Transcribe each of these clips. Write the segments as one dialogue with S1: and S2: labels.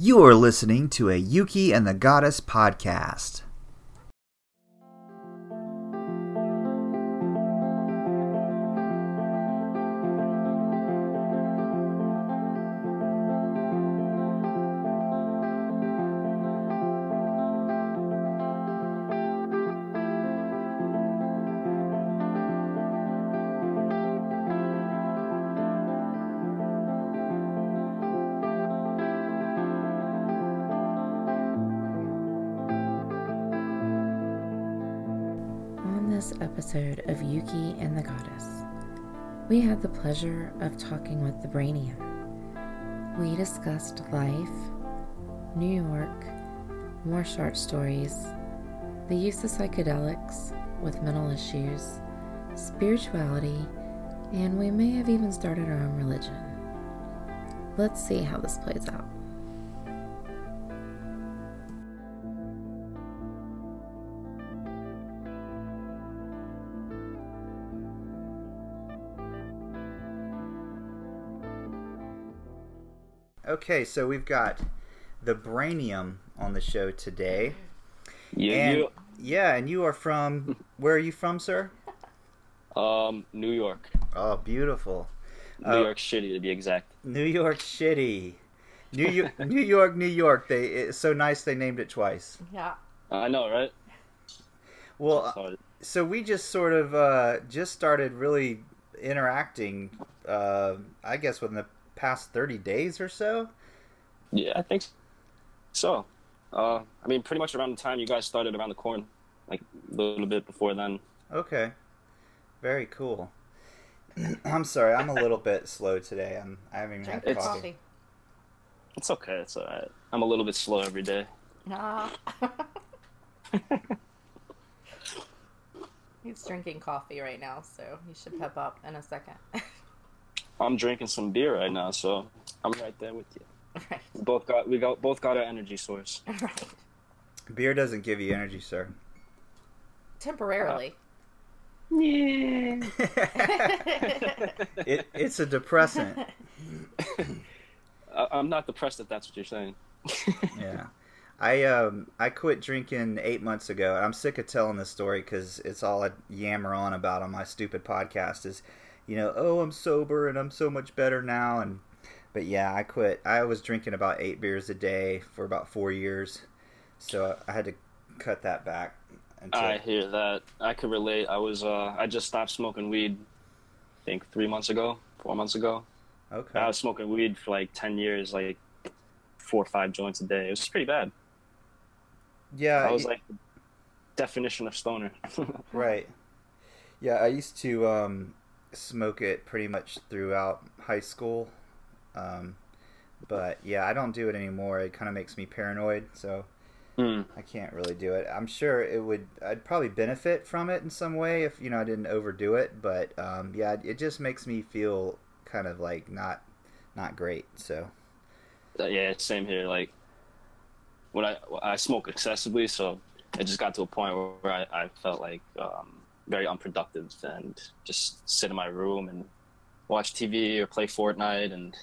S1: You are listening to a Yuki and the Goddess podcast.
S2: On this episode of Yuki and the Goddess, we had the pleasure of talking with the Brainian. We discussed life, New York, more short stories, the use of psychedelics with mental issues, spirituality, and we may have even started our own religion. Let's see how this plays out.
S1: Okay, so we've got the Brainium on the show today.
S3: Yeah,
S1: and yeah, and you are from where are you from, sir?
S3: you- um, New York,
S1: Oh, beautiful.
S3: New
S1: Oh.
S3: York City to be exact.
S1: New York City. New York, New York, New York. They it's so nice they named it twice.
S4: Yeah.
S3: I know, right?
S1: Well,
S3: Sorry.
S1: so we just sort of uh, just started really interacting uh, i guess within the past 30 days or so
S3: Yeah, I think so. Uh, I mean, pretty much around the time you guys started around the corn, like a little bit before then.
S1: okay very cool i'm sorry i'm a little bit slow today i'm i haven't even
S4: Drink
S1: had
S3: It's-
S4: coffee.
S1: coffee
S3: It's okay, it's alright. I'm a little bit slow every day.
S4: Nah. He's drinking coffee right now, so he should pep up in a second.
S3: I'm drinking some beer right now, so I'm right there with you.
S4: right.
S3: We both got we got both got our energy source.
S4: Right.
S1: beer doesn't give you energy sir
S4: Temporarily.
S3: Yeah.
S1: it, it's a depressant
S3: I, I'm not depressed if that's what you're saying.
S1: yeah i um i quit drinking eight months ago and i'm sick of telling this story because it's all i yammer on about on my stupid podcast is you know oh i'm sober and i'm so much better now and but yeah i quit i was drinking about eight beers a day for about four years so i had to cut that back until
S3: I hear that. I could relate. I was uh I just stopped smoking weed I think three months ago, four months ago.
S1: okay
S3: I was smoking weed for like ten years, like four or five joints a day. It was pretty bad.
S1: yeah
S3: I was
S1: Uh, y-
S3: like the definition of stoner.
S1: right yeah i used to um smoke it pretty much throughout high school um but yeah i don't do it anymore it kind of makes me paranoid so
S3: Hmm.
S1: i can't really do it i'm sure it would i'd probably benefit from it in some way if you know i didn't overdo it but um yeah it just makes me feel kind of like not not great so
S3: Uh, yeah, same here. Like when I I smoke excessively, so it just got to a point where I, I felt like um, very unproductive and just sit in my room and watch TV or play Fortnite and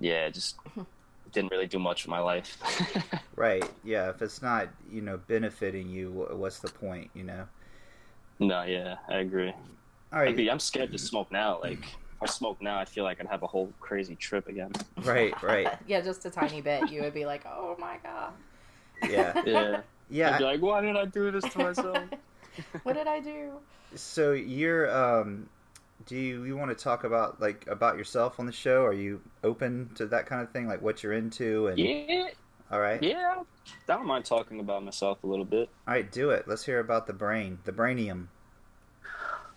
S3: yeah, it just didn't really do much with my life.
S1: right yeah if it's not you know benefiting you wh- what's the point you know
S3: no, yeah, I agree.
S1: all
S3: I'd
S1: right
S3: be, I'm scared to smoke now. Like, if I smoke now, I feel like I'd have a whole crazy trip again.
S1: right right
S4: yeah, just a tiny bit. You would be like, oh my God.
S1: yeah
S3: Yeah.
S1: yeah
S3: I'd be like, why did I do this to myself?
S4: what did I do?
S1: So you're um do you, you want to talk about like about yourself on the show? Are you open to that kind of thing? Like what you're into and
S3: yeah,
S1: all right.
S3: yeah. I don't mind talking about myself a little bit.
S1: All right, do it. Let's hear about the brain, the brainium.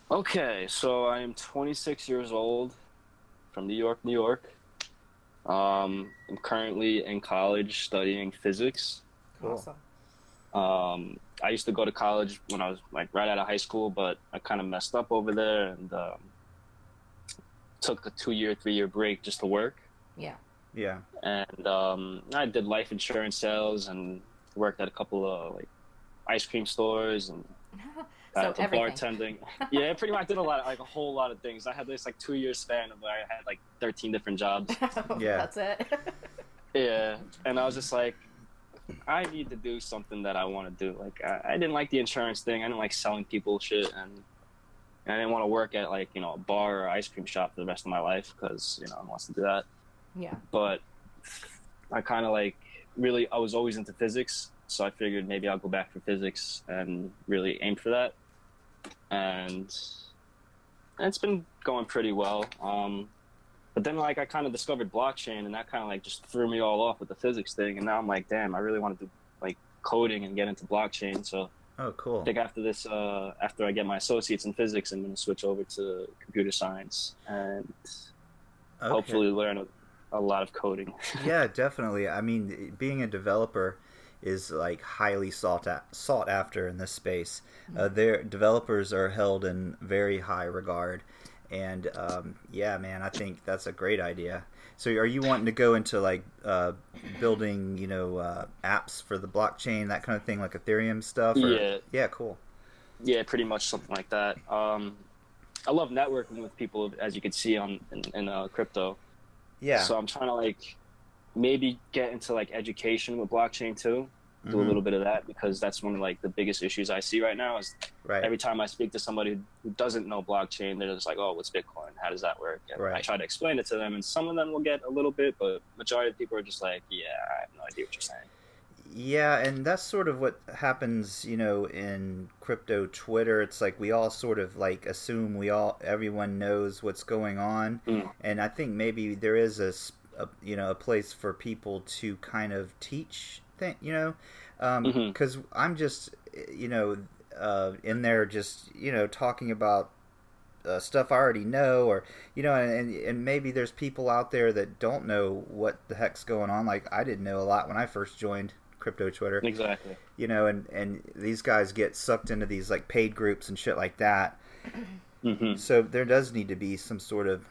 S3: Okay, so I am 26 years old from New York, New York. Um, I'm currently in college studying physics.
S1: Cool.
S4: Awesome.
S3: Um, I used to go to college when I was like right out of high school, but I kind of messed up over there and um, took a two year, three year break just to work.
S4: Yeah.
S1: Yeah.
S3: and um, I did life insurance sales and worked at a couple of like ice cream stores and
S4: so
S3: uh, did
S4: everything.
S3: bartending. yeah, pretty much. I did a lot, of, like a whole lot of things. I had this like two year span of where I had like thirteen different jobs.
S1: Yeah.
S4: That's it.
S3: Yeah, and I was just like, I need to do something that I want to do. Like, I, I didn't like the insurance thing. I didn't like selling people shit, and, and I didn't want to work at like you know a bar or ice cream shop for the rest of my life because you know I wants to do that.
S4: Yeah.
S3: But I kind of like really I was always into physics, so I figured maybe I'll go back for physics and really aim for that. And it's been going pretty well. Um, but then like I kind of discovered blockchain, and that kind of like just threw me all off with the physics thing. And now I'm like, damn, I really want to do like coding and get into blockchain. So
S1: Oh, cool.
S3: I think after this, uh, after I get my associates in physics, I'm going to switch over to computer science and
S1: Okay.
S3: hopefully learn a, a lot of coding.
S1: yeah, definitely. I mean, being a developer is like highly sought a- sought after in this space. Uh, their developers are held in very high regard, and um, yeah, man, I think that's a great idea. So, are you wanting to go into like uh, building, you know, uh, apps for the blockchain, that kind of thing, like Ethereum stuff? Or...
S3: Yeah.
S1: Yeah, cool.
S3: yeah, pretty much something like that. Um, I love networking with people, as you can see on in, in uh, crypto.
S1: Yeah.
S3: So I'm trying to like maybe get into like education with blockchain too. Do a
S1: Mhm.
S3: little bit of that because that's one of like the biggest issues I see right now is
S1: Right.
S3: every time I speak to somebody who doesn't know blockchain, they're just like, "Oh, what's Bitcoin? How does that work?" And I
S1: Right.
S3: try to explain it to them, and some of them will get a little bit, but majority of people are just like, "Yeah, I have no idea what you're saying."
S1: Yeah, and that's sort of what happens, you know, in crypto Twitter. It's like we all sort of like assume we all everyone knows what's going on,
S3: Mm.
S1: and I think maybe there is a, s- a- you know a place for people to kind of teach thing, you know,
S3: Mhm.
S1: because I'm just eh, you know uh, in there just you know talking about uh, stuff I already know, or you know, and and maybe there's people out there that don't know what the heck's going on. Like I didn't know a lot when I first joined crypto Twitter,
S3: Exactly.
S1: you know, and and these guys get sucked into these like paid groups and shit like that.
S3: hmm
S1: So there does need to be some sort of,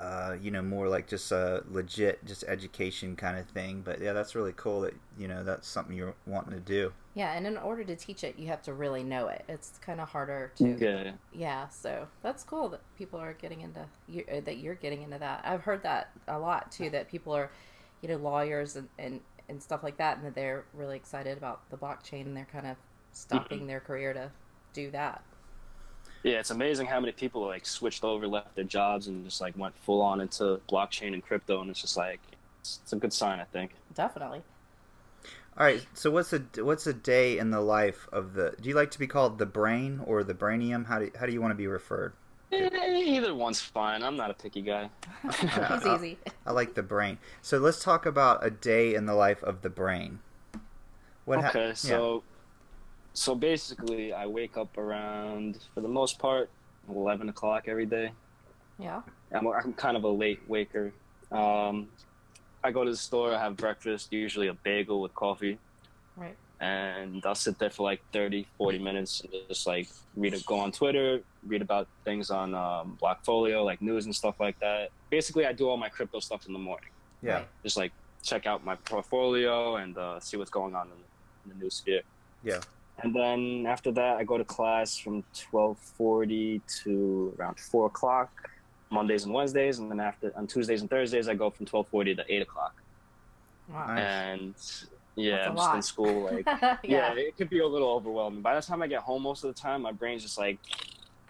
S1: uh, you know, more like just a legit just education kind of thing. But yeah, that's really cool that you know that's something you're wanting to do.
S4: Yeah, and in order to teach it, you have to really know it. It's kind of harder to.
S3: Yeah.
S4: Yeah, so that's cool that people are getting into you uh, that you're getting into that. I've heard that a lot too that people are, you know, lawyers and and, and stuff like that and that they're really excited about the blockchain and they're kind of stopping their career to do that.
S3: Yeah, it's amazing how many people like switched over, left their jobs, and just like went full on into blockchain and crypto, and it's just like it's, it's a good sign, I think.
S4: Definitely.
S1: All right, so what's a what's a day in the life of the? Do you like to be called the brain or the brainium? How do how do you want to be referred?
S3: Eh, Either one's fine. I'm not a picky guy.
S4: It's
S1: uh,
S4: easy.
S1: I like the brain. So let's talk about a day in the life of the brain. What hap-
S3: okay,
S1: yeah.
S3: so so basically, I wake up around, for the most part, eleven o'clock every day.
S4: Yeah.
S3: I'm, I'm kind of a late waker. Um, I go to the store, I have breakfast, usually a bagel with coffee,
S4: Right.
S3: and I'll sit there for like 30, 40 minutes and just like read, go on Twitter, read about things on um, Blockfolio, like news and stuff like that. Basically, I do all my crypto stuff in the morning.
S1: yeah,
S4: Right.
S3: Just like check out my portfolio and uh, see what's going on in, in the news sphere.
S1: Yeah.
S3: And then after that, I go to class from 12:40 to around four o'clock, Mondays and Wednesdays, and then after on Tuesdays and Thursdays, I go from 12:40 to eight o'clock.
S4: Wow.
S3: uh,
S1: Nice.
S3: And yeah,
S4: That's a
S3: I'm just in
S4: lot.
S3: school like.
S4: yeah.
S3: Yeah. it could be a little overwhelming. By the time I get home, most of the time, my brain's just like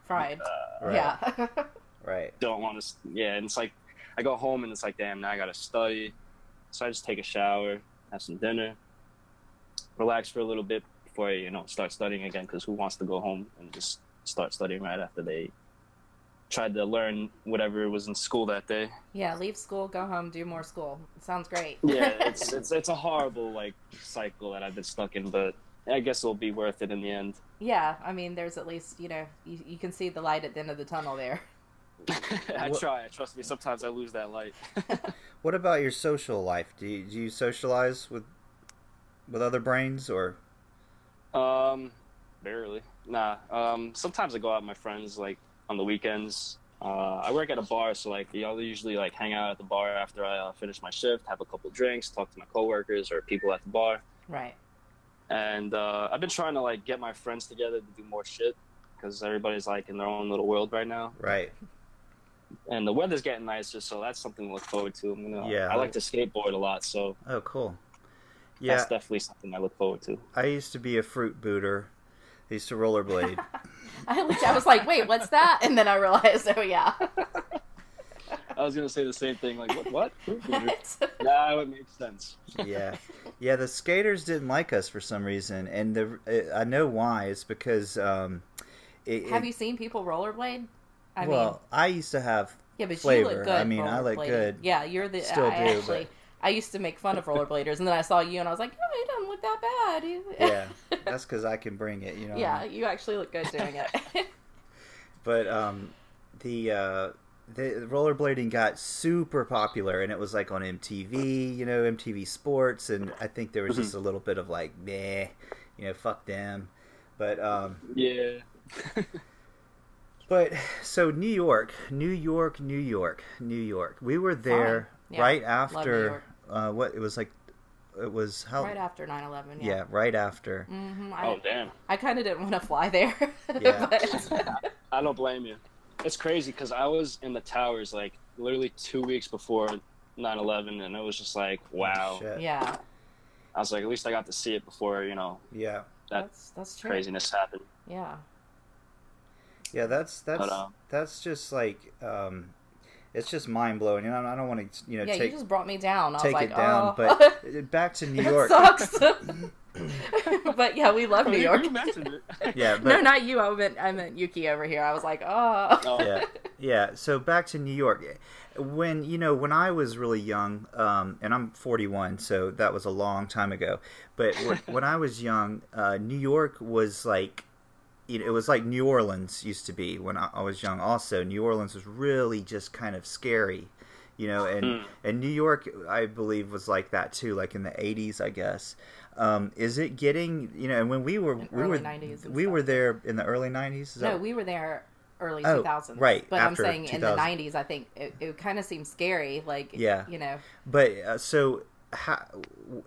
S4: Fried.
S3: Uh,
S1: right,
S4: Yeah.
S1: right.
S3: don't want to. Yeah, and it's like I go home and it's like, damn, now I gotta study. So I just take a shower, have some dinner, relax for a little bit before I, you know, start studying again. Because who wants to go home and just start studying right after they tried to learn whatever was in school that day?
S4: yeah, leave school, go home, do more school. Sounds great.
S3: Yeah, it's it's it's a horrible like cycle that I've been stuck in, but I guess it'll be worth it in the end.
S4: Yeah, I mean, there's at least you know you, you can see the light at the end of the tunnel there.
S3: I
S1: Wha-
S3: try. Trust me. Sometimes I lose that light.
S1: What about your social life? Do you, do you socialize with with other brains or
S3: Um, barely. Nah. Um, sometimes I go out with my friends like on the weekends. Uh, I work at a bar, so like y'all usually like hang out at the bar after I uh, finish my shift, have a couple drinks, talk to my coworkers or people at the bar.
S4: Right.
S3: And uh, I've been trying to like get my friends together to do more shit because everybody's like in their own little world right now.
S1: right?
S3: and the weather's getting nicer, so that's something to look forward to. You know,
S1: Yeah.
S3: I like to skateboard a lot, so
S1: Oh, cool. Yeah,
S3: that's definitely something I look forward to.
S1: I used to be a fruit booter. I used to rollerblade.
S4: I, which I was like, wait, what's that? And then I realized, oh yeah,
S3: I was gonna say the same thing. Like what? what? Fruit booter?
S4: It's-
S3: nah, it makes sense.
S1: yeah, yeah. The skaters didn't like us for some reason, and the I know why. It's because um, it,
S4: have
S1: it-
S4: you seen people rollerblade? I
S1: well,
S4: mean,
S1: I used to have
S4: yeah, but you
S1: flavor.
S4: look good.
S1: I mean, I look
S4: rollerblading.
S1: good.
S4: Yeah, you're the.
S1: Still
S4: I
S1: do, but-
S4: actually, I used to make fun of rollerbladers, and then I saw you, and I was like, oh, you don't look that bad. You-
S1: yeah. That's because I can bring it, you know. what I
S4: yeah,
S1: mean?
S4: you actually look good doing it.
S1: But um, the uh, the rollerblading got super popular, and it was like on MTV, you know, MTV Sports, and I think there was just a little bit of like, meh, you know, fuck them. But um,
S3: Yeah.
S1: But so New York, New York, New York, New York. We were there
S4: Fine. Yeah.
S1: right
S4: New
S1: after uh, what it was like. It was how
S4: right after 9-11.
S1: yeah. right after.
S4: hmm I,
S3: Oh damn.
S4: I kind of didn't want to fly there.
S1: Yeah.
S4: but-
S3: I don't blame you. It's crazy because I was in the towers like literally two weeks before 9/11, and it was just like, wow.
S1: Shit.
S4: yeah.
S3: I was like, at least I got to see it before you know
S1: Yeah,
S4: That's that's true.
S3: craziness happened.
S4: Yeah.
S1: yeah. That's that's
S3: But, um,
S1: that's just like um, it's just mind blowing, and I I don't want to you know
S4: yeah, you
S1: take
S4: just brought me down. I was
S1: take
S4: like,
S1: it down.
S4: oh.
S1: But back to New
S4: It
S1: York.
S4: sucks. but yeah, we love New
S3: You-
S4: York.
S3: You mentioned it.
S1: Yeah, but
S4: no, not you. I meant I meant Yuki over here. I was like, oh.
S3: Oh,
S1: yeah yeah so back to new york when you know when i was really young um, and i'm 41 so that was a long time ago but when, when i was young uh, new york was like you know, it was like new orleans used to be when i, I was young also new orleans was really just kind of scary you know and
S3: Hmm.
S1: and new york i believe was like that too like in the 80s i guess um, is it getting you know and when we were
S4: In
S1: we
S4: early
S1: were
S4: 90s and
S1: we
S4: stuff.
S1: were there in the early 90s is
S4: No,
S1: that-
S4: we were there early
S1: Oh,
S4: 2000s.
S1: right,
S4: But
S1: after
S4: I'm saying in the
S1: 2000.
S4: 90s, I think it, it kind of seems scary. Like,
S1: Yeah.
S4: you know,
S1: But uh, so, how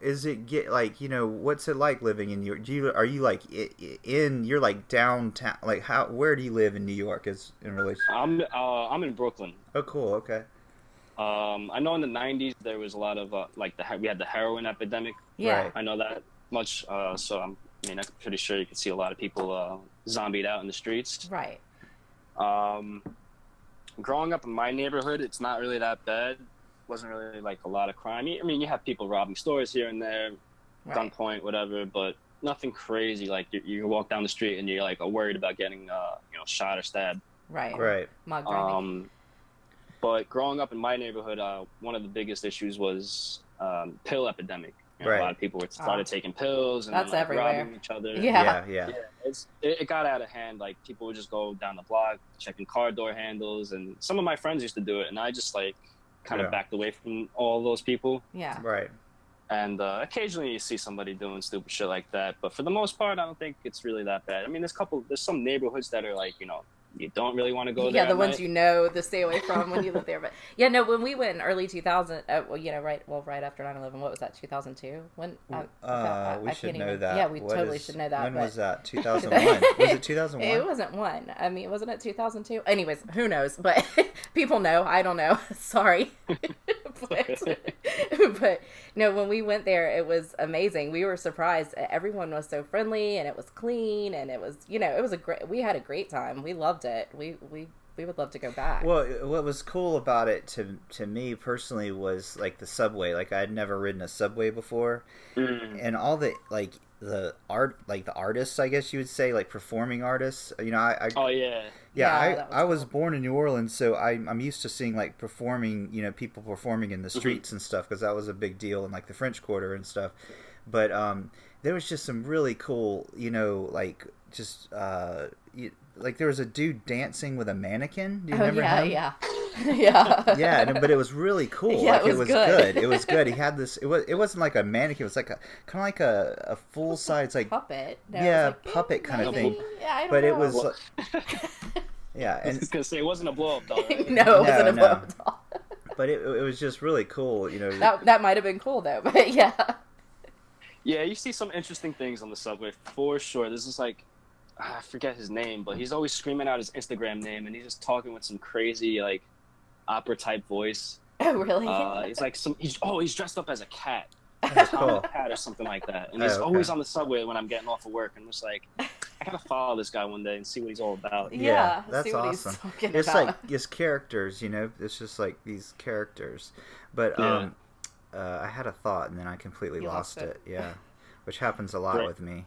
S1: is it get like you know what's it like living in New York? Do you are you like i- i- in you're like downtown? Like how where do you live in New York? Is in relation?
S3: I'm uh, I'm in Brooklyn.
S1: Oh, cool. Okay.
S3: Um, I know in the 90s there was a lot of uh, like the he- we had the heroin epidemic.
S4: yeah.
S1: Right.
S3: I know that much. Uh, so I'm, I mean, I'm pretty sure you could see a lot of people uh, zombied out in the streets.
S4: Right.
S3: Um, growing up in my neighborhood, it's not really that bad. Wasn't really like a lot of crime. I mean, you have people robbing stores here and there,
S4: Right.
S3: gunpoint, whatever, but nothing crazy. Like you, you walk down the street and you're like worried about getting uh, you know shot or stabbed.
S4: Right.
S1: Right.
S4: Mug driving.
S3: Um, but growing up in my neighborhood, uh, one of the biggest issues was um, pill epidemic. You know,
S1: Right.
S3: A lot of people were started
S4: Ah.
S3: taking pills and
S4: That's
S3: like,
S4: everywhere.
S3: robbing each other.
S4: Yeah.
S1: Yeah. Yeah.
S3: Yeah, it's, it, it got out of hand. Like people would just go down the block checking car door handles, and some of my friends used to do it, and I just like kind
S1: Yeah.
S3: of backed away from all those people.
S4: yeah.
S1: Right.
S3: And uh, occasionally you see somebody doing stupid shit like that, but for the most part, I don't think it's really that bad. I mean, there's couple, there's some neighborhoods that are like you know you don't really want to go there.
S4: yeah, the
S3: at
S4: ones
S3: night.
S4: you know to stay away from when you live there. But yeah, no, when we went in early 2000, uh, well, you know, right, well, right after 9/11, what was that? 2002? When? I- I-
S1: Uh,
S4: I
S1: we
S4: can't
S1: should know
S4: even-
S1: that.
S4: Yeah, we
S1: What
S4: totally
S1: is-
S4: should know that.
S1: When
S4: but
S1: was that? 2001. was it 2001?
S4: It wasn't one. I mean, wasn't it 2002? Anyways, who knows? But people know. I don't know. Sorry. but, but no, when we went there, it was amazing. We were surprised. Everyone was so friendly, and it was clean, and it was you know, it was a great. We had a great time. We loved it. We we we would love to go back.
S1: Well, what was cool about it to to me personally was like the subway. Like I had never ridden a subway before,
S3: Mm.
S1: and all the like the art like the artists I guess you would say like performing artists. You know, I, I
S3: Oh yeah,
S1: Yeah,
S4: Yeah, that was
S1: I, I was
S4: cool.
S1: born in New Orleans, so I, I'm used to seeing like performing, you know, people performing in the
S4: Mm-hmm.
S1: streets and stuff because that was a big deal in like the French Quarter and stuff. But um, there was just some really cool, you know, like just uh, you, like there was a dude dancing with a mannequin. Do you
S4: oh
S1: remember
S4: yeah,
S1: him?
S4: yeah, yeah,
S1: yeah, and- but it was really cool.
S4: Yeah,
S1: like,
S4: it was good.
S1: It was good. He had this. It was. It wasn't like a mannequin. It was like a kind of like a, a full size like.
S4: Puppet. No, it
S1: Yeah,
S4: was like, eh,
S1: puppet kinda
S4: maybe.
S1: thing.
S4: Yeah, I don't
S1: But it
S4: know.
S1: was.
S3: Well-
S1: like- yeah,
S3: I was
S1: and
S3: just gonna say it wasn't a blow up though.
S4: no, it
S3: right?
S4: wasn't
S1: No,
S4: a
S1: no.
S4: blow at all.
S1: but it, it was just really cool. You know.
S4: That that might have been cool though. But yeah.
S3: Yeah, you see some interesting things on the subway for sure. This is like, ah, I forget his name, but he's always screaming out his Instagram name, and he's just talking with some crazy like opera type voice.
S4: Oh, really?
S3: Uh, it's like some. He's, oh, he's dressed up as a cat.
S1: That's
S3: Tom
S1: cool.
S3: the Cat or something like that. And
S1: Oh,
S3: he's
S1: okay.
S3: always on the subway when I'm getting off of work. And I'm just like, I gotta follow this guy one day and see what he's all about.
S4: yeah,
S1: yeah, that's
S4: see what
S1: awesome.
S4: He's talking
S1: It's
S4: about.
S1: like it's characters, you know. It's just like these characters. But um, uh, I had a thought and then I completely
S4: You
S1: lost,
S4: lost
S1: it. Yeah, which happens a lot
S3: Right.
S1: with me.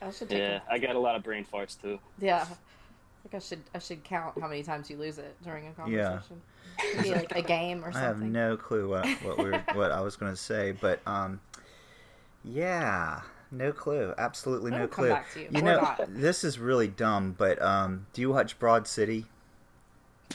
S4: I should take
S3: Yeah, I get a lot of brain farts too.
S4: A, yeah. I think I should I should count how many times you lose it during a
S1: Yeah.
S4: conversation. Maybe like a game or
S1: I have
S4: something.
S1: no clue what what we are what I was going to say, but um, yeah, no clue. Absolutely no
S4: It'll come
S1: clue.
S4: back to you, or
S1: know,
S4: not.
S1: this is really dumb, but um, do you watch Broad City?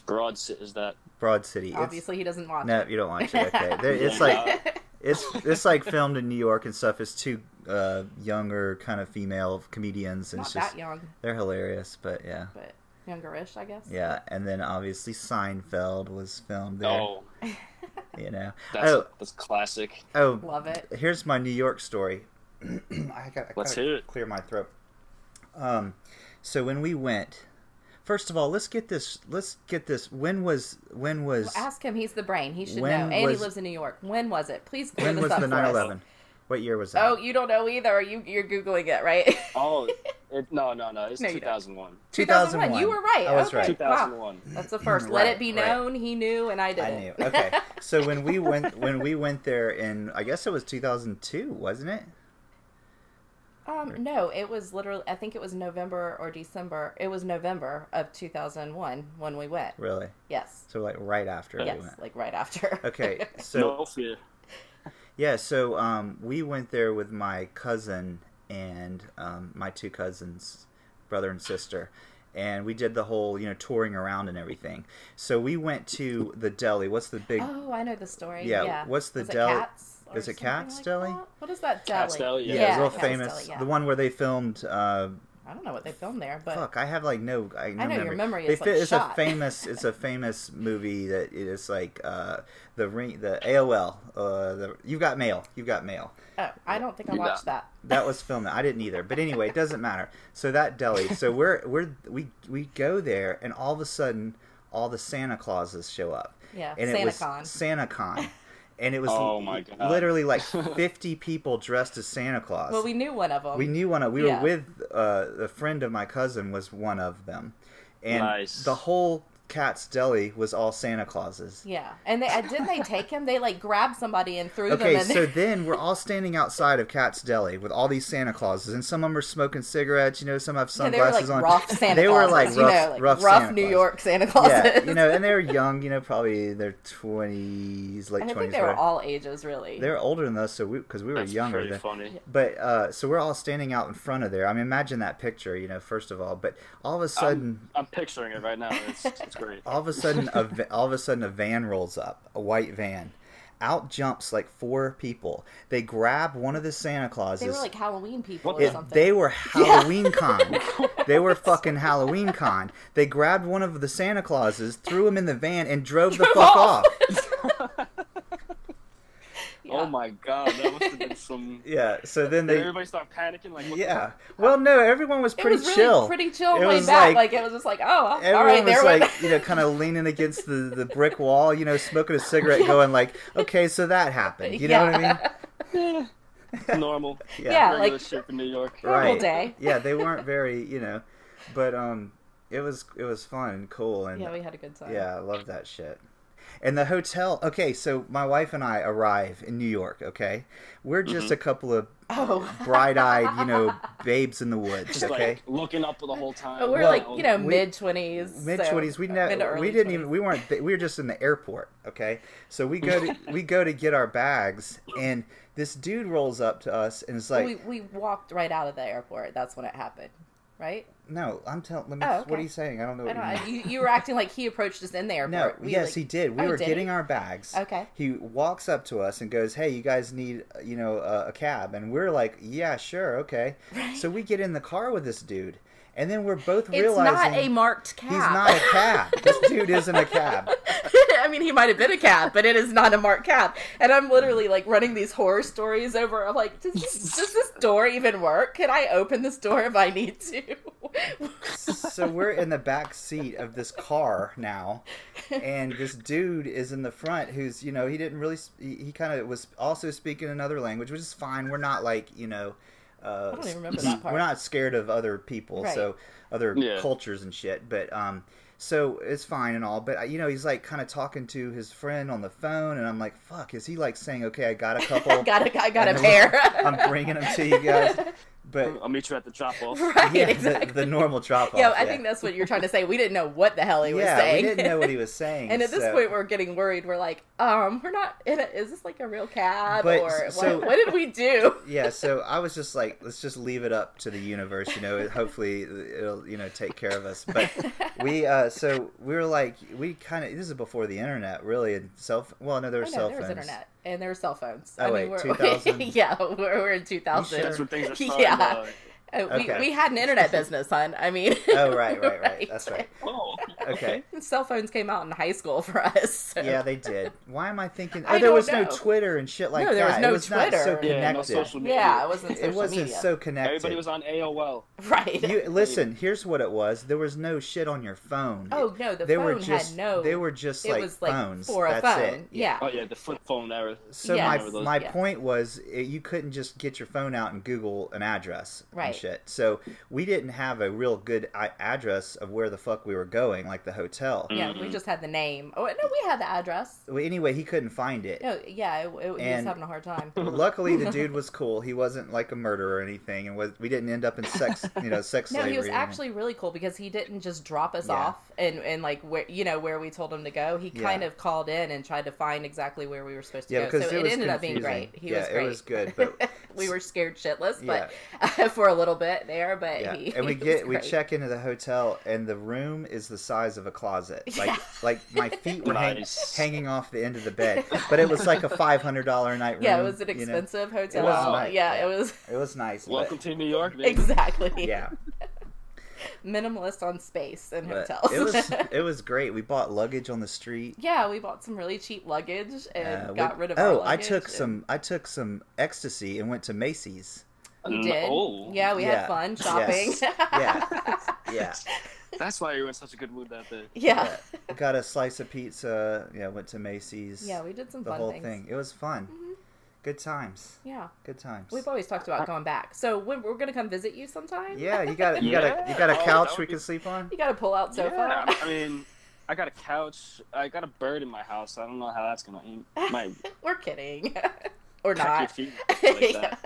S3: Broad si- is that?
S1: Broad City. it's-
S4: Obviously, he doesn't watch.
S1: no,
S4: it.
S1: you don't watch it. Okay, there, it's
S3: Yeah.
S1: like it's it's like filmed in New York and stuff. It's two uh, younger kind of female comedians, and
S4: not
S1: it's just
S4: that young,
S1: they're hilarious. But yeah,
S4: but youngerish, I guess.
S1: yeah, and then obviously Seinfeld was filmed there.
S3: Oh,
S1: You know,
S3: that's
S1: Oh.
S3: that's classic.
S1: oh,
S4: Love it.
S1: here's my New York story. I got. I
S3: Let's
S1: gotta
S3: hear it.
S1: Clear my throat. Um, so when we went, first of all, let's get this. Let's get this. When was when was
S4: Well, ask him. He's the brain. He should
S1: When
S4: know. And
S1: was-
S4: he lives in New York. When was it? Please clear
S1: when
S4: this
S1: was
S4: up
S1: the
S4: for us.
S1: 9/11? What year was that?
S4: Oh, you don't know either. You you're googling it, right?
S3: Oh, it, no, no no, it's
S4: No, you don't.
S3: 2001.
S4: 2001. You were right.
S1: I was
S4: Okay.
S1: right.
S3: 2001.
S4: That's the first. Let
S1: Right,
S4: it be
S1: right.
S4: known he knew and I did.
S1: I knew. Okay. So when we went when we went there in I guess it was 2002, wasn't it?
S4: Um, no, it was literally. I think it was November or December. It was November of 2001 when we went.
S1: Really?
S4: Yes.
S1: So like right after
S4: Yes,
S1: we went.
S4: like right after.
S1: Okay. So
S3: no fear.
S1: yeah, so um, we went there with my cousin and um, my two cousins, brother and sister. And we did the whole, you know, touring around and everything. So we went to the deli. What's the big?
S4: oh, I know the story.
S1: Yeah,
S4: Yeah.
S1: what's the
S4: Was
S1: deli-
S4: It Cats or
S1: is it
S4: something
S1: Cat's
S4: like
S1: deli?
S4: that? What is that deli?
S3: Cat's deli, yeah.
S1: real
S4: Cat's
S1: famous.
S4: deli, yeah.
S1: The one where they filmed uh,
S4: I don't know what they filmed there, but
S1: Fuck, I have like no. I, no
S4: know your
S1: memory.
S4: memory
S1: They
S4: is,
S1: fi-
S4: like,
S1: it's a
S4: shot.
S1: famous. It's a famous movie that it is like uh, the ring, the AOL. Uh, the, you've got mail. You've got mail.
S4: oh, I don't think I
S3: You
S4: watched that.
S1: That was filmed. I didn't either. But anyway, it doesn't matter. So that deli. So we're we're we we go there, and all of a sudden, all the Santa Clauses show up.
S4: Yeah,
S1: and it was
S4: SantaCon.
S1: SantaCon. And it was
S3: Oh my God.
S1: literally like 50 people dressed as Santa Claus.
S4: Well, we knew one of them.
S1: We knew one of. We
S4: Yeah.
S1: were with uh, a friend of my cousin was one of them, and
S3: Nice.
S1: the whole Cat's Deli was all Santa Clauses.
S4: Yeah, and they uh, didn't they take him? They like grabbed somebody and threw
S1: Okay,
S4: them. in
S1: so
S4: there.
S1: then we're all standing outside of Cat's Deli with all these Santa Clauses, and some of them are smoking cigarettes. You know, some have
S4: Yeah, they were like
S1: sunglasses on.
S4: rough Santa
S1: they were
S4: Clauses,
S1: like rough,
S4: you know, like
S1: rough,
S4: rough,
S1: Santa
S4: New
S1: Claus.
S4: York Santa Clauses.
S1: Yeah, you know, and they were young. You know, probably their twenties, late
S4: And I
S1: twenties.
S4: think they were all ages, really.
S1: They're older than us, so we because we were
S3: That's
S1: younger.
S3: pretty
S1: than-
S3: funny.
S1: But uh, so we're all standing out in front of there. I mean, imagine that picture, you know, first of all. But all of a sudden,
S3: I'm picturing it right now. It's, it's great.
S1: all of a sudden, a va- all of a sudden, a van rolls up, a white van. Out jumps like four people. They grab one of the Santa Clauses.
S4: They were like Halloween people
S3: What
S4: or
S1: It-
S4: something.
S1: they were Halloween con. They were fucking Halloween con. They grabbed one of the Santa Clauses, threw him in the van, and drove the
S4: Drove
S1: fuck off.
S4: off. Yeah.
S3: Oh my god, that must have been some.
S1: Yeah. So then they.
S3: Everybody start panicking. Like, what the
S1: Yeah. Well, no, everyone was
S4: It
S1: pretty
S4: was really
S1: chill.
S4: pretty chill
S1: It
S4: laid
S1: was
S4: back.
S1: like-
S4: Like, it was just like, oh, all
S1: Everyone
S4: right,
S1: was
S4: there we
S1: like, you know, kind of leaning against the, the brick wall, you know, smoking a cigarette, going like, okay, so that happened. You know what I mean?
S4: Yeah.
S3: normal.
S1: Yeah.
S4: Yeah,
S3: regular
S4: like-
S3: shit from New York.
S4: normal day.
S1: Yeah, they weren't very, you know, but um, it was it was fun and cool and
S4: Yeah, we had a good time.
S1: Yeah, I love that shit. And the hotel. Okay, so my wife and I arrive in New York. Okay, we're just
S3: Mm-hmm.
S1: a couple of
S4: Oh.
S1: bright-eyed, you know, babes in the woods.
S3: Just
S1: okay,
S3: like looking up the whole time.
S4: Oh, we were
S1: Well,
S4: like, you know, uh,
S1: we-
S4: mid twenties.
S1: mid twenties. we never. We didn't even. We weren't. th- We were just in the airport. Okay, so we go to we go to get our bags, and this dude rolls up to us and is like,
S4: we we walked right out of the airport. That's when it happened, right?
S1: "No, I'm telling. Let me.
S4: Oh, okay.
S1: What are you saying? I don't know
S4: I
S1: what
S4: don't
S1: you mean."
S4: know. You, you were acting like he approached us in the
S1: No,
S4: airport. We,
S1: yes,
S4: like-
S1: he did. We
S4: Oh,
S1: were
S4: did
S1: getting
S4: he?
S1: our bags.
S4: Okay.
S1: He walks up to us and goes, "Hey, you guys need, uh, you know, uh, a cab?" And we're like, "Yeah, sure, okay." So we get in the car with this dude, and then we're both
S4: It's
S1: realizing
S4: not a marked cab.
S1: he's not a cab. this dude isn't a cab.
S4: I mean, he might have been a cab, but it is not a marked cab. And I'm literally like running these horror stories over. I'm like, does this, does this door even work? Can I open this door if I need to?
S1: so we're in the back seat of this car now and this dude is in the front who's you know he didn't really sp- he, he kind of was also speaking another language which is fine we're not like you know uh,
S4: I don't even remember that part.
S1: we're not scared of other people
S4: Right.
S1: so other
S3: Yeah.
S1: cultures and shit but um so it's fine and all but you know he's like kind of talking to his friend on the phone and i'm like fuck is he like saying okay i got a couple
S4: I got a, I got
S1: and
S4: a
S1: then
S4: pair.
S1: i'm bringing them to you guys but
S3: I'll meet you at the drop off.
S4: right,
S1: yeah,
S4: exactly.
S1: the, the normal drop off
S4: yeah, I think that's what you're trying to say. We didn't know what the hell he was
S1: yeah,
S4: saying.
S1: we didn't know what he was saying.
S4: and at this
S1: so-
S4: point, we're getting worried. We're like, um, we're not. In a, is this like a real cab
S1: But
S4: or
S1: so-
S4: what, what did we do?
S1: yeah, so I was just like, let's just leave it up to the universe, you know. Hopefully, it'll you know take care of us. But we, uh, so we were like, we kind of this is before the internet, really, and cell. ph- Well, no, there were
S4: I know,
S1: cell
S4: there
S1: phones.
S4: was internet and there were cell phones.
S1: Oh,
S4: I
S1: wait,
S4: mean, we're,
S1: 2000?
S4: yeah, we're, we're in 2000.
S1: sure?
S3: That's when things are starting.
S4: Yeah.
S3: Uh,
S4: Uh,
S1: Okay.
S4: we, we had an internet business, hon. I mean,
S1: Oh right, right, right. That's right.
S3: oh,
S1: Okay.
S4: Cell phones came out in high school for us. so-
S1: Yeah, they did. Why am I thinking? Oh,
S4: I
S1: there
S4: don't
S1: was no
S4: know.
S1: Twitter and shit like
S4: No, there was
S1: that.
S4: no
S1: it was not so
S4: Twitter.
S1: connected.
S3: Yeah, no social media.
S4: yeah, it wasn't.
S1: it
S4: social
S1: wasn't
S4: media.
S1: so connected.
S3: Everybody was on AOL.
S4: right.
S1: You listen. Here's what it was. There was no shit on your phone.
S4: oh no, the
S1: they
S4: phone
S1: were just
S4: had no.
S1: they were just
S4: it
S1: like
S4: was like
S1: phones.
S4: for a
S1: That's
S4: phone.
S1: it.
S4: Yeah.
S3: Oh yeah, the flip phone era.
S1: So
S4: Yeah.
S1: my
S4: Remember
S3: those?
S1: my
S4: Yeah.
S1: point was eh, you couldn't just get your phone out and Google an address
S4: Right.
S1: and shit. So we didn't have a real good I- address of where the fuck we were going, like the hotel.
S4: Yeah, we
S3: Mhm.
S4: just had the name. Oh no, we had the address.
S1: Well, anyway, he couldn't find it.
S4: No, yeah, it, it, he was
S1: Mm-hmm. And-
S4: having a hard time.
S1: Luckily, the dude was cool. He wasn't like a murderer or anything, and was, we didn't end up in sex, you know, sex
S4: No,
S1: slavery.
S4: he was
S1: or
S4: actually really cool because he didn't just drop us
S1: Yeah.
S4: off and, and like where you know where we told him to go. He
S1: Yeah.
S4: kind of called in and tried to find exactly where we were supposed to
S1: Yeah,
S4: go.
S1: because
S4: so
S1: it
S4: it,
S1: was
S4: ended up being
S1: confusing.
S4: great. He
S1: Yeah,
S4: was
S1: it
S4: great.
S1: was good, but-
S4: we were scared shitless, but for a little bit there. But
S1: Yeah,
S4: uh, he,
S1: and we
S4: he was
S1: get we
S4: great.
S1: check into the hotel, and the room is the size of a closet. Like
S4: Yeah.
S1: like my feet were hang-
S3: Nice.
S1: hanging off the end of the bed, but it was like a five hundred dollar a night room.
S4: Yeah, it was an
S1: you know?
S4: expensive hotel.
S1: nice,
S4: yeah,
S1: yeah.
S4: it was
S1: It was nice.
S3: Welcome to New York, baby.
S4: exactly
S1: But, yeah,
S4: minimalist on space and
S1: but
S4: hotels.
S1: it was it was great. We bought luggage on the street.
S4: Yeah, we bought some really cheap luggage and
S1: Uh,
S4: got
S1: we-
S4: rid of.
S1: Oh,
S4: our
S1: I
S4: luggage
S1: took
S4: and-
S1: some I took some ecstasy and went to Macy's.
S4: We
S3: Mm,
S4: did.
S3: oh.
S4: Yeah, we
S1: Yeah.
S4: had fun
S1: Yes.
S4: shopping.
S1: Yeah. Yeah,
S3: That's why you were in such a good mood that day.
S4: yeah.
S1: got a slice of pizza. Yeah, went to Macy's.
S4: Yeah, we did some
S1: the
S4: fun
S1: whole
S4: things.
S1: thing. It was fun.
S4: Mhm.
S1: Good times.
S4: Yeah.
S1: Good times.
S4: We've always talked about going back. So when, we're going to come visit you sometime.
S1: Yeah, you got you got a you
S3: Yeah.
S1: got
S3: Oh,
S1: a
S3: that
S1: couch
S3: would
S1: we
S3: be-
S1: can sleep on.
S4: You got to pull out sofa.
S3: Yeah, I mean, I got a couch. I got a bird in my house. I don't know how that's gonna my
S4: we're kidding. or
S3: crack
S4: not.
S3: your feet like
S4: Yeah.
S3: that.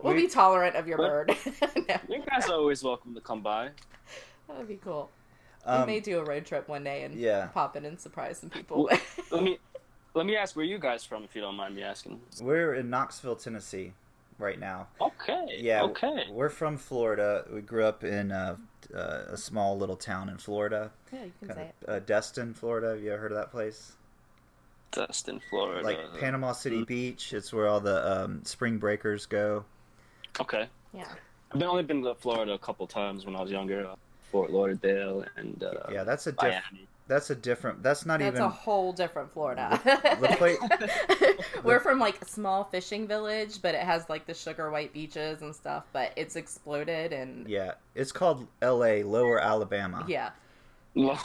S4: We'll
S1: We-
S4: be tolerant of your
S3: What?
S4: bird. no,
S3: You guys are always welcome to come by.
S4: that would be cool. we
S1: Um,
S4: may do a road trip one day and
S1: yeah.
S4: pop in and surprise some people.
S3: Let me let me ask where you guys from, if you don't mind me asking.
S1: Um, We're in Knoxville, Tennessee, right now.
S3: Okay.
S1: Yeah. w-
S3: Okay.
S1: We're from Florida. We grew up in uh, uh, a small little town in Florida,
S4: yeah, you can say
S1: kind
S4: it.
S1: of, uh, Destin, Florida. Have you ever heard of that place?
S3: Destin, Florida.
S1: Like Panama City
S3: Mm.
S1: Beach. It's where all the um, spring breakers go.
S3: Okay.
S4: Yeah.
S3: I've been, only been to Florida a couple times when I was younger. uh, Fort Lauderdale and uh,
S1: Yeah, that's a diff-
S3: Miami.
S1: that's a different. That's not
S4: That's
S1: even.
S4: a whole different Florida.
S1: the place,
S4: We're from like a small fishing village, but it has like the sugar white beaches and stuff, but it's exploded and
S1: yeah, it's called L.A. Lower Alabama.
S4: yeah.
S3: Well,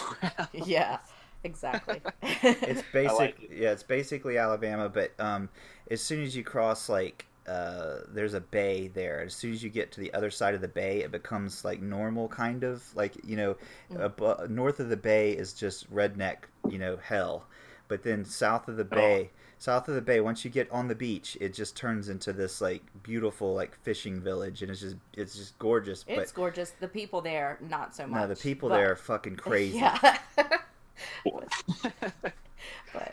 S4: Yeah. Exactly.
S1: it's basic
S3: like it.
S1: yeah it's basically alabama but um as soon as you cross like uh there's a bay there as soon as you get to the other side of the bay it becomes like normal kind of like you know
S4: Mm.
S1: abo- north of the bay is just redneck you know hell but then south of the
S4: Oh.
S1: bay south of the bay once you get on the beach it just turns into this like beautiful like fishing village and it's just it's just gorgeous
S4: It's gorgeous. The people there, not so
S1: but
S4: much.
S1: no the people
S4: but-
S1: there are fucking crazy
S4: Yeah. but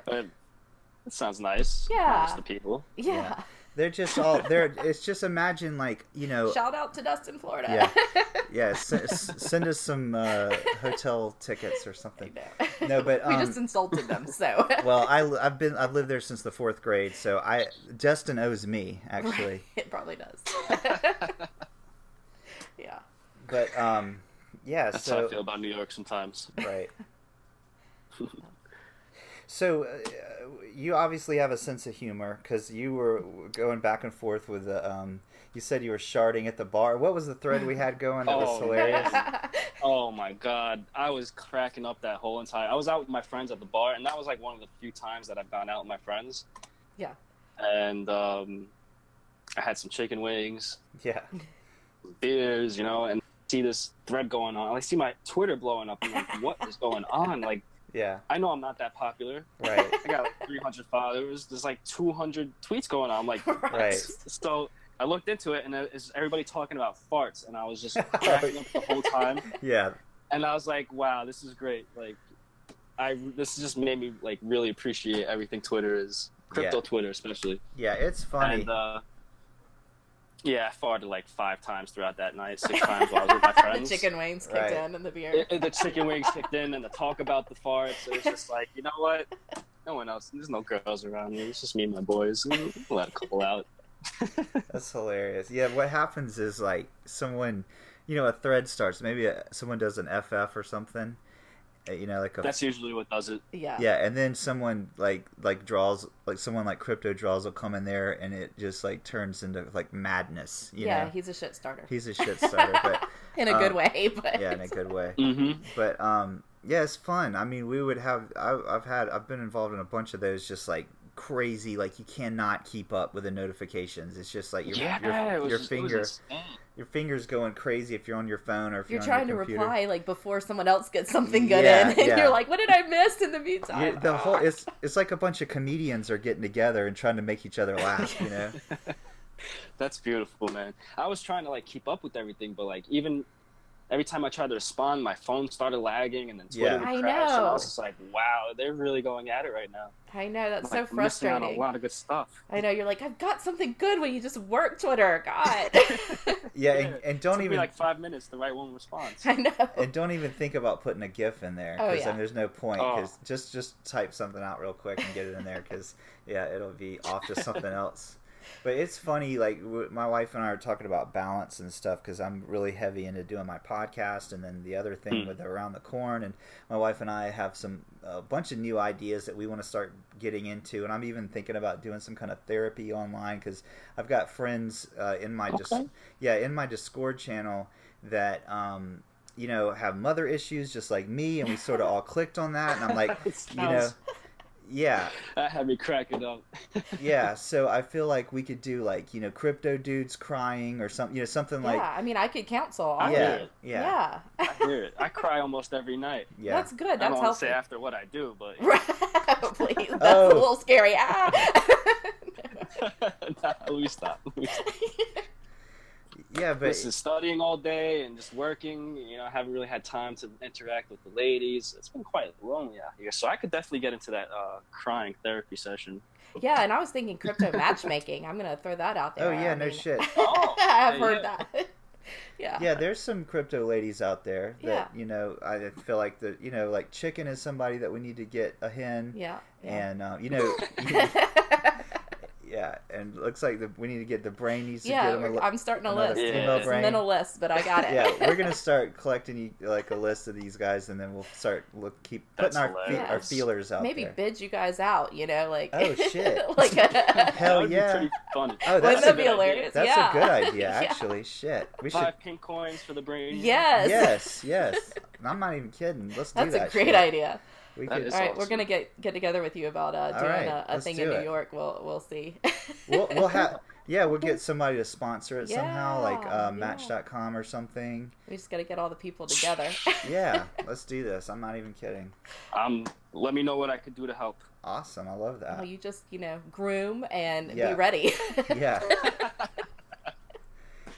S3: Uh, That sounds nice.
S4: Yeah.
S3: Nice to people.
S4: yeah.
S1: they're just all they're it's just imagine like you know
S4: Shout out to Dustin, Florida.
S1: Yeah. Yeah, s- s- send us some uh, hotel tickets or something.
S4: No.
S1: No, but,
S4: we
S1: um,
S4: just insulted them, so
S1: Well, I, have been I've lived there since the fourth grade, so I Justin owes me actually.
S4: it probably does. yeah.
S1: But um, yeah,
S3: That's how I feel
S1: so
S3: about New York sometimes.
S1: right. So uh, you obviously have a sense of humor because you were going back and forth with the. Um, you said you were sharding at the bar. What was the thread we had going that was
S3: Oh.
S1: hilarious?
S3: Oh my god, I was cracking up that whole entire. I was out with my friends at the bar, and that was like one of the few times that I've gone out with my friends.
S4: Yeah.
S3: And um, I had some chicken wings,
S1: Yeah.
S3: beers, you know, and see this thread going on. I see my Twitter blowing up. I'm like, what is going on? Like,
S1: Yeah.
S3: I know I'm not that popular.
S1: Right.
S3: I got like 300 followers. There's like 200 tweets going on. I'm like,
S1: Right.
S3: so I looked into it, and it's everybody talking about farts, and I was just cracking up the whole time
S1: Yeah.
S3: and I was like, wow, this is great. Like, I this just made me like really appreciate everything Twitter is, crypto
S1: Yeah.
S3: Twitter especially.
S1: Yeah. It's funny.
S3: And uh, yeah, I farted like five times throughout that night, six times while I was with my friends.
S4: the chicken wings kicked
S1: Right.
S4: in and the beer.
S3: It- it- the chicken wings kicked in, and the talk about the farts. It was just like, you know what? No one else. There's no girls around me. It's just me and my boys. We'll let a couple out.
S1: That's hilarious. Yeah, what happens is like someone, you know, a thread starts. Maybe a, someone does an FF or something. uh, You know, like a
S3: That's usually what does it.
S4: yeah.
S1: yeah, and then someone like like draws like someone like crypto draws will come in there and it just like turns into like madness. You
S4: Yeah,
S1: know,
S4: he's a shit starter.
S1: he's a shit starter, but
S4: in a good
S1: um,
S4: way, but
S1: yeah, in a good way.
S3: hmm
S1: But um, yeah, it's fun. I mean, we would have. I, I've had. I've been involved in a bunch of those. Just like crazy. Like you cannot keep up with the notifications. It's just like your
S3: yeah, it
S1: your, your
S3: was just- it was
S1: finger
S3: insane.
S1: your fingers going crazy if you're on your phone or if
S4: you're
S1: you're,
S4: trying
S1: on
S4: to
S1: your computer.
S4: reply like before someone else gets something good
S1: Yeah,
S4: in, and
S1: yeah.
S4: you're like, "What did I miss in the meantime?"
S1: You- the whole it's it's like a bunch of comedians are getting together and trying to make each other laugh. You know?
S3: That's beautiful, man. I was trying to like keep up with everything, but like even every time I tried to respond, my phone started lagging, and then Twitter
S1: Yeah.
S3: would
S4: I
S3: crash. And
S4: know.
S3: I was just like, "Wow, they're really going at it right now."
S4: I know that's
S3: Like,
S4: so
S3: I'm missing out on
S4: frustrating.
S3: a lot of good stuff.
S4: I know you're like, "I've got something good when you just work Twitter." God,
S1: Yeah, and, and
S3: It
S1: don't
S3: took me,
S1: even
S3: like five minutes to write one response.
S4: I know.
S1: and don't even think about putting a GIF in there
S4: Oh,
S1: because
S4: yeah.
S1: then there's no point.
S3: Oh.
S1: 'cause just just type something out real quick and get it in there because yeah, it'll be off to something else. But it's funny, like w- my wife and I are talking about balance and stuff because I'm really heavy into doing my podcast and then the other thing
S3: Hmm.
S1: with around the corn. And my wife and I have some a bunch of new ideas that we want to start getting into. And I'm even thinking about doing some kind of therapy online because I've got friends uh, in my dis-
S3: Okay.
S1: yeah in my Discord channel that um, you know have mother issues just like me, and we sort of all clicked on that. And I'm like,
S3: It
S1: you know,
S3: sounds-
S1: yeah,
S3: that had me cracking up.
S1: yeah. So I feel like we could do like you know crypto dudes crying or something, you know, something like
S4: yeah, I mean, I could counsel.
S3: I
S4: All
S1: yeah,
S3: hear it.
S1: yeah, yeah,
S4: yeah,
S3: I hear it. I cry almost every night.
S4: That's good.
S3: I don't
S4: That's
S3: want to say
S4: helpful.
S3: after what I do, but
S4: Right. Please, that's
S1: Oh.
S4: a little scary. Ah.
S3: nah, we stop. We stop.
S1: yeah. But
S3: Listen, studying all day and just working, you know, I haven't really had time to interact with the ladies. It's been quite lonely out here. So I could definitely get into that uh, crying therapy session.
S4: yeah, and I was thinking crypto matchmaking. I'm gonna throw that out there.
S1: oh yeah,
S4: I
S1: no
S4: mean,
S1: shit.
S3: Oh,
S4: I've
S3: yeah,
S4: heard
S3: yeah.
S4: that. yeah.
S1: Yeah, there's some crypto ladies out there that
S4: Yeah.
S1: you know. I feel like the you know like chicken is somebody that we need to get a hen,
S4: Yeah.
S1: and uh, you know,
S4: yeah.
S1: yeah, and looks like the, we need to get the brain needs to
S4: Yeah,
S1: get him a,
S4: we're-
S1: li-
S4: I'm starting a
S1: another
S4: list.
S3: Yeah.
S1: female
S4: It's a
S1: brain.
S4: mental list, but I got it.
S1: yeah, we're gonna start collecting like a list of these guys, and then we'll start look keep putting
S3: That's
S1: our fe-
S3: hilarious.
S1: our feelers out
S4: maybe
S1: there.
S4: bid you guys out. You know, like
S1: Oh, shit.
S4: like
S3: That
S4: a,
S1: Hell
S3: would be
S1: yeah.
S3: pretty funny.
S1: Oh, that's
S4: wouldn't
S1: a
S4: that be
S1: good-
S4: hilarious?
S1: That's
S4: yeah.
S1: a good idea,
S4: Yeah.
S1: actually. Shit, we should.
S3: Five pink coins for the brain.
S4: Yes.
S1: Yes, yes. I'm not even kidding. Let's do
S4: That's
S1: that.
S4: a great
S1: shit.
S4: idea.
S1: We
S3: That
S1: could,
S3: is-
S4: All right,
S3: awesome.
S4: we're gonna get get together with you about uh,
S1: All
S4: doing
S1: right,
S4: a, a
S1: let's
S4: thing
S1: do
S4: in
S1: it.
S4: New York. We'll we'll see.
S1: we'll, we'll have. Yeah, we'll get somebody to sponsor it somehow, like
S4: Yeah,
S1: uh,
S4: yeah.
S1: Match.com or something.
S4: we just gotta get all the people together.
S1: Yeah, let's do this. I'm not even kidding.
S3: Um, let me know what I could do to help.
S1: Awesome, I love
S4: well,
S1: that.
S4: you just you know groom and
S1: Yeah.
S4: be ready.
S1: Yeah,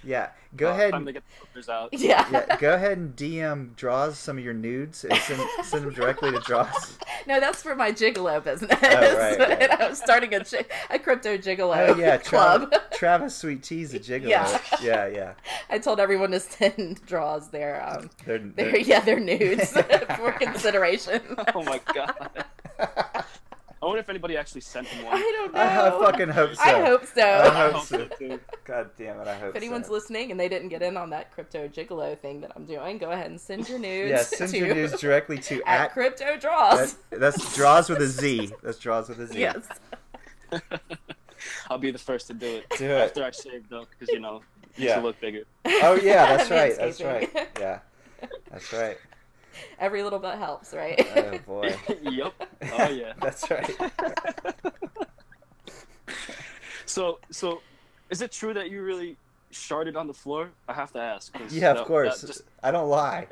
S1: yeah. Go
S3: Uh,
S1: ahead.
S3: Time to get the filters out.
S4: yeah.
S1: yeah, go ahead and DM draws some of your nudes and send, send them directly to draws.
S4: No, that's for my gigolo business.
S1: Oh, right, right.
S4: I was starting a gi- a crypto gigolo
S1: Oh yeah,
S4: club.
S1: Travis, Travis Sweet Tea's a gigolo. Yeah, yeah,
S4: Yeah.
S1: yeah.
S4: I told everyone to send draws their um
S1: They're,
S4: their
S1: they're,
S4: yeah their nudes for consideration.
S3: Oh my god. Oh I wonder if anybody actually sent him
S4: I
S3: one.
S4: don't know.
S1: I, I fucking hope so.
S4: I hope so.
S1: I hope
S3: hope
S1: so.
S3: so, too.
S1: God damn it! I hope.
S4: if anyone's
S1: so.
S4: listening and they didn't get in on that crypto gigolo thing that I'm doing, go ahead and send your nudes.
S1: yeah, send
S4: to,
S1: your news directly to
S4: at,
S1: at.
S4: crypto draws.
S1: that- that's draws with a Z. That's draws with a Z.
S4: yes.
S3: I'll be the first to do it
S1: Do it.
S3: after I shave though, because you know, yeah.
S1: Yeah.
S3: to look bigger.
S1: Oh yeah, that's right. That's
S4: Manscaping.
S1: right. Yeah, that's right.
S4: Every little bit helps, right?
S1: Oh boy.
S3: yep. Oh yeah.
S1: that's right.
S3: So so, is it true that you really sharded on the floor? I have to ask. 'cause
S1: Yeah,
S3: that-
S1: of course.
S3: that just-
S1: I don't lie.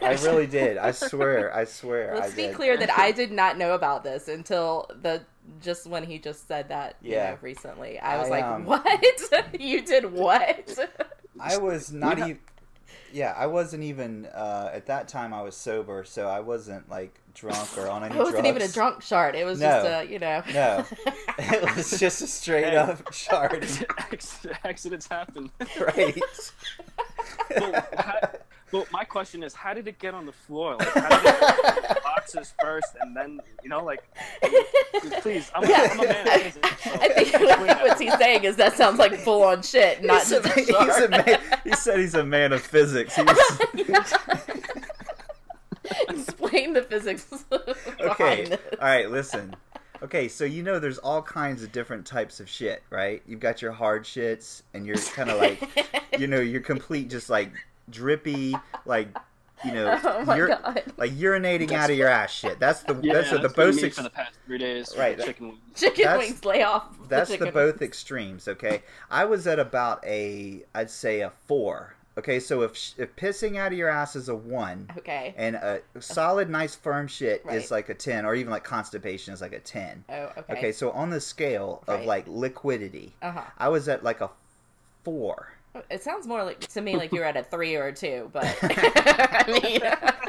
S1: I really did. I swear. I swear.
S4: Let's
S1: I
S4: be
S1: did.
S4: clear that I did not know about this until the just when he just said that.
S1: Yeah.
S4: You know, recently, I was
S1: I,
S4: like,
S1: um,
S4: "What? you did what?"
S1: I was not
S3: ha-
S1: even. Yeah, I wasn't even uh, at that time. I was sober, so I wasn't like drunk or on any
S4: I wasn't
S1: drugs.
S4: even a drunk shard. It was
S1: No.
S4: just a you know.
S1: No, it was just a straight
S3: Hey.
S1: up shard,
S3: Acc- Accidents happen.
S1: right?
S3: But, how, but my question is, how did it get on the floor? Like, how did it get on the boxes first, and then you know, like, please, I'm,
S1: Yeah.
S3: I'm a man.
S4: I,
S3: of business, so-
S4: I think what he's saying is that sounds like full on shit, not
S1: He's a
S4: just
S1: ma-
S4: a
S1: he's
S4: shard.
S1: a ma- he said he's a man of physics. He's,
S4: Explain the physics.
S1: okay,
S4: behind
S1: all
S4: this.
S1: right, listen. Okay, so you know there's all kinds of different types of shit, right? You've got your hard shits, and you're kind of like you know, you're complete just like drippy, like you know,
S4: Oh my
S1: ur-
S4: god.
S1: like urinating out of your ass shit. That's the
S3: Yeah,
S1: that's, the
S3: been
S1: both
S3: me
S1: ex-
S3: for the past three days. with
S1: Right,
S3: the
S1: that-
S3: chicken wings.
S4: Chicken
S1: that's-
S4: wings lay off.
S1: that's
S4: chicken
S1: the both
S4: wings.
S1: extremes. Okay, I was at about a I'd say a four. Okay, so if sh- if pissing out of your ass is a one.
S4: Okay.
S1: And a solid, nice, firm shit
S4: Right.
S1: is like a ten, or even like constipation is like a ten.
S4: Oh, okay.
S1: Okay, so on the scale of
S4: Right.
S1: like liquidity,
S4: Uh huh.
S1: I was at like a four.
S4: It sounds more like to me like you're at a three or a two, but I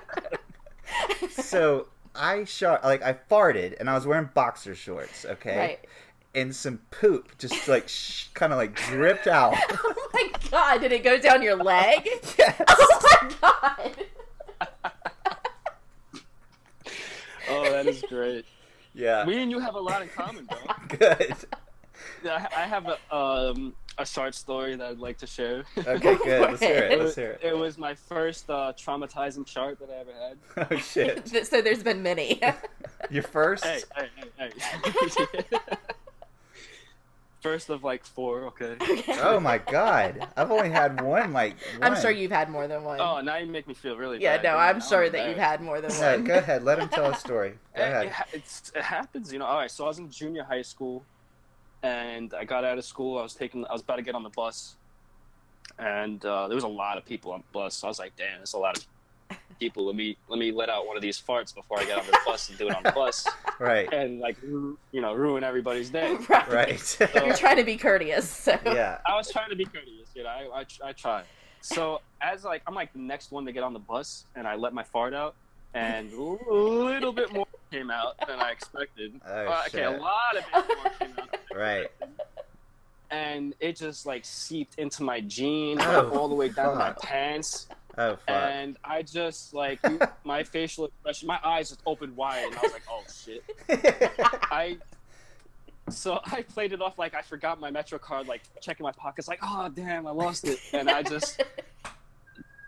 S4: mean,
S1: so I shot like I farted and I was wearing boxer shorts, okay,
S4: right?
S1: and some poop just like sh- kind of like dripped out.
S4: Oh my god! Did it go down your leg?
S1: yes.
S4: Oh my god!
S3: Oh, that is great.
S1: Yeah.
S3: Me and you have a lot in common, bro.
S1: Good.
S3: Yeah, I I have a um, a short story that I'd like to share.
S1: Okay, good. Let's hear it.
S4: Alright.
S1: Let's hear it.
S3: It was my first uh, traumatizing chart that I ever had.
S1: Oh shit!
S4: Th- So there's been many.
S1: Your first?
S3: Hey, hey, hey, hey. first of like four, okay.
S1: Oh my god! I've only had one. Like
S4: I'm
S1: one.
S4: sure you've had more than one.
S3: Oh, now you make me feel really
S4: yeah,
S3: bad.
S4: no,
S3: dude.
S4: I'm sure that you've
S3: embarrassed.
S4: had more than
S1: No,
S4: one.
S1: go ahead. Let him tell a story. Go
S3: It, it,
S1: ahead.
S3: ha- it's, it happens, you know. All right, so I was in junior high school, and I got out of school. I was taking, I was about to get on the bus, and uh, there was a lot of people on the bus. So I was like, "Damn, there's a lot of people. Let me let me let out one of these farts before I get on the bus and do it on the bus,
S1: Right.
S3: and like ru- you know, ruin everybody's day."
S4: right.
S1: Right.
S3: uh,
S4: You're trying to be courteous, so
S1: yeah.
S3: I was trying to be courteous, you know. I, I, I tried. So as like I'm like the next one to get on the bus, and I let my fart out, and a little bit more came out than I expected.
S1: Oh
S3: Uh,
S1: shit!
S3: okay, a lot of bit more came out,
S1: Right.
S3: and it just like seeped into my jeans
S1: Oh,
S3: all the way down to my
S1: fuck.
S3: pants,
S1: Oh fuck!
S3: and I just like my facial expression, my eyes just opened wide, and I was like, oh shit. I so I played it off like I forgot my Metro card, like checking my pockets, like oh damn, I lost it, and I just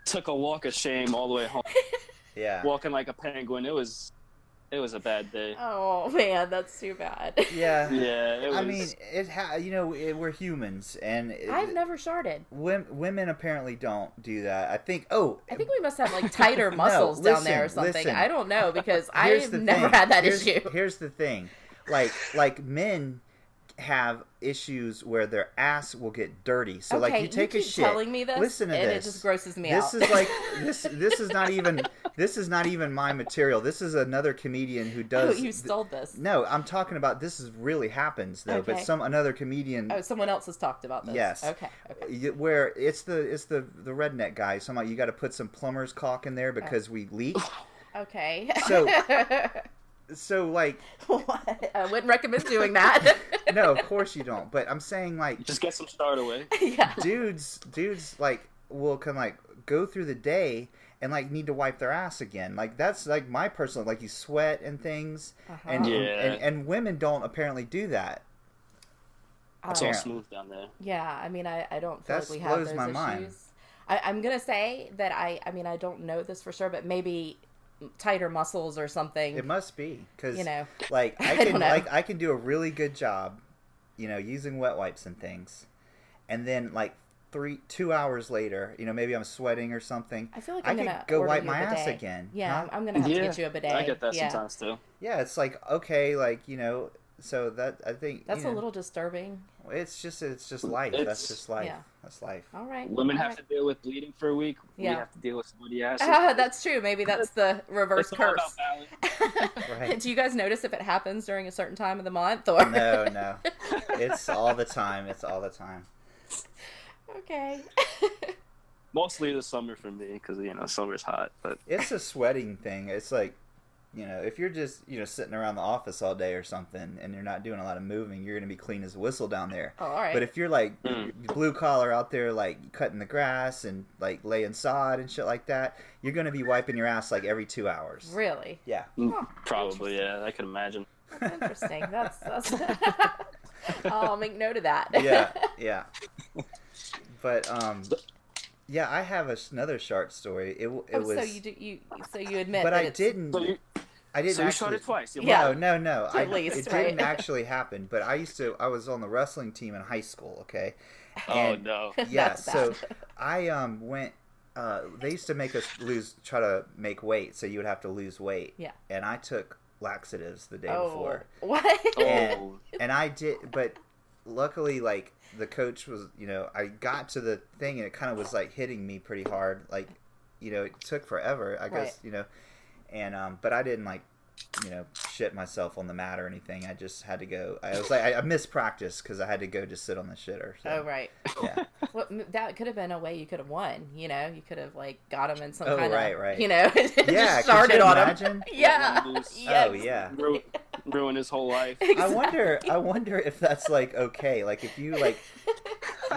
S3: took a walk of shame all the way home,
S1: yeah.
S3: walking like a penguin. It was, it was a bad day.
S4: Oh man, that's too bad.
S1: yeah.
S3: Yeah, it was.
S1: I mean, it ha- you know it, we're humans, and it,
S4: I've never sharded.
S1: Wom- women apparently don't do that. I think. Oh,
S4: I think we must have like tighter
S1: No,
S4: muscles down there or
S1: listen,
S4: something.
S1: listen.
S4: I don't know because I
S1: here's
S4: have
S1: the
S4: never
S1: thing.
S4: had that
S1: here's,
S4: issue.
S1: Here's the thing, like like men have issues where their ass will get dirty. So
S4: okay,
S1: like you take
S4: keep
S1: a shit.
S4: telling me this,
S1: Listen to
S4: and
S1: this.
S4: it just grosses me
S1: this
S4: out.
S1: is like this. This is not even. This is not even my material. This is another comedian who
S4: oh,
S1: does.
S4: you
S1: th-
S4: stole this.
S1: no, I'm talking about this. Is really happens though, but
S4: Okay.
S1: some another comedian
S4: Oh, someone else has talked about this.
S1: Yes.
S4: Okay. okay.
S1: Y- where it's the it's the the redneck guy somehow you got to put some plumber's caulk in there because we leak
S4: Okay.
S1: So- so like
S4: what? I wouldn't recommend doing that.
S1: no of course you don't but i'm saying like
S3: just get some start away.
S4: yeah.
S1: dudes dudes like will can like go through the day and like need to wipe their ass again. Like that's like my personal like you sweat and things,
S4: Uh-huh.
S1: and
S3: Yeah.
S1: and, and women don't apparently do that.
S4: Uh,
S3: It's
S1: Yeah.
S3: all smooth down there.
S4: Yeah, I mean, I, I don't feel
S1: That
S4: like we have
S1: blows
S4: those
S1: my
S4: issues.
S1: mind.
S4: I, I'm gonna say that I I mean I don't know this for sure, but maybe tighter muscles or something.
S1: It must be because
S4: you know,
S1: like I
S4: I
S1: can
S4: don't know.
S1: like I can do a really good job, you know, using wet wipes and things, and then like three two hours later, you know, maybe I'm sweating or something.
S4: I feel like
S1: I
S4: I'm
S1: could
S4: gonna
S1: go
S4: order
S1: wipe
S4: you
S1: my
S4: a
S1: ass
S4: bidet.
S1: again,
S4: Yeah,
S1: huh?
S4: I'm- I'm gonna have
S3: Yeah,
S4: to get you a bidet.
S3: I get that
S4: yeah.
S3: sometimes too.
S1: Yeah, it's like okay, like you know, so that I think
S4: That's
S1: you know,
S4: a little disturbing.
S1: It's just it's just life. That's
S3: It's-
S1: just life.
S4: yeah. Oh.
S1: That's life.
S4: All right.
S3: Women
S4: all
S3: have to deal with bleeding for a week.
S4: Yeah.
S3: We have to deal with sweaty asses.
S4: right. that's true. Maybe that's the reverse
S3: It's all about
S4: curse.
S3: balance.
S1: Right.
S4: Do you guys notice if it happens during a certain time of the month or?
S1: No, no, it's all the time. It's all the time.
S4: okay.
S3: Mostly the summer for me because you know summer's hot. But
S1: It's a sweating thing. It's like, you know, if you're just you know sitting around the office all day or something, and you're not doing a lot of moving, you're gonna be clean as a whistle down there.
S4: Oh, all right.
S1: But if you're like
S3: Mm.
S1: blue collar out there, like cutting the grass and like laying sod and shit like that, you're gonna be wiping your ass like every two hours.
S4: really.
S1: Yeah.
S4: Huh,
S3: probably, yeah, I could imagine.
S4: That's interesting. That's that's. I'll make note of that.
S1: yeah, yeah. But um, yeah, I have a, another shark story. It w- it
S4: oh,
S1: was,
S4: so you do you so you admit
S1: but
S4: that
S1: I
S4: it's-
S1: didn't.
S3: So you,
S1: I didn't.
S3: so you
S1: actually,
S3: shot it twice. you
S4: Yeah.
S1: No, Oh, no, no. I,
S4: At least,
S1: it
S4: right?
S1: didn't actually happen. But I used to. I was on the wrestling team in high school. Okay.
S3: lied.
S1: And-
S3: Oh no.
S1: Yeah.
S4: That's
S1: so
S4: bad.
S1: I um went. Uh, they used to make us lose, try to make weight, so you would have to lose weight.
S4: Yeah.
S1: And I took laxatives the day
S4: oh,
S1: before.
S4: What?
S1: And-
S3: Oh,
S1: and I did, but luckily, like the coach was, you know, I got to the thing and it kind of was like hitting me pretty hard. Like, you know, it took forever, I guess,
S4: Right.
S1: you know, and um, but I didn't like, you know, shit myself on the mat or anything. I just had to go. I was like, I, I missed practice because I had to go just sit on the shitter. So,
S4: Oh right.
S1: Yeah.
S4: Well, m- that could have been a way you could have won. You know, you could have like got him in some
S1: Oh,
S4: kind
S1: right,
S4: of
S1: right.
S4: you know,
S1: Yeah.
S4: just
S1: could
S4: started
S1: you
S4: on him.
S1: imagine?
S4: Yeah.
S3: Let him loose.
S4: Yes.
S1: Oh yeah.
S3: Ru- ruin his whole life.
S1: I wonder. I wonder if that's like okay. Like if you like,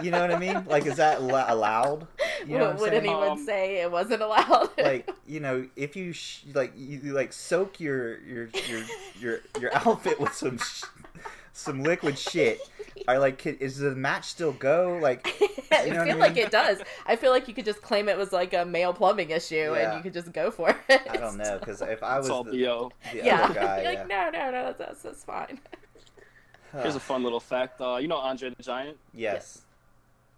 S1: you know what I mean? Like is that lo- allowed? You know
S4: Would- would anyone
S3: Um,
S4: say it wasn't allowed?
S1: like you know if you sh- like you you, like soak your your your your, your outfit with some sh- some liquid shit are like can, is the match still go like
S4: I
S1: you know
S4: feel
S1: what I
S4: like
S1: mean?
S4: it does. I feel like you could just claim it was like a male plumbing issue,
S1: Yeah.
S4: and you could just go for it.
S1: i don't know because if i was
S3: It's all
S1: the, the
S3: bo.
S4: Yeah,
S1: other guy
S4: You're
S1: yeah.
S4: like no, no, no, that's that's fine.
S1: Huh.
S3: Here's a fun little fact. Uh, you know Andre the Giant.
S1: yes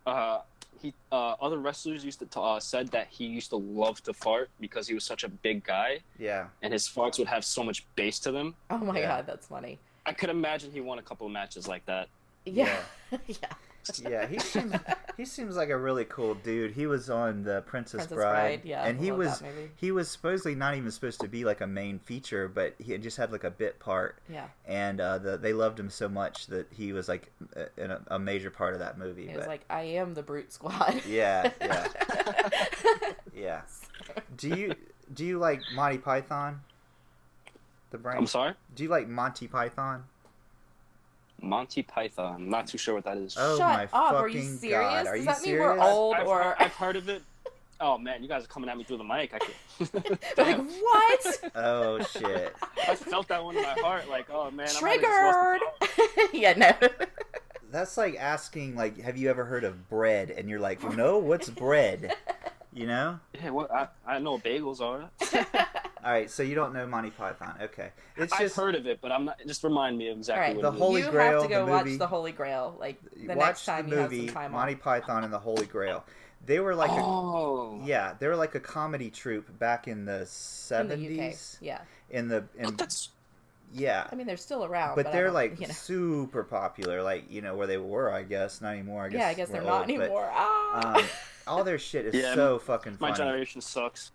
S3: Uh, he uh, other wrestlers used to t- uh, said that he used to love to fart because he was such a big guy,
S1: yeah
S3: and his farts would have so much bass to them.
S4: Oh my
S1: Yeah.
S4: god, that's funny.
S3: I could imagine he won a couple of matches like that.
S4: Yeah, yeah.
S1: yeah he seems he seems like a really cool dude he was on the princess,
S4: Princess Bride. Yeah,
S1: and
S4: I
S1: he
S4: love
S1: was
S4: that movie.
S1: he was supposedly not even supposed to be like a main feature but he had just had like a bit part
S4: yeah.
S1: and uh, the, they loved him so much that he was like a, in a, a major part of that movie.
S4: It
S1: but
S4: was like I am the brute squad.
S1: yeah, yeah, yeah. Do you do you like Monty Python? The brain.
S3: I'm sorry,
S1: Do you like Monty Python?
S3: Monty Python. Not too sure what that is.
S1: Oh
S4: Shut
S1: my
S4: up! Are you
S1: fucking
S4: serious?
S1: God, are
S4: Does
S1: you
S4: that mean
S1: serious?
S4: we're old
S3: I've,
S4: or
S3: I've heard of it. Oh man, you guys are coming at me through the mic. I, could...
S4: like
S3: Damn.
S4: what?
S1: Oh shit!
S3: I felt that one in my heart. Like, oh man, I might have just lost the
S4: Triggered. yeah, no.
S1: That's like asking like, have you ever heard of bread? And you're like, no, what's bread? You know?
S3: power. Hey, what? I, I know what bagels are.
S1: All right, so you don't know Monty Python? Okay, it's
S3: I've
S1: just
S3: heard of it, but I'm not. Just remind me of exactly
S4: Alright,
S3: what
S1: the
S3: it is.
S1: whole- Holy
S4: you
S1: Grail,
S4: have to go
S1: the
S4: watch
S1: movie.
S4: the Holy Grail. Like the
S1: watch
S4: next time
S1: the
S4: you
S1: movie
S4: have some time
S1: Monty
S4: off.
S1: Python and the Holy Grail. They were like a
S3: oh,
S1: Yeah, they were like a comedy troupe back in the
S4: In the UK,
S1: seventies.
S4: yeah.
S1: In the in,
S3: That's
S1: yeah,
S4: I mean, they're still around,
S1: but
S4: I
S1: they're
S4: don't-
S1: like
S4: you know.
S1: super popular. Like you know where they were, I guess not anymore. I guess
S4: yeah, I guess
S1: we're
S4: they're not
S1: old, but,
S4: anymore. Ah,
S1: um, all their shit is
S3: Yeah,
S1: so fucking
S3: my
S1: funny.
S3: generation sucks.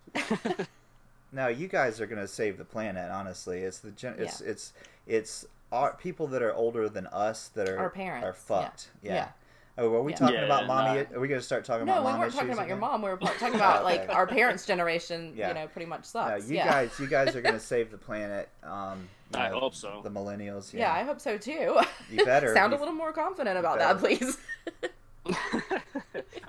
S1: No, you guys are gonna save the planet. Honestly, it's the gen- it's it's it's our people that are older than us that are
S4: Our parents,
S1: are
S4: yeah.
S1: fucked. Yeah.
S4: Yeah.
S1: Oh, are we
S4: Yeah.
S1: talking
S3: Yeah,
S1: about mommy?
S3: nah.
S1: Are we gonna start talking
S4: no,
S1: about
S4: we
S1: mom
S4: weren't talking
S1: issues
S4: about your
S1: again?
S4: mom. We were talking about like
S1: Okay.
S4: our parents' generation.
S1: Yeah.
S4: You know, pretty much
S1: No,
S4: sucks.
S1: you
S4: yeah.
S1: guys, you guys are gonna save the planet. Um, you
S3: I
S1: know,
S3: hope so.
S1: The millennials.
S4: yeah, I hope so too.
S1: You better.
S4: Sound
S1: You-
S4: a little more confident
S1: you
S4: about that, please.
S3: I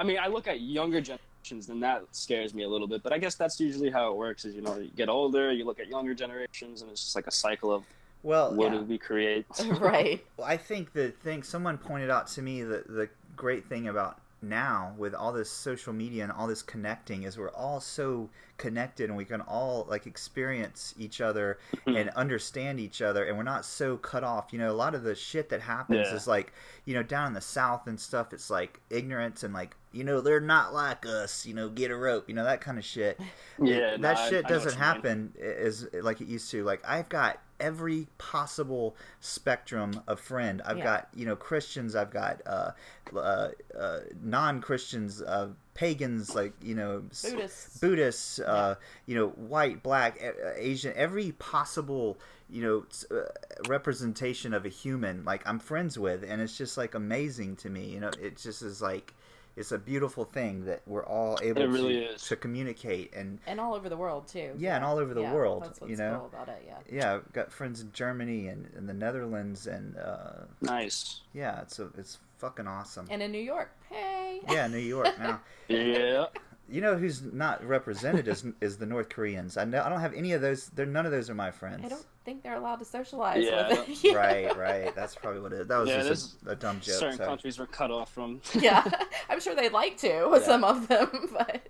S3: I mean, I look at younger generations, and that scares me a little bit. But I guess that's usually how it works. Is you know, you get older, you look at younger generations, and it's just like a cycle of
S1: Well,
S3: what
S4: Yeah.
S3: do we create?
S4: right.
S1: Well, I think the thing someone pointed out to me that the great thing about now with all this social media and all this connecting is we're all so connected and we can all like experience each other and understand each other and we're not so cut off you know a lot of the shit that happens
S3: Yeah.
S1: is like you know down in the south and stuff it's like ignorance and like you know they're not like us you know get a rope you know that kind of shit
S3: yeah,
S1: that
S3: no, I-
S1: shit
S3: I know what
S1: doesn't
S3: you mean.
S1: happen is like it used to. Like I've got every possible spectrum of friend. I've
S4: Yeah.
S1: got you know Christians. I've got uh, uh, uh, non Christians, uh, pagans, like you know s-
S4: Buddhists.
S1: Buddhists, uh, you know, white, black, a- a- Asian, every possible, you know, s- uh, representation of a human. Like I'm friends with, and it's just like amazing to me. You know, it just is like, it's a beautiful thing that we're all able
S3: It really
S1: to,
S3: is.
S1: to communicate and
S4: and all over the world too.
S1: yeah, and all over the
S4: Yeah,
S1: world.
S4: That's what's
S1: you know,
S4: cool about it. Yeah.
S1: yeah, I've got friends in Germany and, and the Netherlands, and uh,
S3: Nice.
S1: yeah, it's a, it's fucking awesome.
S4: And in New York, hey.
S1: yeah, New York now.
S3: Yeah.
S1: You know who's not represented is is the North Koreans. I know I don't have any of those. They're none of those are my friends.
S4: I don't think they're allowed to socialize
S3: Yeah, I
S4: with it. Yeah.
S1: Right, right. That's probably what it. That was
S3: Yeah,
S1: just a, a dumb joke.
S3: Certain
S1: sorry.
S3: countries were cut off from.
S4: yeah. I'm sure they'd like to with
S3: Yeah.
S4: some of them, but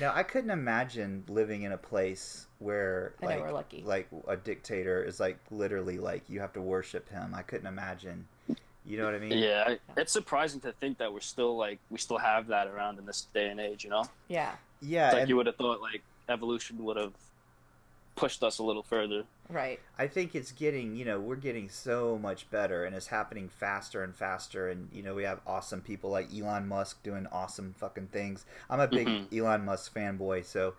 S1: No, I couldn't imagine living in a place where
S4: I know
S1: like
S4: we're lucky.
S1: like a dictator is like literally like you have to worship him. I couldn't imagine. You know what I mean?
S3: Yeah, I- it's surprising to think that we're still like we still have that around in this day and age. You know,
S4: yeah.
S1: Yeah,
S3: it's like
S1: and-
S3: you would have thought like evolution would have pushed us a little further.
S4: Right.
S1: I think it's getting, you know, we're getting so much better and it's happening faster and faster. And, you know, we have awesome people like Elon Musk doing awesome fucking things. I'm a big
S3: Mhm.
S1: Elon Musk fanboy, so.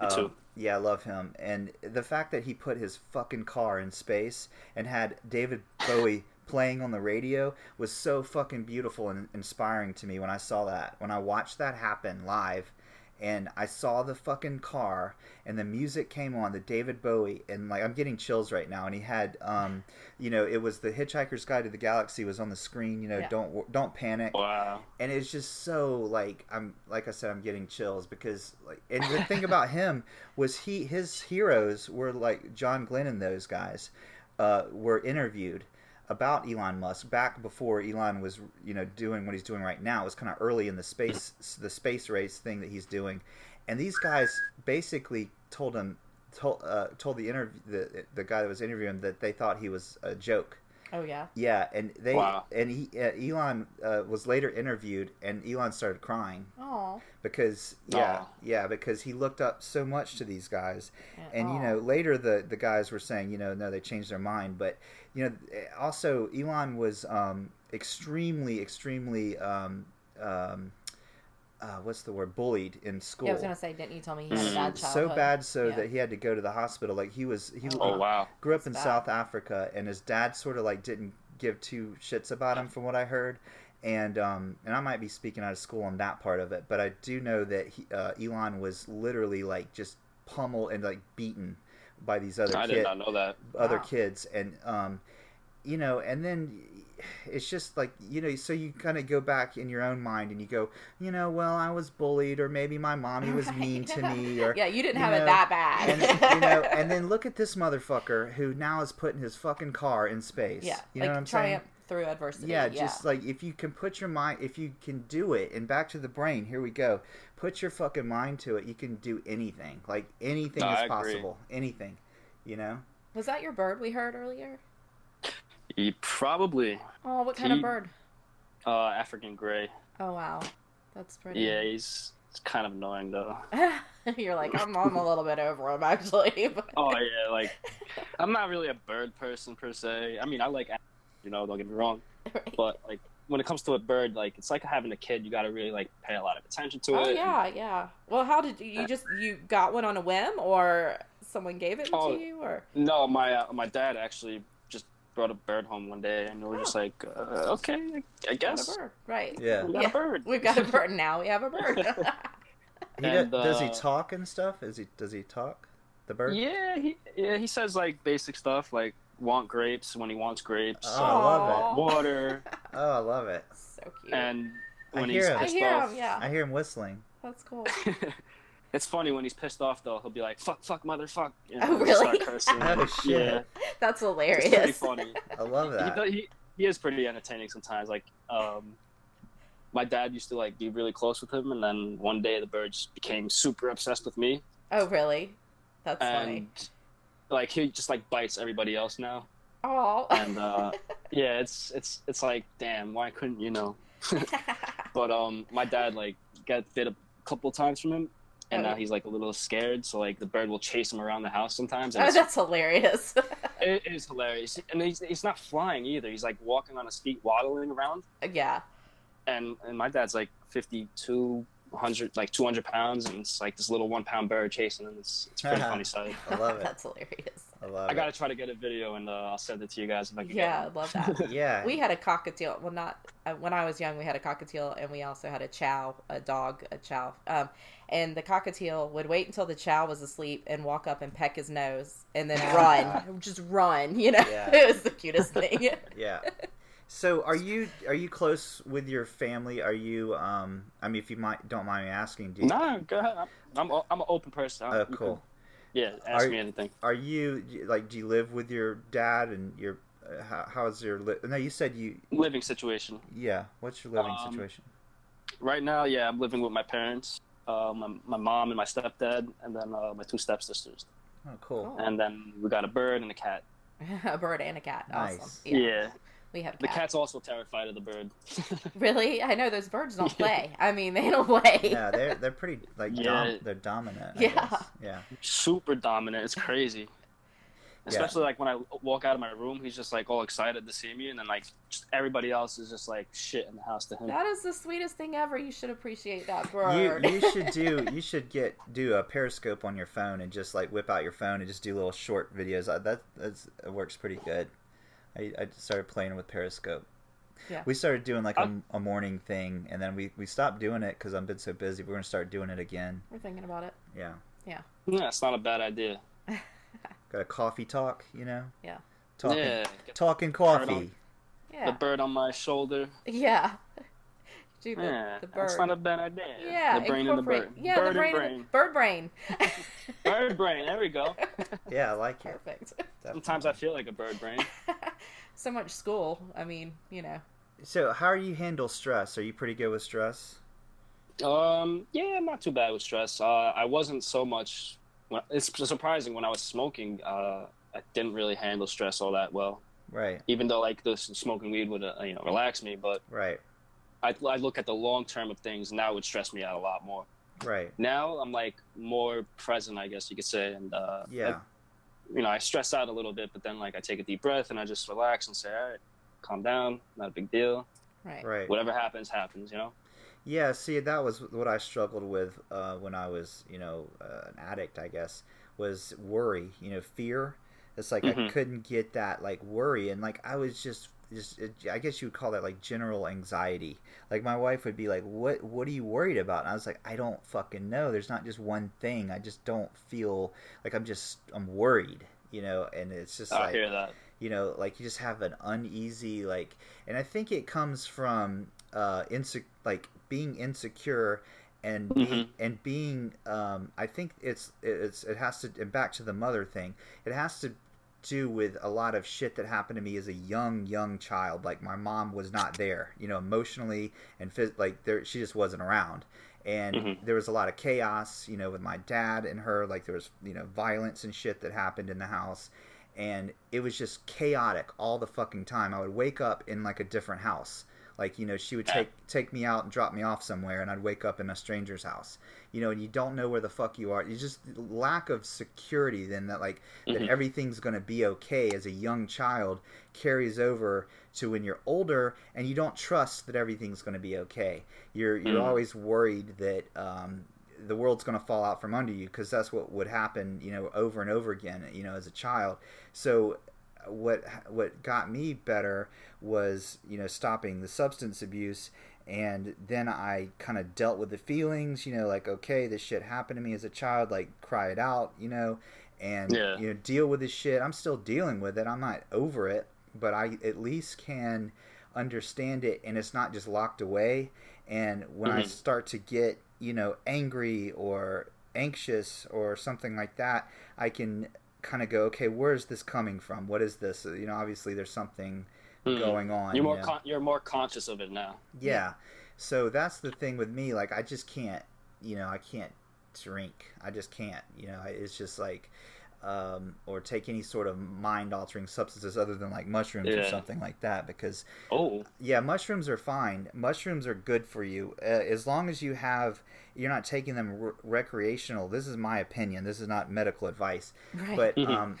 S3: Me
S1: um,
S3: too.
S1: yeah, I love him. And the fact that he put his fucking car in space and had David Bowie playing on the radio was so fucking beautiful and inspiring to me when I saw that. When I watched that happen live and I saw the fucking car and the music came on, the David Bowie and like I'm getting chills right now and he had um you know, it was the Hitchhiker's Guide to the Galaxy was on the screen, you know,
S4: Yeah.
S1: don't wo- don't panic
S3: Wow.
S1: and it's just so like I'm like I said I'm getting chills because like and the thing about him was he his heroes were like John Glenn and those guys uh, were interviewed about Elon Musk back before Elon was you know doing what he's doing right now it was kind of early in the space the space race thing that he's doing and these guys basically told him told uh, told the interview the the guy that was interviewing him that they thought he was a joke
S4: Oh yeah.
S1: yeah, and they
S3: Wow.
S1: and he uh, Elon uh, was later interviewed, and Elon started crying
S4: Oh.
S1: because yeah,
S3: Aw.
S1: yeah, because he looked up so much to these guys, and you
S4: aw.
S1: know later the the guys were saying you know no they changed their mind, but you know eh, also Elon was um, extremely extremely um, um, uh, what's the word bullied in school.
S4: Yeah, I was gonna say, didn't you tell me he had a
S3: Mm.
S4: bad
S1: so
S4: childhood?
S1: bad so
S4: Yeah.
S1: that he had to go to the hospital like he was he
S3: Oh wow.
S1: grew up
S4: That's
S1: in
S4: bad.
S1: South Africa, and his dad sort of like didn't give two shits about him, from what I heard. And um, and I might be speaking out of school on that part of it, but I do know that he, uh, Elon was literally like just pummeled and like beaten by these other
S3: I did
S1: kids
S3: not know that.
S1: other
S4: Wow.
S1: kids and um you know and then it's just like you know so you kind of go back in your own mind and you go you know well i was bullied or maybe my mommy was mean to me or
S4: yeah, you didn't
S1: you
S4: have
S1: know,
S4: it that bad.
S1: and you know and then look at this motherfucker who now is putting his fucking car in space
S4: yeah,
S1: you know
S4: like
S1: what i'm saying
S4: triumph through adversity.
S1: yeah, just like if you can put your mind, if you can do it, and back to the brain, here we go. Put your fucking mind to it. You can do anything. Like anything
S3: No,
S1: is
S3: I agree.
S1: possible. Anything. You know?
S4: was that your bird we heard earlier?
S3: He probably
S4: Oh, what kind of
S3: He-
S4: bird?
S3: uh, African gray.
S4: Oh wow, that's pretty.
S3: Yeah, he's it's kind of annoying though.
S4: You're like, I'm, I'm a little bit over him actually. But
S3: Oh yeah, like I'm not really a bird person per se. I mean, I like animals, you know, don't get me wrong, but like when it comes to a bird, like it's like having a kid. You got to really like pay a lot of attention to it.
S4: oh
S3: and-
S4: yeah, yeah. Well, how did you, you just you got one on a whim, or someone gave it
S3: Oh.
S4: to you, or
S3: No, my uh, my dad actually just brought a bird home one day, and we were just like, uh, okay, I
S4: Oh. Got
S3: guess
S4: a bird, right?
S1: Yeah.
S3: we got
S4: Yeah.
S3: a bird.
S4: We've got a bird now. We have a bird.
S1: He
S3: And,
S1: does, does he
S3: uh,
S1: talk and stuff? Is he does he talk? The bird?
S3: Yeah, he yeah he says like basic stuff like want grapes when he wants grapes,
S1: Oh, I love
S4: Aw.
S1: it.
S3: water,
S1: Oh, I love it.
S4: so cute.
S3: and
S1: I
S3: when
S1: hear
S3: he's
S1: it.
S4: I
S3: pissed
S4: hear
S3: off.
S4: him. Yeah,
S1: I hear him whistling.
S4: that's cool.
S3: it's funny when he's pissed off though. He'll be like, "Fuck, fuck, motherfuck," and he'll
S4: Oh, really?
S3: start cursing.
S1: Oh shit!
S3: Yeah,
S4: That's hilarious.
S3: it's pretty funny.
S1: I love
S3: He,
S1: that.
S3: does- he, he is pretty entertaining sometimes. Like, um, my dad used to like be really close with him, and then one day the bird just became super obsessed with me,
S4: Oh, really? That's
S3: and
S4: funny.
S3: like he just like bites everybody else now.
S4: Oh.
S3: And uh, yeah, it's it's it's like, damn, why couldn't you know?
S4: Oh,
S3: But um, my dad like got bit a couple times from him, and
S4: Oh.
S3: now he's like a little scared. So like the bird will chase him around the house sometimes, and
S4: Oh,
S3: it's
S4: that's hilarious.
S3: It is hilarious, and he's, he's not flying either. He's like walking on his feet, waddling around.
S4: yeah.
S3: And and my dad's like 52, 100, like two hundred pounds, and it's like this little one pound bird chasing him. It's, it's pretty funny sight.
S1: I love it.
S4: that's hilarious.
S1: I love
S3: I gotta try to get a video, and uh, I'll send it to you guys if I can.
S4: Yeah, I
S3: get
S4: love that.
S1: it. Yeah.
S4: We had a cockatiel. Well, not uh, when I was young. We had a cockatiel, and we also had a chow, a dog, a chow. Um, and the cockatiel would wait until the chow was asleep and walk up and peck his nose, and then run, just run. You know,
S1: Yeah.
S4: it was the cutest thing.
S1: yeah. So are you are you close with your family? Are you um? I mean, if you might don't mind me asking, do you?
S3: it. Nah, go ahead. I'm I'm, a- I'm an open person.
S1: Oh,
S3: You can-
S1: cool.
S3: Yeah, ask
S1: Are-
S3: me anything.
S1: Are you do you- like? Do you live with your dad and your? Uh, how, how is your? Li- no, you said you.
S3: Living situation
S1: Yeah. What's your living
S3: Um,
S1: situation?
S3: right now. Yeah, I'm living with my parents, uh, my my mom and my stepdad, and then uh, my two stepsisters,
S1: Oh, cool.
S4: Cool.
S3: and then we got a bird and a cat.
S4: a bird and a cat. Awesome.
S1: Nice.
S4: Yeah,
S3: yeah.
S4: we had a
S3: The
S4: cat.
S3: cat's also terrified of the bird.
S4: Really, I know those birds don't play. I mean, they don't play.
S1: Yeah, they're they're pretty like
S3: Yeah.
S1: dom- they're dominant. I
S4: Yeah.
S1: guess. Yeah.
S3: Super dominant. It's crazy. Especially like when I walk out of my room, he's just like all excited to see me, and then like just everybody else is just like shit in the house to him.
S4: That is the sweetest thing ever. You should appreciate that
S1: You,
S4: bird.
S1: you should do you should get do a periscope on your phone and just like whip out your phone and just do little short videos I, that that's, it works pretty good I, I started playing with periscope
S4: Yeah.
S1: we started doing like
S3: Oh.
S1: a, a morning thing and then we, we stopped doing it because I've been so busy we're gonna start doing it again
S4: We're thinking about it.
S1: yeah
S3: yeah, it's not a bad idea.
S1: got a coffee talk you know
S4: Yeah.
S1: talking
S3: Yeah, get
S1: talking
S3: Turn
S1: coffee
S3: on. the
S4: Yeah.
S3: bird on my shoulder.
S4: Yeah. Do the,
S3: Yeah,
S4: the bird.
S3: that's not a bad idea.
S4: yeah.
S3: the brain and the bird.
S4: incorporate- Yeah,
S3: bird
S4: the brain,
S3: and
S4: and the- bird brain.
S3: brain. bird brain. There we go.
S1: yeah I like it
S4: Perfect.
S1: Definitely.
S3: Sometimes I feel like a bird brain.
S4: so much school. I mean, you know.
S1: so how do you handle stress are you pretty good with stress
S3: Um, yeah, I'm not too bad with stress. Uh, I wasn't so much. When, it's surprising when I was smoking. Uh, I didn't really handle stress all that well.
S1: right
S3: Even though like the smoking weed would uh, you know relax me, but
S1: right
S3: I, I look at the long term of things, and that would stress me out a lot more.
S1: right
S3: Now I'm like more present, I guess you could say, and uh,
S1: yeah
S3: like, you know I stress out a little bit, but then like I take a deep breath and I just relax and say, all right, calm down, not a big deal.
S4: Right.
S1: right
S3: Whatever happens, happens. You know.
S1: Yeah, see, that was what I struggled with uh, when I was, you know, uh, an addict. I guess was worry, you know, fear. It's like I
S3: Mhm.
S1: couldn't get that like worry, and like I was just, just it, I guess you would call that like general anxiety. Like my wife would be like, "What? What are you worried about?" And I was like, "I don't fucking know. There's not just one thing. I just don't feel like I'm just I'm worried." You know, and it's just
S3: I
S1: like
S3: hear that.
S1: you know like you just have an uneasy like and i think it comes from uh inse- like being insecure and being,
S3: Mhm.
S1: and being um i think it's it's it has to and back to the mother thing it has to do with a lot of shit that happened to me as a young young child like my mom was not there you know emotionally and phys- like there she just wasn't around and
S3: Mhm.
S1: there was a lot of chaos you know with my dad and her like there was you know violence and shit that happened in the house and it was just chaotic all the fucking time i would wake up in like a different house like you know she would take take me out and drop me off somewhere and i'd wake up in a stranger's house you know and you don't know where the fuck you are you just lack of security then that like that
S3: Mhm.
S1: everything's going to be okay as a young child carries over to when you're older and you don't trust that everything's going to be okay you're you're
S3: Mhm.
S1: always worried that um, the world's going to fall out from under you because that's what would happen you know over and over again you know as a child so what what got me better was you know stopping the substance abuse and then I kind of dealt with the feelings, you know, like okay, this shit happened to me as a child, like cry it out, you know, and
S3: Yeah.
S1: you know deal with this shit. I'm still dealing with it. I'm not over it, but I at least can understand it and it's not just locked away. And when I
S3: Mhm.
S1: start to get, you know, angry or anxious or something like that, I can kind of go, okay, where is this coming from? What is this? You know, obviously there's something
S3: Mhm.
S1: going on.
S3: You're more
S1: you know?
S3: con- you're more conscious of it now.
S1: Yeah. So that's the thing with me. Like, I just can't, you know, I can't drink. I just can't, you know, I- it's just like, um, or take any sort of mind altering substances other than like mushrooms or
S3: Yeah.
S1: something like that. Because,
S3: Oh,
S1: yeah, mushrooms are fine. Mushrooms are good for you. Uh, as long as you have, you're not taking them re- recreational. This is my opinion. This is not medical advice.
S4: Right.
S1: But,
S3: Mhm.
S1: um,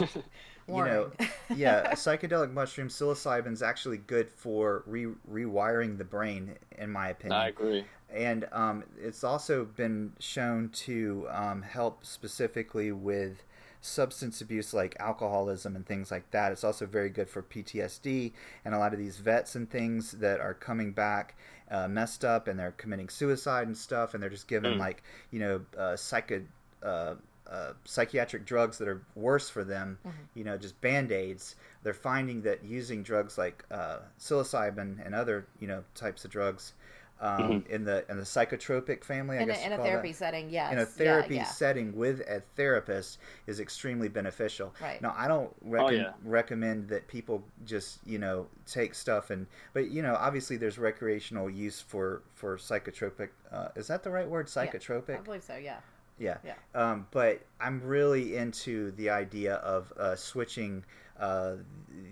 S1: you know, yeah, psychedelic mushrooms, psilocybin is actually good for re- rewiring the brain, in my opinion.
S3: I agree.
S1: And um, it's also been shown to um, help specifically with substance abuse like alcoholism and things like that. It's also very good for PTSD and a lot of these vets and things that are coming back uh, messed up and they're committing suicide and stuff and they're just given
S3: Mm.
S1: like, you know, uh, psycho. Uh, uh, psychiatric drugs that are worse for them,
S4: Mhm.
S1: you know, just band aids. They're finding that using drugs like uh, psilocybin and other, you know, types of drugs um, in the in the psychotropic family, I
S4: in
S1: guess
S4: a, in
S1: you
S4: a
S1: call that.
S4: therapy setting, yes.
S1: in a
S4: Yeah,
S1: therapy
S4: yeah.
S1: setting with a therapist is extremely beneficial.
S4: Right.
S1: Now, I don't recom-
S3: Oh, yeah.
S1: recommend that people just you know take stuff and, but you know, obviously there's recreational use for for psychotropic. Uh, is that the right word? Psychotropic.
S4: I believe so, yeah.
S1: Yeah.
S4: Yeah.
S1: Um, but I'm really into the idea of uh, switching uh,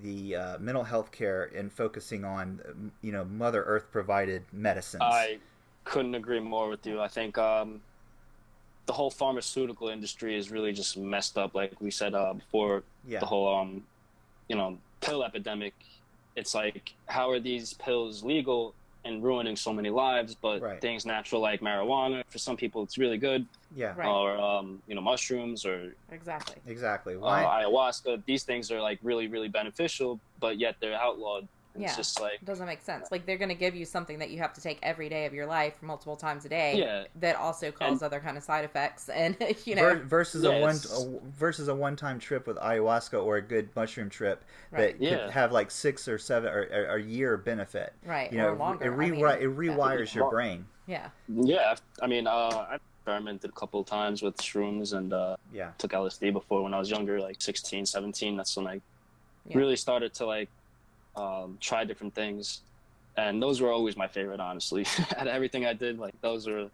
S1: the uh, mental health care and focusing on, um, you know, Mother Earth provided medicines.
S3: I couldn't agree more with you. I think um, the whole pharmaceutical industry is really just messed up. Like we said uh, before,
S1: yeah.
S3: the whole um, you know, pill epidemic. It's like how are these pills legal and ruining so many lives? But
S1: Right.
S3: things natural like marijuana for some people it's really good,
S1: yeah.
S4: Right.
S3: or um, you know, mushrooms or
S4: Exactly.
S1: Exactly.
S3: uh,
S1: Why?
S3: ayahuasca. These things are like really really beneficial, but yet they're outlawed. And It's
S4: Yeah.
S3: just like
S4: It doesn't make sense. Like they're going to give you something that you have to take every day of your life, multiple times a day.
S3: yeah,
S4: That also causes other kind of side effects, and you know,
S1: Ver- versus
S3: Yeah,
S1: a one
S3: it's-
S1: a, versus a one time trip with ayahuasca or a good mushroom trip
S4: Right.
S1: that
S3: Yeah.
S1: could have like six or seven or, or a year benefit.
S4: right
S1: You know,
S4: or longer.
S1: it,
S4: I
S1: re-
S4: mean,
S1: it rewires your
S3: Well-
S1: brain.
S4: Yeah,
S3: Yeah, I've- I mean, uh, I experimented a couple of times with shrooms and uh,
S1: Yeah.
S3: took LSD before when I was younger, like 16, 17. That's when I
S4: Yeah.
S3: really started to like um, try different things, and those were always my favorite, honestly. Out of everything I did, like those were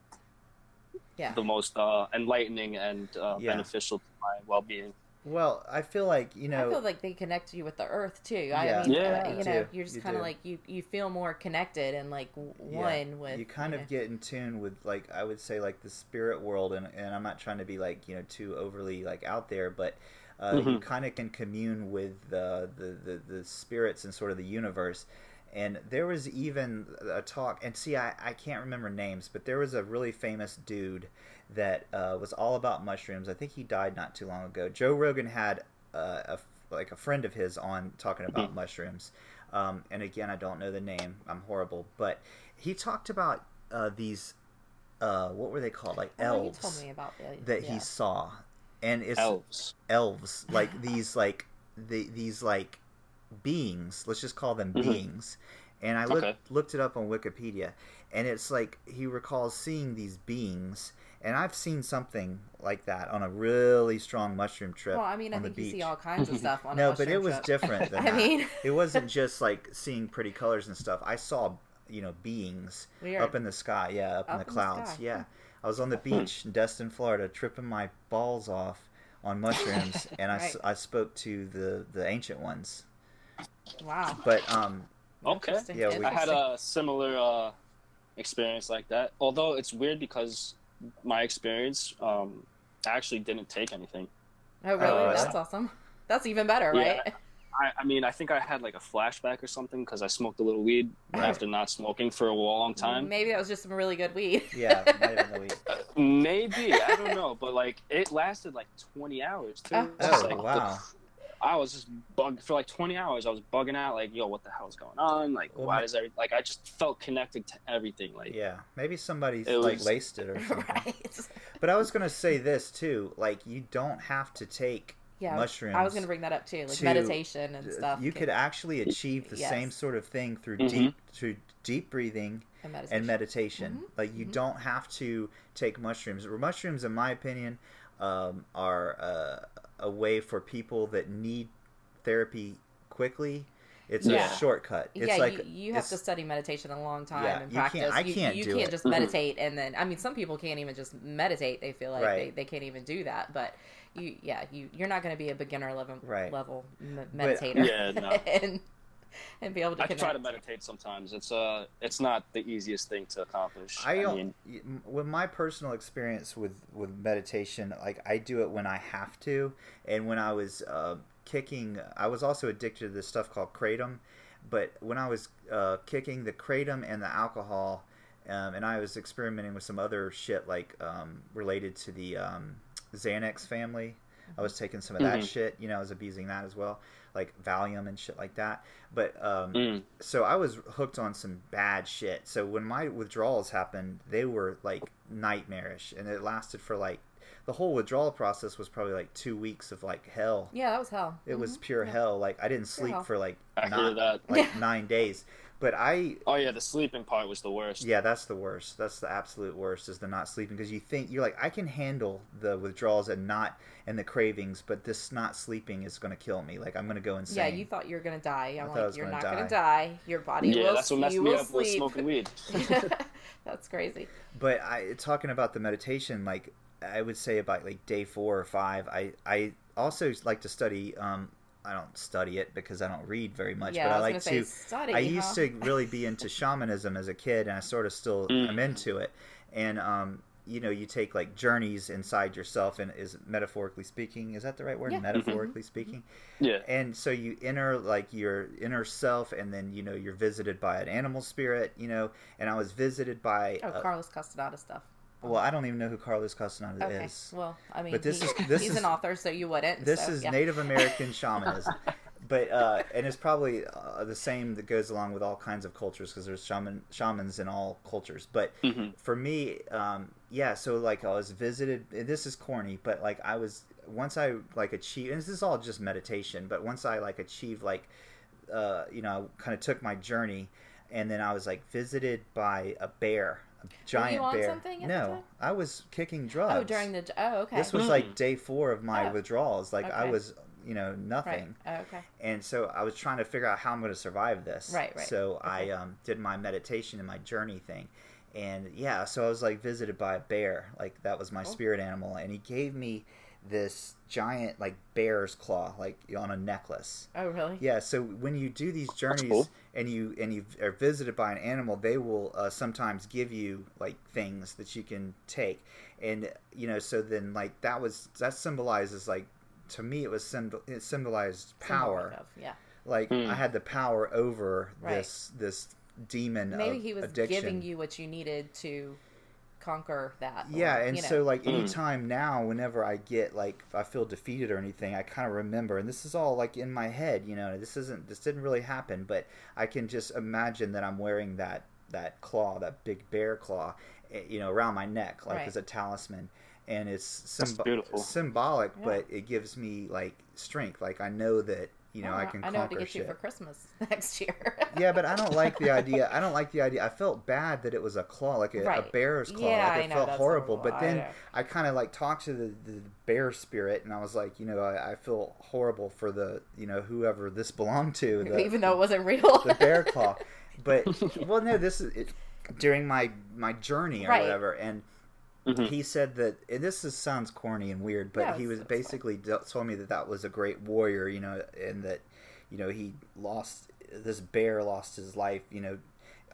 S4: yeah,
S3: the most uh, enlightening and uh,
S1: Yeah.
S3: beneficial to my well-being.
S1: Well, I feel like you know.
S4: I feel like they connect you with the earth too.
S1: Yeah.
S4: I mean,
S3: Yeah.
S4: uh, you
S1: You
S4: know,
S1: do.
S4: you're just
S1: You
S4: kind of
S1: do.
S4: like you you feel more connected and like w-
S1: Yeah.
S4: one with
S1: you kind
S4: know.
S1: of get in tune with like i would say like the spirit world and, and i'm not trying to be like you know too overly like out there but uh, you
S3: Mhm.
S1: kind of can commune with uh, the, the the spirits and sort of the universe and there was even a talk and see i, I can't remember names but there was a really famous dude that uh, was all about mushrooms i think he died not too long ago joe rogan had uh, a like a friend of his on talking about mushrooms um, and again i don't know the name i'm horrible but he talked about uh, these uh, what were they called like
S4: Oh,
S1: elves
S4: You told me about the,
S1: that
S4: yeah.
S1: he saw and it's
S3: Elves.
S1: elves like these like the, these like beings let's just call them
S3: Mhm.
S1: beings and i looked
S3: Okay.
S1: looked it up on wikipedia and it's like he recalls seeing these beings and i've seen something like that on a really strong mushroom trip
S4: Well, I mean, I
S1: on the
S4: think you see
S1: beach.
S4: all kinds of stuff on a
S1: no but
S4: mushroom
S1: it was
S4: trip.
S1: different than
S4: I
S1: that.
S4: mean,
S1: it wasn't just like seeing pretty colors and stuff i saw you know beings
S4: weird.
S1: up in the sky, yeah, up, in
S4: Up
S1: the
S4: in the
S1: clouds,
S4: sky,
S1: yeah. I was on the beach in Destin, Florida, tripping my balls off on mushrooms, and I, s-
S4: Right.
S1: I spoke to the the ancient ones.
S4: wow.
S1: But um,
S3: Okay.
S4: Interesting.
S1: Yeah, we-
S3: I had
S4: Interesting.
S3: a similar uh, experience like that. Although it's weird because my experience, um, I actually didn't take anything.
S4: Oh, really?
S1: Oh,
S4: That's
S1: yeah.
S4: awesome. That's even better,
S3: Yeah.
S4: right?
S3: I, I mean, I think I had like a flashback or something because I smoked a little weed
S1: Right.
S3: after not smoking for a long time.
S4: Maybe that was just some really good weed.
S1: yeah, might have been the week.
S3: Maybe I don't know, but like it lasted like 20 hours too.
S4: Oh.
S3: It's just,
S1: Oh
S3: like, the-
S1: wow!
S3: I was just bug for like 20 hours. I was bugging out, like, yo, what the hell's going on? Like,
S1: Well,
S3: why
S1: ma-
S3: is every like I just felt connected to everything. Like,
S1: Yeah, maybe somebody's
S3: It
S1: like
S3: was-
S1: laced it or something.
S4: right.
S1: But I was gonna say this too. Like, you don't have to take
S4: yeah,
S1: mushrooms.
S4: I was going to bring that up too, like
S1: to-
S4: meditation and stuff.
S1: You could actually achieve the
S4: Yes.
S1: same sort of thing through
S3: Mhm.
S1: deep through deep breathing
S4: and meditation.
S1: and meditation. Like you
S4: mhm.
S1: don't have to take mushrooms. Mushrooms, in my opinion, um, are uh, a way for people that need therapy quickly. It's
S3: Yeah.
S1: a shortcut. It's
S4: yeah,
S1: like
S4: you, you have to
S1: it's-
S4: study meditation a long time
S1: Yeah,
S4: and
S1: you can't-
S4: practice.
S1: I can't
S4: You, you
S1: do
S4: can't
S1: it.
S4: just
S3: Mhm.
S4: meditate and then. I mean, some people can't even just meditate. They feel like
S1: Right.
S4: they, they can't even do that. But you, yeah, you you're not going to be a beginner level
S1: Right.
S4: level m- meditator.
S3: Yeah, no.
S4: and and be able to
S3: I
S4: connect.
S3: try to meditate sometimes. It's uh, it's not the easiest thing to accomplish.
S1: I
S3: I
S1: don't.
S3: mean,
S1: m- with my personal experience with with meditation, like I do it when I have to, and when I was uh, kicking, I was also addicted to this stuff called kratom. But when I was uh, kicking the kratom and the alcohol, um, and I was experimenting with some other shit like um, related to the um, Xanax family. I was taking some of that
S3: Mhm.
S1: shit, you know, I was abusing that as well, like Valium and shit like that. But um,
S3: mm,
S1: so I was hooked on some bad shit. So when my withdrawals happened, they were like nightmarish, and it lasted for like the whole withdrawal process was probably like two weeks of like hell.
S4: Yeah, that was hell.
S1: It was
S4: Mhm.
S1: pure
S4: Yeah.
S1: hell. Like I didn't sleep
S4: hell.
S1: for like
S3: I hear
S1: nine,
S3: that.
S1: like nine days. But I
S3: Oh yeah, the sleeping part was the worst.
S1: yeah, that's the worst. That's the absolute worst is the not sleeping because you think you're like I can handle the withdrawals and not and the cravings, but this not sleeping is going to kill me. Like I'm going to go insane.
S4: Mm-hmm. Yeah, you thought you were gonna die.
S1: I
S4: I'm
S1: thought I
S4: like,
S1: was
S4: you're
S1: gonna
S4: not gonna die. Your body
S3: yeah,
S4: will.
S3: that's what messed
S4: you
S3: me
S4: will
S3: up with
S4: sleep.
S3: smoking weed.
S4: that's crazy.
S1: but I talking about the meditation, like I would say about like day four or five. I I also like to study. Um, I don't study it because I don't read very much,
S4: yeah,
S1: but I,
S4: I was
S1: like
S4: gonna
S1: to.
S4: say study.
S1: I used
S4: huh?
S1: to really be into shamanism as a kid, and I sort of still
S3: Mm.
S1: am into it. And um, you know, you take like journeys inside yourself, and is metaphorically speaking, is that the right word?
S4: Yeah. Mhm.
S1: Metaphorically speaking,
S3: Yeah,
S1: and so you enter like your inner self, and then you know you're visited by an animal spirit, you know. And I was visited by
S4: Oh,
S1: a-
S4: Carlos Castaneda stuff.
S1: well, I don't even know who Carlos Castaneda
S4: Okay.
S1: is.
S4: Well, I mean,
S1: But this
S4: he-
S1: is- this
S4: he's
S1: is-
S4: an author, so you wouldn't.
S1: This
S4: so,
S1: is
S4: yeah.
S1: Native American shamanism, but uh, and it's probably uh, the same that goes along with all kinds of cultures because there's shaman shamans in all cultures. But
S3: Mhm.
S1: for me, um, yeah, so like I was visited. and This is corny, but like I was once I like achieved, and this is all just meditation. But once I like achieved like uh, you know, I kind of took my journey, and then I was like visited by a bear, a giant
S4: on
S1: bear.
S4: something at the
S1: no,
S4: time?
S1: I was kicking drugs.
S4: Oh, during the oh, okay.
S1: This was
S3: Mm.
S1: like day four of my
S4: Oh.
S1: withdrawals. Like I
S4: Okay.
S1: was, you know,
S4: right.
S1: nothing,
S4: Oh, okay.
S1: and so I was trying to figure out how I'm going to survive this.
S4: Right, right.
S1: So I
S4: Okay.
S1: um, did my meditation and my journey thing, and yeah, so I was like visited by a bear. Like that was my
S4: Cool.
S1: spirit animal, and he gave me this giant like bear's claw, like on a necklace.
S4: Oh, really?
S1: Yeah, so when you do these journeys
S3: cool.
S1: and you and you are visited by an animal, they will uh, sometimes give you like things that you can take, and you know, so then like that was that symbolizes like to me it was symbol it symbolized power.
S4: Symbolic Of, yeah.
S1: Like
S3: Hmm.
S1: I had the power over
S4: Right.
S1: this this demon.
S4: Maybe
S1: of
S4: he was
S1: addiction.
S4: giving you what you needed to conquer that. or,
S1: Yeah, and
S4: you know.
S1: so like
S3: Mm.
S1: anytime now, whenever I get like I feel defeated or anything, I kind of remember, and this is all like in my head, you know. This isn't this didn't really happen, but I can just imagine that I'm wearing that that claw, that big bear claw, eh, you know, around my neck, like
S4: Right.
S1: as a talisman, and it's
S3: That's beautiful.
S1: symb- symbolic,
S4: Yeah.
S1: but it gives me like strength. Like I know that you know
S4: Oh,
S1: I can
S4: I know what
S1: conquer
S4: to get
S1: shit
S4: you for Christmas next year.
S1: yeah, but I don't like the idea. I don't like the idea. I felt bad that it was a claw, like a, a
S4: Right.
S1: bear's claw.
S4: Yeah,
S1: like it
S4: I know,
S1: felt
S4: that's
S1: horrible.
S4: horrible.
S1: But
S4: I
S1: then
S4: know.
S1: I, kind of like talked to the, the bear spirit, and I was like, you know, I, I feel horrible for the, you know, whoever this belonged to. The,
S4: Even though it wasn't real.
S1: the bear claw. But well, no, this is it, during my my journey or
S4: Right.
S1: whatever, and
S3: Mhm.
S1: he said that and this is, sounds corny and weird, but
S4: No,
S1: he
S4: it's-
S1: was
S4: it's
S1: basically d told me that that was a great warrior, you know, and that you know he lost this bear lost his life, you know,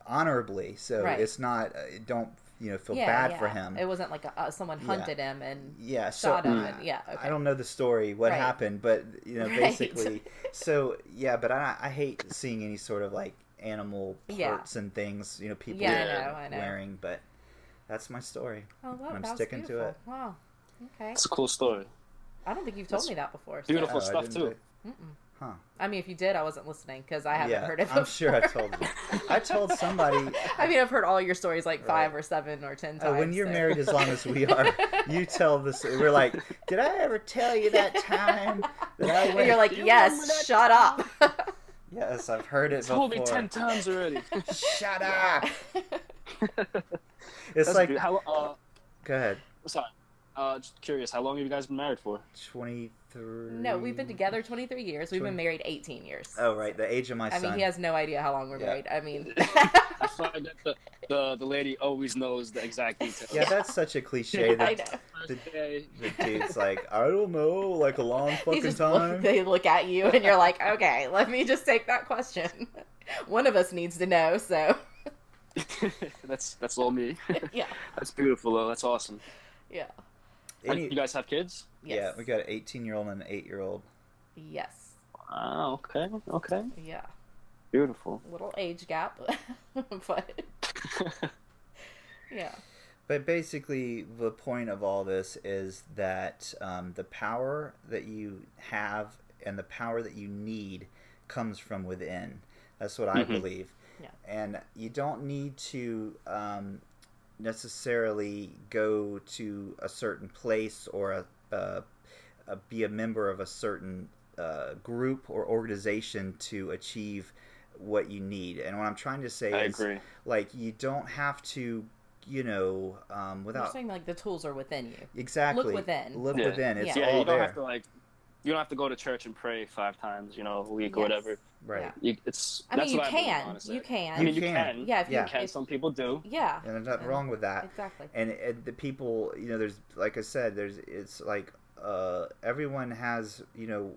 S1: honorably. So
S4: Right.
S1: it's not uh, don't you know feel
S4: yeah,
S1: bad
S4: yeah.
S1: for him.
S4: It wasn't like a, uh, someone
S1: Yeah.
S4: hunted him and
S1: yeah, so
S4: shot
S3: Hmm.
S4: him.
S1: I-
S4: and- yeah. Okay.
S1: I don't know the story, what
S4: Right.
S1: happened, but you know,
S4: Right.
S1: basically. So yeah, but I, I hate seeing any sort of like animal
S4: Yeah.
S1: parts and things, you know, people
S4: yeah,
S3: Yeah.
S4: I know. I know.
S1: wearing. But that's my story.
S4: Oh, wow,
S1: I'm
S4: that was
S1: sticking to
S4: beautiful.
S1: it.
S4: Wow. Okay.
S3: it's a cool story.
S4: I don't think you've told
S3: That's
S4: me that before. so-
S3: Beautiful
S1: Oh, I
S3: stuff
S1: didn't
S3: too.
S1: do-
S4: Mm-mm.
S1: Huh.
S4: I mean, if you did, I wasn't listening because I haven't
S1: yeah,
S4: heard it.
S1: I'm sure I
S4: before.
S1: told you. I told somebody
S4: I mean, I've heard all your stories like
S1: Right.
S4: five or seven or ten
S1: Uh,
S4: times.
S1: when you're
S4: so-
S1: married as long as we are, you tell this. We're like, did I ever tell you that time that I
S4: And
S1: went?
S4: you're like,
S3: You remember that
S4: yes, shut
S3: time?
S4: up.
S1: yes, I've heard it
S3: Told me
S1: before.
S3: ten times already.
S1: Shut up! It's
S3: That's
S1: like,
S3: good. how? Uh,
S1: go ahead.
S3: sorry. Uh, just curious. How long have you guys been married for?
S1: Twenty three.
S4: no, we've been together 23 years. We've been
S1: Twen-
S4: married 18 years.
S1: Oh right, the age of my
S4: I
S1: son.
S4: mean, he has no idea how long we're
S1: Yeah.
S4: married. I mean,
S3: I find that the, the, the lady always knows the exact details.
S1: yeah, that's such a cliche.
S4: I
S1: That
S4: know.
S3: First day,
S1: the dude's like, I don't know, like a long
S4: They
S1: fucking
S4: just look,
S1: time.
S4: they look at you and you're like, okay, let me just take that question. One of us needs to know, so
S3: that's that's all me.
S4: yeah,
S3: That's beautiful though. That's awesome.
S4: yeah,
S3: And
S1: Any-
S3: you guys have kids?
S1: Yeah,
S4: yes.
S1: we got an eighteen year old and an eight year old.
S4: yes,
S3: Ah, okay, okay,
S4: yeah,
S3: beautiful.
S4: little age gap, but yeah,
S1: But basically, the point of all this is that um, the power that you have and the power that you need comes from within. That's what I
S3: Mhm.
S1: believe.
S4: Yeah.
S1: And you don't need to um, necessarily go to a certain place or a, a, a, be a member of a certain uh, group or organization to achieve what you need. And what I'm trying to say
S3: I
S1: is
S3: agree.
S1: like you don't have to you know um,
S4: you're
S1: without
S4: saying like the tools are within you.
S1: exactly
S4: Look within.
S1: look
S3: Yeah.
S1: within it's
S3: yeah,
S1: all
S3: you don't
S1: there
S3: have to like, you don't have to go to church and pray five times, you know, a week or
S4: Yes.
S3: whatever.
S1: right
S4: Yeah.
S3: You, it's
S4: I
S3: that's
S4: mean, you
S3: what I believe,
S4: can,
S3: honestly.
S4: you
S3: I
S4: can,
S1: You
S3: mean, you
S1: can.
S3: can.
S4: yeah, if you
S1: Yeah.
S3: You can. Some people do.
S4: yeah,
S1: and there's nothing
S4: And-
S1: wrong with that
S4: exactly,
S1: and, and the people you know there's like i said there's it's like uh, everyone has you know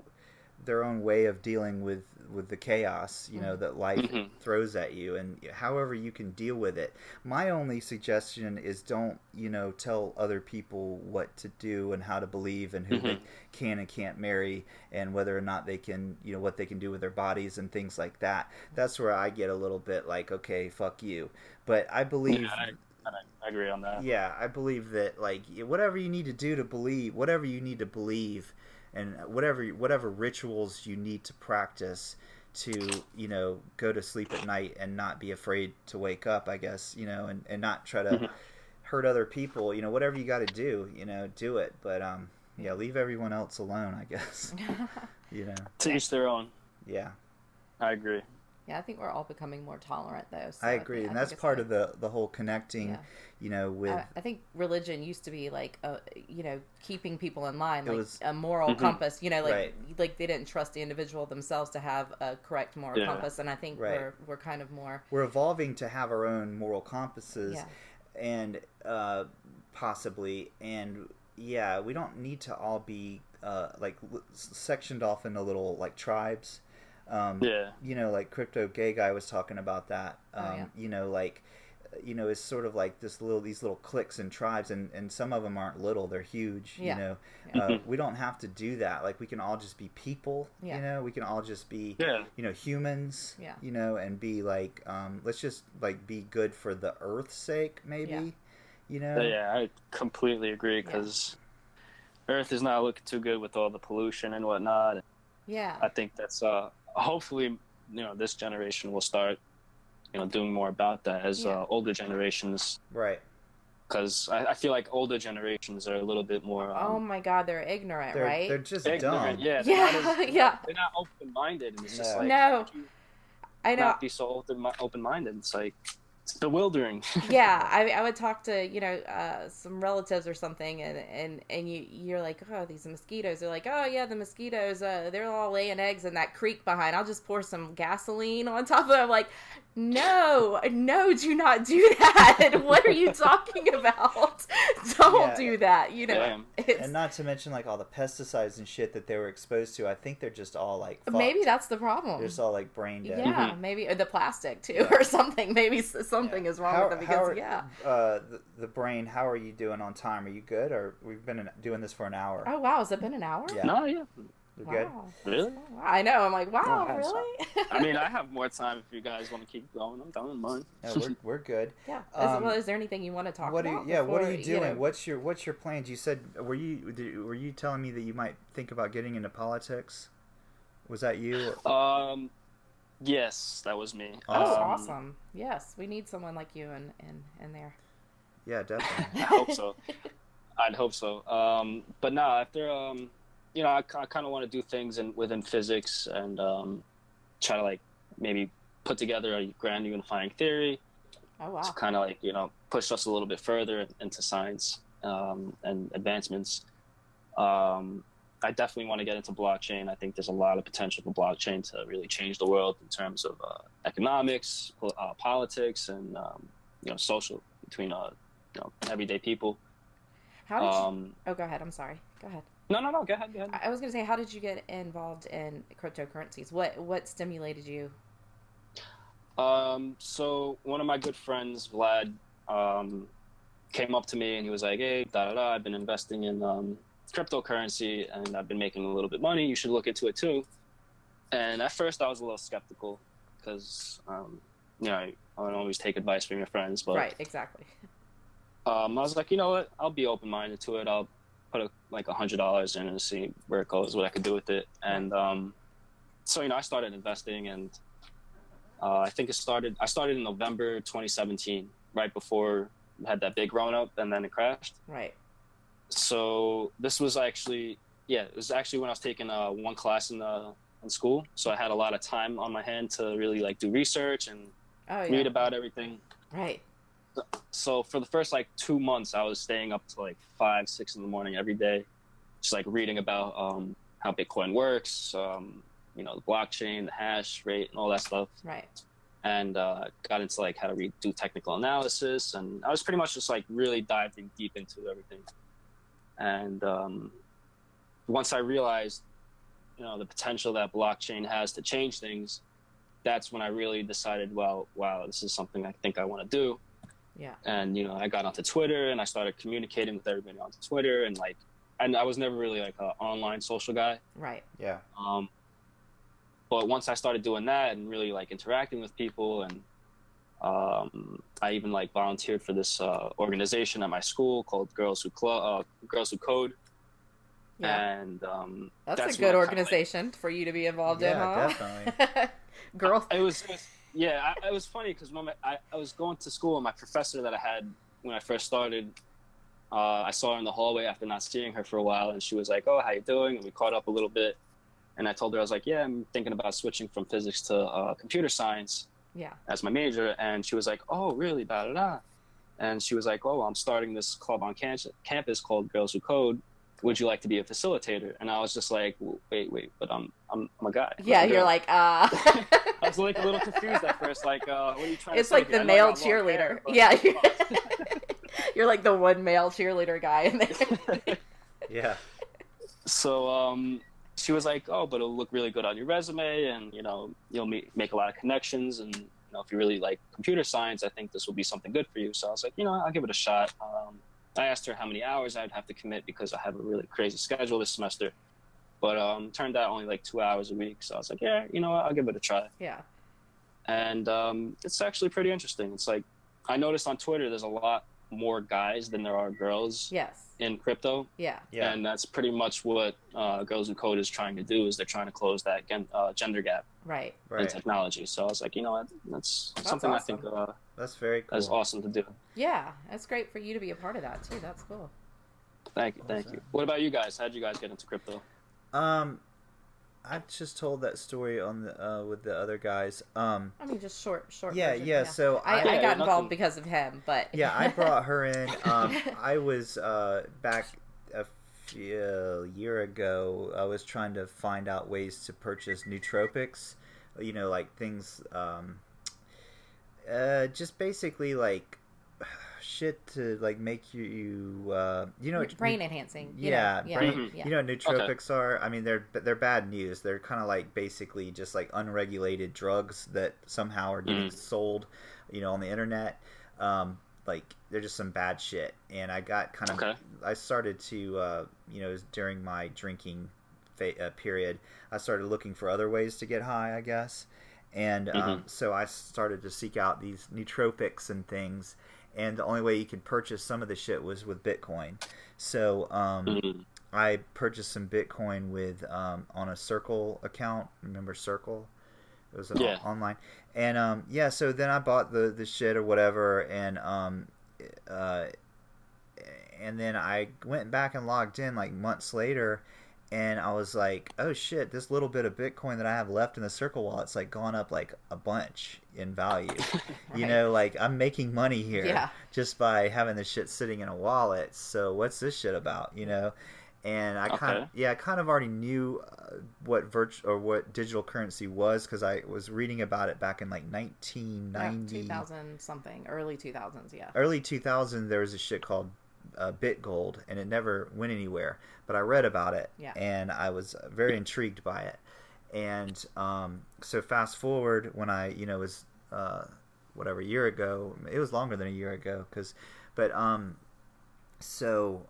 S1: their own way of dealing with with the chaos you
S4: Mm-hmm.
S1: know that life
S3: Mhm.
S1: throws at you and however you can deal with it my only suggestion is don't you know tell other people what to do and how to believe and who they can and can't marry and whether or not they can you know what they can do with their bodies and things like that that's where i get a little bit like okay fuck you but i believe
S3: Yeah, And I, I agree on that.
S1: yeah, I believe that like whatever you need to do to believe, whatever you need to believe, and whatever whatever rituals you need to practice to you know go to sleep at night and not be afraid to wake up, I guess you know, and and not try
S4: Mm-hmm.
S1: to hurt other people. You know, whatever you got to do, you know, do it. But um, yeah, leave everyone else alone. I guess you know.
S3: To each their own.
S1: Yeah,
S3: I agree.
S4: yeah. I think we're all becoming more tolerant, though. so
S1: I
S4: think-
S1: agree,
S4: think
S1: and that's
S4: it's
S1: part
S4: good.
S1: of the the whole connecting.
S4: Yeah.
S1: You know, with
S4: I, I think religion used to be like a you know keeping people in line,
S1: It
S4: like
S1: was-
S4: a moral
S3: Mhm.
S4: compass. You know, like
S1: Right.
S4: like they didn't trust the individual themselves to have a correct moral
S3: Yeah.
S4: compass, and I think
S1: Right.
S4: we're we're kind of more
S1: we're evolving to have our own moral compasses.
S4: yeah
S1: and uh, possibly and yeah we don't need to all be uh, like l- sectioned off into little like tribes um,
S3: Yeah.
S1: you know like crypto gay guy was talking about that
S4: Oh,
S1: um,
S4: yeah.
S1: you know like you know it's sort of like this little these little cliques and tribes and, and some of them aren't little they're huge
S4: Yeah.
S1: you know
S4: Yeah.
S3: Mm-hmm.
S1: uh, we don't have to do that like we can all just be people
S4: Yeah.
S1: you know we can all just be
S3: Yeah.
S1: you know humans
S4: Yeah.
S1: you know and be like um let's just like be good for the earth's sake maybe
S4: Yeah.
S1: you know
S3: Yeah, I completely agree
S4: Yeah.
S3: because Earth is not looking too good with all the pollution and whatnot.
S4: yeah
S3: I think that's uh, hopefully you know this generation will start you know doing more about that as
S4: Yeah.
S3: uh, older generations
S1: right
S3: because I, I feel like older generations are a little bit more
S4: oh
S3: um,
S4: my god they're ignorant
S1: they're,
S4: right
S1: they're just dumb
S3: ignorant. Yeah, they're
S4: yeah
S3: not, as-
S4: yeah
S3: they're not open minded. It's just
S1: Yeah.
S3: like
S4: No.
S3: how do you
S4: I know
S3: not be so open open minded. It's like it's bewildering.
S4: yeah I, I would talk to you know uh, some relatives or something and and and you you're like oh these mosquitoes they're like oh yeah the mosquitoes uh, they're all laying eggs in that creek behind i'll just pour some gasoline on top of it i'm like no no do not do that what are you talking about don't
S1: Yeah.
S4: do that you know
S3: Damn.
S4: it's
S1: and not to mention like all the pesticides and shit that they were exposed to i think they're just all like fucked.
S4: maybe that's the problem
S1: they're just all like brain dead
S4: yeah maybe or the plastic too or something maybe s- something is wrong
S1: How,
S4: with them
S1: how
S4: because
S1: are,
S4: yeah
S1: uh, the, the brain? How are you doing on time? Are you good? Or we've been doing this for an hour.
S4: oh wow has it been an hour
S1: Yeah.
S3: No, yeah,
S1: We're good. Oh,
S4: wow Oh,
S3: really.
S4: Wow, I know. I'm like, wow,
S3: I saw-
S4: really?
S3: I mean, I have more time if you guys want to keep going. I'm done with mine.
S1: No, we're, we're good.
S4: yeah. Is,
S1: Um,
S4: well, is there anything you want to talk
S1: what are you,
S4: about?
S1: yeah what are you
S4: before,
S1: doing
S4: know-
S1: what's your what's your plans you said were you did, were you telling me that you might think about getting into politics Was that you?
S3: Um, yes, that was me. Um,
S4: Oh,
S1: Awesome.
S4: awesome. Yes, we need someone like you in, in, in there.
S1: Yeah, definitely.
S3: I hope so. I'd hope so. Um, but no, after um, you know, I, kind of want to do things in, within physics and um, try to like maybe put together a grand unifying theory
S4: Oh, wow.
S3: to kind of like you know push us a little bit further into science um, and advancements. Um, I definitely want to get into blockchain. I think there's a lot of potential for blockchain to really change the world in terms of uh, economics, pol- uh, politics, and um, you know social between uh, you know, everyday people.
S4: How did you...
S3: um,
S4: Oh, go ahead. I'm sorry. Go ahead.
S3: No, no, no. Go ahead. Go ahead.
S4: I I was going to say, how did you get involved in cryptocurrencies? What what stimulated you?
S3: Um, so one of my good friends, Vlad, um, came up to me and he was like, "Hey, da da da. I've been investing in um, cryptocurrency and I've been making a little bit money. You should look into it too." And at first, I was a little skeptical because, um, you know, I don't always take advice from your friends, but
S4: right, exactly.
S3: um, I was like, you know what? I'll be open minded to it. I'll put a, like a hundred dollars in and see where it goes, what I could do with it. And um, so you know, I started investing, and uh, I think it started. I started in November 2017, right before we had that big run up, and then it crashed.
S4: Right.
S3: So this was actually, yeah, it was actually when I was taking uh, one class in uh, in school, so I had a lot of time on my hand to really like do research and
S4: Oh, yeah.
S3: read about everything
S4: Right.
S3: so for the first like two months i was staying up to like five six in the morning every day just like reading about um, how bitcoin works um, you know the blockchain the hash rate and all that stuff
S4: Right.
S3: and uh, got into like how to read, do technical analysis and i was pretty much just like really diving deep into everything and um, once i realized you know the potential that blockchain has to change things that's when i really decided well wow this is something i think i want to do
S4: Yeah.
S3: and you know i got onto twitter and i started communicating with everybody on twitter and like and i was never really like an online social guy
S4: Right.
S1: Yeah.
S3: um, but once i started doing that and really like interacting with people and um, i even like volunteered for this uh, organization at my school called girls who Clo- uh, girls who code
S4: Yeah.
S3: and um,
S4: that's,
S3: that's
S4: a good
S3: what I kinda
S4: organization for you to be involved
S1: Yeah,
S4: in, huh? Girl.
S3: it was, it was- yeah I, it was funny because when my, I, I was going to school and my professor that i had when i first started uh, i saw her in the hallway after not seeing her for a while and she was like oh how you doing and we caught up a little bit and i told her i was like yeah i'm thinking about switching from physics to uh, computer science
S4: Yeah.
S3: as my major and she was like oh really da da da and she was like oh i'm starting this club on can- campus called girls who code would you like to be a facilitator and i was just like wait wait but i'm i'm, I'm a guy I'm
S4: Yeah,
S3: a girl."
S4: you're like, uh.
S3: I was like a little confused at first. Like, uh, what are you trying
S4: It's
S3: to say?
S4: like
S3: here?
S4: the
S3: I know I
S4: male
S3: got long
S4: cheerleader.
S3: hair, but-
S4: yeah. you're like the one male cheerleader guy in there.
S1: Yeah.
S3: so um, she was like, "Oh, but it'll look really good on your resume, and you know, you'll meet, make a lot of connections, and you know, if you really like computer science, I think this will be something good for you." So I was like, "You know, I'll give it a shot." Um, I asked her how many hours I'd have to commit because I have a really crazy schedule this semester, but um, turned out only like two hours a week. So I was like, "Yeah, you know, what? I'll give it a try."
S4: yeah.
S3: and um, it's actually pretty interesting. It's like I noticed on Twitter there's a lot more guys than there are girls
S4: Yes.
S3: in crypto,
S4: Yeah.
S1: Yeah.
S3: and that's pretty much what uh, Girls Who Code is trying to do. Is they're trying to close that gen- uh, gender gap
S4: Right.
S3: in
S1: right.
S3: technology. So I was like, you know, what? that's, something I think uh,
S1: That's very cool.
S3: that's awesome to do.
S4: Yeah. That's great for you to be a part of that too. That's cool.
S3: Thank you, thank
S1: Awesome.
S3: you. What about you guys? How'd you guys get into crypto?
S1: Um, I just told that story on the uh, with the other guys. Um,
S4: I mean, just short, short.
S1: yeah,
S4: version,
S1: yeah, So I,
S4: I, I
S3: Yeah,
S4: got
S3: yeah,
S4: involved
S3: nothing-
S4: because of him, but
S1: yeah, I brought her in. Um, I was uh back a few, year ago. I was trying to find out ways to purchase nootropics. You know, like things. Um, uh, just basically like shit to like make you, you uh you know what
S4: brain enhancing. you
S1: Yeah,
S4: know, yeah, Mm-hmm.
S1: brain-
S4: yeah.
S1: You know what nootropics are? I mean, they're they're bad news. They're kind of like basically just like unregulated drugs that somehow are getting sold, you know, on the internet. Um, like they're just some bad shit. And I got kind of
S3: Okay.
S1: I started to uh, you know during my drinking fa- uh, period, I started looking for other ways to get high, I guess. And um, so I started to seek out these nootropics and things. And the only way you could purchase some of the shit was with Bitcoin. So um,
S3: Mhm.
S1: I purchased some Bitcoin with um, on a Circle account. Remember Circle? It was an
S3: Yeah.
S1: o- online. And um, yeah, so then I bought the the shit or whatever, and um, uh, and then I went back and logged in like months later, and I was like, oh shit, this little bit of Bitcoin that I have left in the Circle wallet's like gone up like a bunch in value. You
S4: Right.
S1: know, like I'm making money here
S4: Yeah.
S1: just by having this shit sitting in a wallet. So what's this shit about? You know, and I kind of
S3: Okay.
S1: yeah, I kind of already knew uh, what virtual or what digital currency was because I was reading about it back in like 1990,
S4: 2000 something, early 2000s, yeah.
S1: early 2000. There was a shit called uh, Bitgold, and it never went anywhere. But I read about it,
S4: Yeah.
S1: and I was uh, very intrigued by it. And um, so fast forward when I you know was uh, whatever a year ago, it was longer than a year ago because, but um, so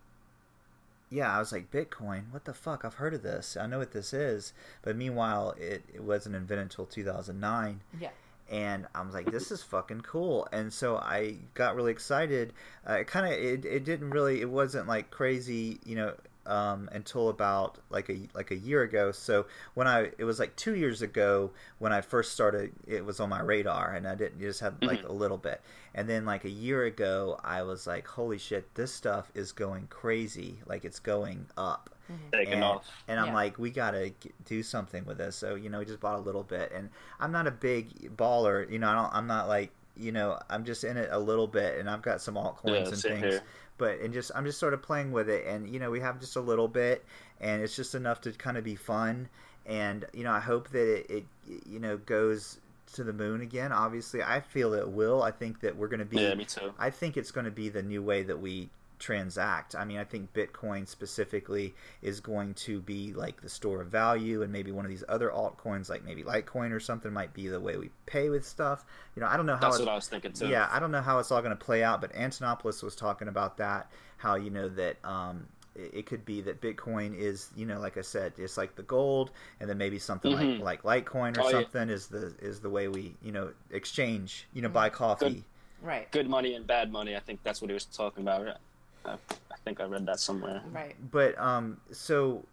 S1: yeah, I was like, Bitcoin, what the fuck? I've heard of this. I know what this is. But meanwhile, it, it wasn't invented until 2009.
S4: Yeah.
S1: And I was like, this is fucking cool. And so I got really excited. Uh, it kind of, it, it didn't really, it wasn't like crazy, you know, um, until about like a, like a year ago. So when I, it was like two years ago when I first started, it was on my radar and I didn't, it just had like a little bit. And then like a year ago, I was like, holy shit, this stuff is going crazy. Like it's going up
S4: Mm-hmm.
S3: Taking
S1: and,
S3: off.
S1: and I'm
S4: Yeah.
S1: like, we gotta g- do something with this. So you know, we just bought a little bit, and I'm not a big baller. You know, I don't, I'm not like you know, I'm just in it a little bit, and I've got some altcoins
S3: Yeah,
S1: and
S3: same
S1: things.
S3: here.
S1: But and just I'm just sort of playing with it, and you know, we have just a little bit, and it's just enough to kind of be fun. And you know, I hope that it, it you know goes to the moon again. Obviously, I feel it will. I think that we're gonna be
S3: Yeah, me too.
S1: I think it's going to be the new way that we transact. I mean, I think Bitcoin specifically is going to be like the store of value, and maybe one of these other altcoins, like maybe Litecoin or something, might be the way we pay with stuff. You know, I don't know how.
S3: That's
S1: it's-
S3: what I was thinking too.
S1: yeah, I don't know how it's all going to play out, but Antonopoulos was talking about that. How you know that um, it it could be that Bitcoin is, you know, like I said, it's like the gold, and then maybe something
S3: Mhm.
S1: like like Litecoin or
S3: Oh, yeah.
S1: something is the is the way we, you know, exchange, you know, buy coffee.
S4: Right.
S3: Good money and bad money. I think that's what he was talking about. right? I, I think I read that somewhere.
S4: Right.
S1: but um so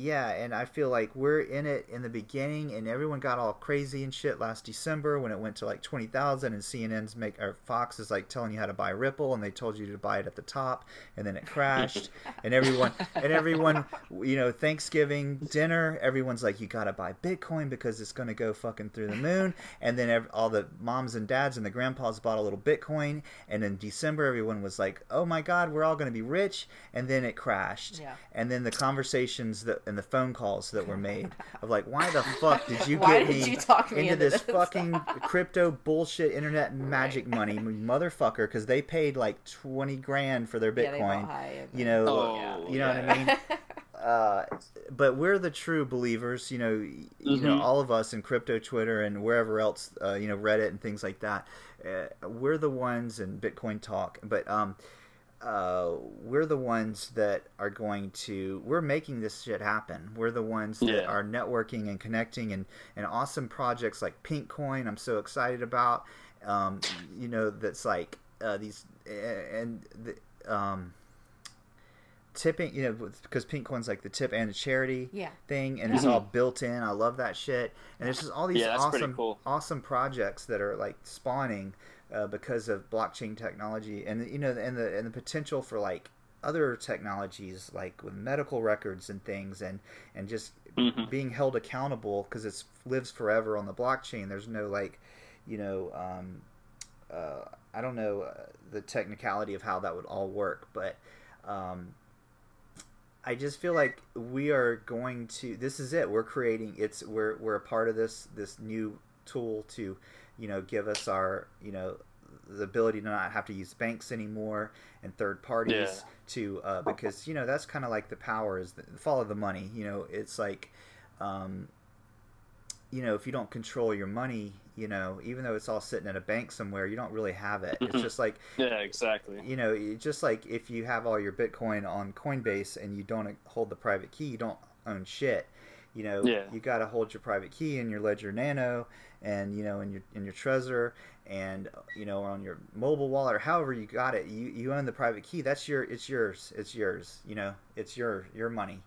S1: yeah and i feel like we're in it in the beginning and everyone got all crazy and shit last december when it went to like 20000 and cnn's make or fox is like telling you how to buy ripple and they told you to buy it at the top and then it crashed and everyone and everyone you know thanksgiving dinner everyone's like you gotta buy bitcoin because it's gonna go fucking through the moon and then ev- all the moms and dads and the grandpas bought a little bitcoin and in december everyone was like oh my god we're all gonna be rich and then it crashed
S4: Yeah.
S1: and then the conversations that and the phone calls that were made of like why the fuck did you
S4: Why
S1: get
S4: did
S1: me
S4: you talk me
S1: into,
S4: into
S1: this,
S4: this?
S1: fucking crypto bullshit internet magic money you motherfucker because they paid like 20 grand for their
S4: Yeah, they bought
S1: bitcoin
S4: high and
S1: you
S4: then-
S1: know
S3: Oh,
S1: you know what I mean? uh, but we're the true believers, you know, y- you know,
S3: Mhm.
S1: all of us in crypto Twitter and wherever else, uh, you know, Reddit and things like that. Uh, we're the ones in Bitcoin talk, but um, uh, we're the ones that are going to we're making this shit happen. We're the ones that
S3: Yeah.
S1: are networking and connecting and and awesome projects like Pinkcoin. I'm so excited about. Um, you know, that's like uh, these and the, um tipping you know with- because pink coin's like the tip and the charity
S4: Yeah.
S1: thing and it's all built in i love that shit and there's just all these
S3: Mm-hmm. Yeah, that's pretty
S1: awesome
S3: cool.
S1: awesome projects that are like spawning uh, because of blockchain technology and you know and the and the potential for like other technologies like with medical records and things and and just
S3: Mhm.
S1: being held accountable because it lives forever on the blockchain there's no like you know um, uh, I don't know uh, the technicality of how that would all work, but um, I just feel like we are going to. This is it. We're creating. It's we're we're a part of this this new tool to, you know, give us our you know the ability to not have to use banks anymore and third parties
S3: Yeah.
S1: to uh, because you know that's kind of like the power is the, follow the money. You know, it's like. Um, you know, if you don't control your money, you know, even though it's all sitting at a bank somewhere, you don't really have it. It's
S3: Mhm.
S1: just like,
S3: Yeah, exactly.
S1: you know, you- just like if you have all your Bitcoin on Coinbase and you don't uh, hold the private key, you don't own shit. You know,
S3: Yeah.
S1: you got to hold your private key in your Ledger Nano and you know in your in your Trezor, and you know on your mobile wallet or however you got it you, you own the private key that's your it's yours it's yours you know it's your your money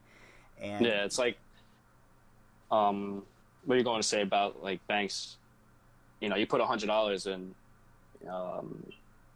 S1: and
S3: Yeah, it's like, um, what are you going to say about like banks? You know, you put hundred dollars in, um,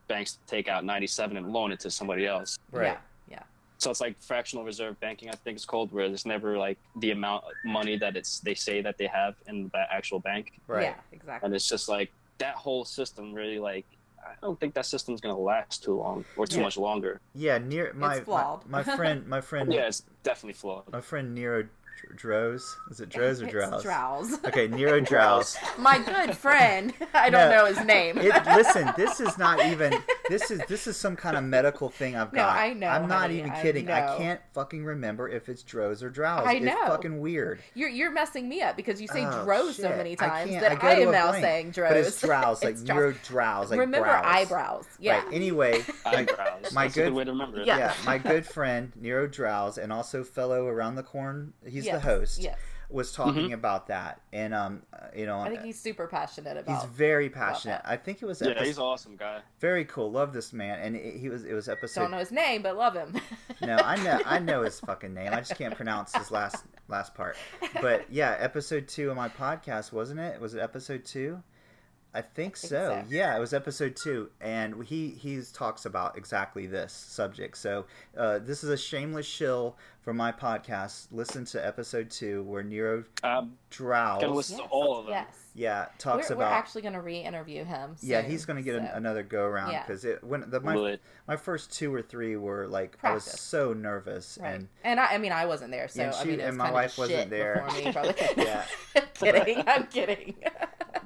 S3: banks take out ninety-seven and loan it to somebody else.
S1: right
S4: Yeah.
S3: So it's like fractional reserve banking, I think it's called, where there's never like the amount of money that it's they say that they have in the actual bank,
S4: Yeah.
S1: right
S4: Yeah. Exactly.
S3: and it's just like that whole system really like. I don't think that system's gonna last too long or too
S1: Yeah.
S3: much longer.
S1: yeah near my
S4: It's flawed.
S1: my, my friend my friend
S3: Yeah, it's definitely flawed.
S1: my friend Nero Dr- Droz is it Droz or
S4: It's
S1: Drows?
S4: Drows.
S1: Okay, Nero Drows.
S4: My good friend. I don't
S1: No.
S4: know his name.
S1: It, listen, this is not even. This is this is some kind of medical thing I've
S4: No,
S1: got.
S4: I know,
S1: I'm not
S4: honey,
S1: even
S4: I
S1: kidding.
S4: know.
S1: can't fucking remember if it's Droz or Drows.
S4: I
S1: It's
S4: know.
S1: fucking weird.
S4: You're you're messing me up because you say
S1: Oh,
S4: Dro so
S1: shit.
S4: many
S1: I
S4: times
S1: can't-
S4: that
S1: go
S4: I,
S1: to
S4: am
S1: a
S4: now
S1: blank.
S4: saying Dros.
S1: But it's Drows, like
S4: It's Drows.
S1: Nero Drows, like
S4: Remember
S1: brows.
S4: eyebrows. Yeah.
S1: Right. Anyway,
S3: Eyebrows.
S1: my
S3: That's a good
S1: good-
S3: way to remember it.
S1: yeah.
S4: Yeah.
S1: my good friend Nero Drows and also fellow around the corn, he's the
S4: Yes,
S1: host,
S4: Yes.
S1: was talking about that, and um, uh, you know,
S4: I think he's super passionate
S1: he's
S4: about
S1: very passionate.
S4: that.
S1: I think it was
S3: Yeah,
S1: episode-
S3: he's an awesome guy.
S1: very cool. Love this man, and it, he was it was episode
S4: don't know his name, but love him.
S1: no, I know I know his fucking name. I just can't pronounce his last last part. But yeah, episode two of my podcast wasn't it? Was it episode two? I think,
S4: think
S1: so.
S4: so.
S1: Yeah, it was episode two, and he he talks about exactly this subject. So uh, this is a shameless shill for my podcast. Listen to episode two where Nero
S3: I'm gonna
S1: Drows,
S3: listen to all of them.
S4: Yes.
S1: yeah,
S4: We're,
S1: talks
S4: we're
S1: about
S4: actually going to re-interview him.
S1: yeah,
S4: soon,
S1: he's gonna get an,
S4: so-
S1: another go around
S4: Yeah.
S1: because it when the my,
S3: Would.
S1: my first two or three were like I was
S4: Practice.
S1: so nervous
S4: Right.
S1: and
S4: And, I, I mean, I wasn't there, so
S1: Yeah, and
S4: I
S1: she-
S4: mean, it was
S1: and my
S4: kind
S1: wife
S4: of
S1: wasn't
S4: shit
S1: there.
S4: Before me, probably.
S1: Yeah.
S4: kidding. I'm kidding.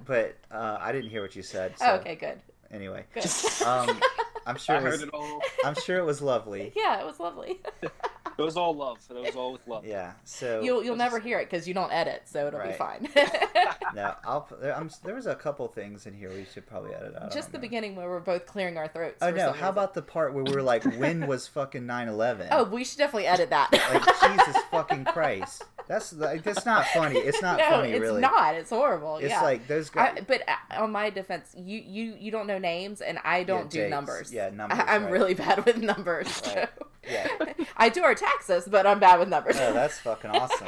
S1: but uh, I didn't hear what you said. So
S4: Oh, okay, good.
S1: Anyway,
S4: Good.
S1: um, I'm sure
S3: I
S1: it was,
S3: heard it all.
S1: I'm sure it was lovely.
S4: Yeah, it was lovely.
S3: It was all love. It was all with love.
S1: Yeah. So
S4: You'll you'll never hear it because you don't edit, so it'll
S1: Right.
S4: be fine.
S1: no, I'll, there, I'm, there was a couple things in here we should probably edit out. I
S4: Just
S1: don't
S4: the
S1: know.
S4: beginning where we're both clearing our throats.
S1: Oh
S4: for
S1: no!
S4: some
S1: How
S4: reason.
S1: about the part where we were like, when was fucking 9/11?
S4: Oh, we should definitely edit that.
S1: like Jesus fucking Christ! That's like that's not funny. It's not
S4: no,
S1: funny,
S4: it's
S1: really.
S4: not. It's horrible.
S1: It's
S4: yeah.
S1: like those guys.
S4: I, but uh, on my defense, you you you don't know names, and I don't do
S1: dates.
S4: numbers.
S1: Yeah, numbers,
S4: I, am
S1: right.
S4: really bad with numbers.
S1: Right.
S4: so-
S1: Yeah.
S4: I do our taxes, but I'm bad with numbers.
S1: Oh, that's fucking awesome.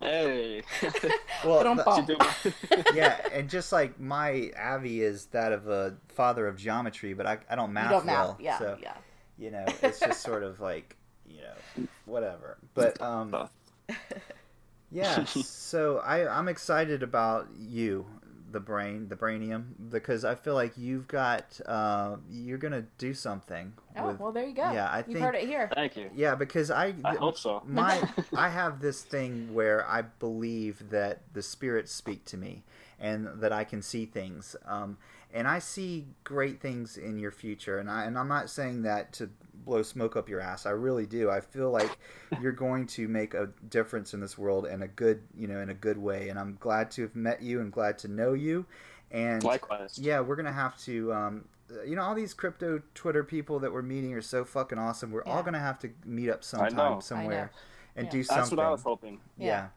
S3: Hey.
S1: Well,
S4: Ba-dum-bum.
S1: the-
S3: She did well.
S1: yeah, and just like my Avi is that of a father of geometry, but I, I don't
S4: you
S1: math
S4: don't
S1: well,
S4: math. Yeah,
S1: so
S4: yeah.
S1: you know it's just sort of like you know whatever. But um, yeah, so I I'm excited about you, the brain, the brainium, because I feel like you've got uh, you're gonna do something.
S4: Oh
S1: with,
S4: well, there you go.
S1: yeah, I
S4: you've
S1: think-
S4: heard it here.
S3: Thank you.
S1: yeah, because I
S3: I hope so.
S1: my I have this thing where I believe that the spirits speak to me and that I can see things. Um, and I see great things in your future. And I and I'm not saying that to blow smoke up your ass. I really do. I feel like you're going to make a difference in this world in a good you know in a good way. And I'm glad to have met you and glad to know you. And
S3: Likewise.
S1: yeah, we're gonna have to. Um, you know, all these crypto Twitter people that we're meeting are so fucking awesome. We're all
S4: Yeah.
S1: gonna have to meet up
S3: I know.
S1: sometime, somewhere, and
S4: Yeah.
S1: do something.
S3: That's what I was hoping.
S1: yeah.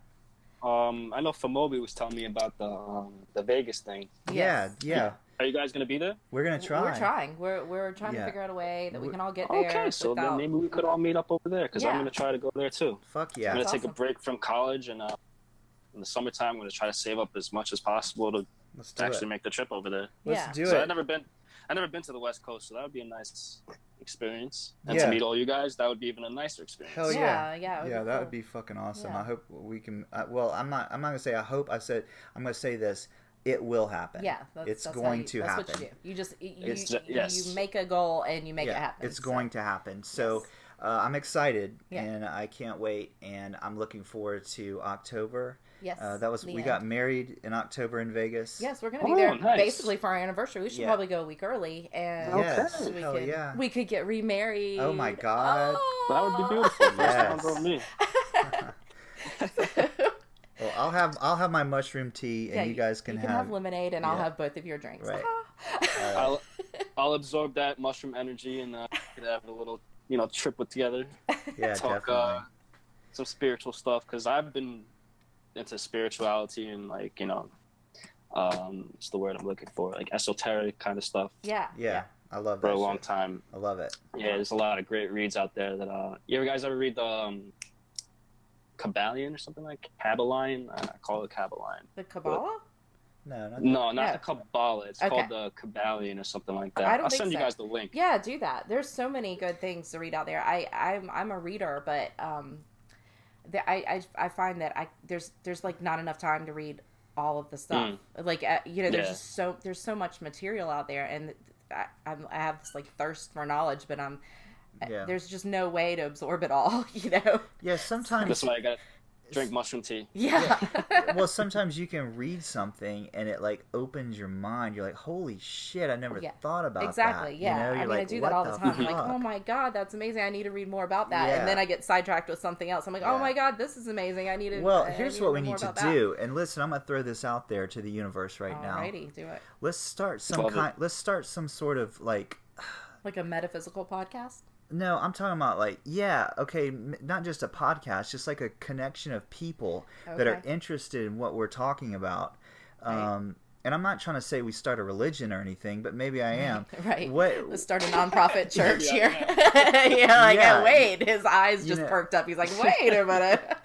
S3: Um, I know Famobi was telling me about the um, the Vegas thing.
S1: yeah,
S4: Yes.
S1: yeah,
S3: Are you guys gonna be there?
S1: We're gonna try.
S4: We're trying. We're we're trying
S1: Yeah.
S4: to figure out a way that we
S1: We're-
S4: can all get there.
S3: Okay, so
S4: without-
S3: then maybe we could all meet up over there because I'm
S4: Yeah.
S3: gonna try to go there too.
S1: Fuck
S3: I'm
S1: yeah!
S3: gonna
S4: That's
S3: take a
S4: awesome.
S3: break from college and uh, in the summertime I'm gonna try to save up as much as possible to
S1: Let's do
S3: actually
S1: it.
S3: make the trip over there.
S1: Let's
S4: Yeah.
S1: do
S3: so
S1: it.
S3: I've never been, I've never been to the West Coast, so that would be a nice experience. And
S1: Yeah.
S3: to meet all you guys, that would be even a nicer experience.
S1: Hell Oh, yeah.
S4: yeah, yeah, it
S1: yeah, that would
S4: cool.
S1: be fucking awesome.
S4: Yeah.
S1: I hope we can. Uh, well, I'm not. I'm not gonna say. I hope. I said. I'm gonna say this. It will happen.
S4: Yeah, that's,
S1: it's
S4: that's how
S1: going
S4: you,
S1: to
S4: that's
S1: happen.
S4: What you, do. you just you,
S3: It's
S4: you,
S3: ju- yes.
S4: you make a goal and you make it
S1: Yeah,
S4: happen.
S1: It's going to happen. So uh, I'm excited,
S4: Yeah.
S1: and I can't wait, and I'm looking forward to October.
S4: Yes,
S1: Uh, that was
S4: the
S1: we
S4: end.
S1: got married in October in Vegas.
S4: Yes, we're gonna be
S3: Oh,
S4: there
S3: nice.
S4: basically for our anniversary. We should
S1: Yeah.
S4: probably go a week early and
S3: Okay.
S1: Yes.
S4: we
S1: Hell
S4: could
S1: yeah.
S4: we could get remarried. Oh.
S1: Oh my God.
S3: That would be beautiful.
S1: Yes.
S3: That sounds on me.
S4: beautiful.
S1: Well, I'll have I'll have my mushroom tea, and
S4: Yeah,
S1: you guys can,
S4: you can have,
S1: have.
S4: lemonade, and I'll
S1: yeah.
S4: have both of your drinks.
S1: Right.
S4: Ah.
S1: uh,
S3: I'll, I'll absorb that mushroom energy and uh, we could have a little, you know, trip with together,
S1: yeah,
S3: talk
S1: definitely.
S3: uh, some spiritual stuff because I've been into spirituality and like you know, um, what's the word I'm looking for? Like esoteric kind of stuff
S4: Yeah.
S1: Yeah, I love that.
S3: for a long
S1: shit.
S3: time.
S1: I love it.
S3: Yeah, there's a lot of great reads out there that uh you ever guys ever read the um Kabbalion or something like Kabbaline? Uh, I call it Kabbaline.
S4: The Kabbalah?
S1: No, not
S3: No, not
S4: Yeah.
S3: the Kabbalah. It's
S4: Okay.
S3: called the Kabbalion or something like that.
S4: I don't
S3: will
S4: think
S3: send you
S4: so.
S3: guys the link.
S4: Yeah, do that. There's so many good things to read out there. I I'm I'm a reader, but um, the, I, I I find that I there's there's like not enough time to read all of the stuff. Like uh, you know, there's
S3: Yeah.
S4: just so there's so much material out there, and I I'm, I have this like thirst for knowledge, but I'm uh,
S1: Yeah.
S4: there's just no way to absorb it all. You know?
S1: Yeah, sometimes.
S3: That's why I got drink mushroom tea.
S4: Yeah.
S1: well, sometimes you can read something and it like opens your mind. You're like, "Holy shit! I never
S4: Yeah,
S1: thought about
S4: Exactly.
S1: that."
S4: Yeah.
S1: You know?
S4: I
S1: You're
S4: mean,
S1: like,
S4: I do
S1: "What
S4: that all the time. I'm like,
S1: fuck?"
S4: oh my god, that's amazing. I need to read more about that.
S1: Yeah.
S4: And then I get sidetracked with something else. I'm like, oh
S1: Yeah.
S4: my god, this is amazing. I need to.
S1: Well,
S4: I
S1: here's
S4: to
S1: what we
S4: read
S1: need
S4: more
S1: to
S4: about that.
S1: do. And listen, I'm gonna throw this out there to the universe right now.
S4: Alrighty, do it.
S1: Let's start some
S3: Love it.
S1: kind. Let's start some sort of like.
S4: Like a metaphysical podcast?
S1: No, I'm talking about like yeah, okay, m- not just a podcast, just like a connection of people that are
S4: Okay.
S1: interested in what we're talking about.
S4: Right.
S1: Um, and I'm not trying to say we start a religion or anything, but maybe I am.
S4: Right.
S1: What?
S4: Let's start a nonprofit church
S3: Yeah,
S4: here. yeah, like,
S1: Yeah.
S4: oh, wait. His eyes
S1: You
S4: just
S1: know-
S4: perked up. He's like, wait a minute.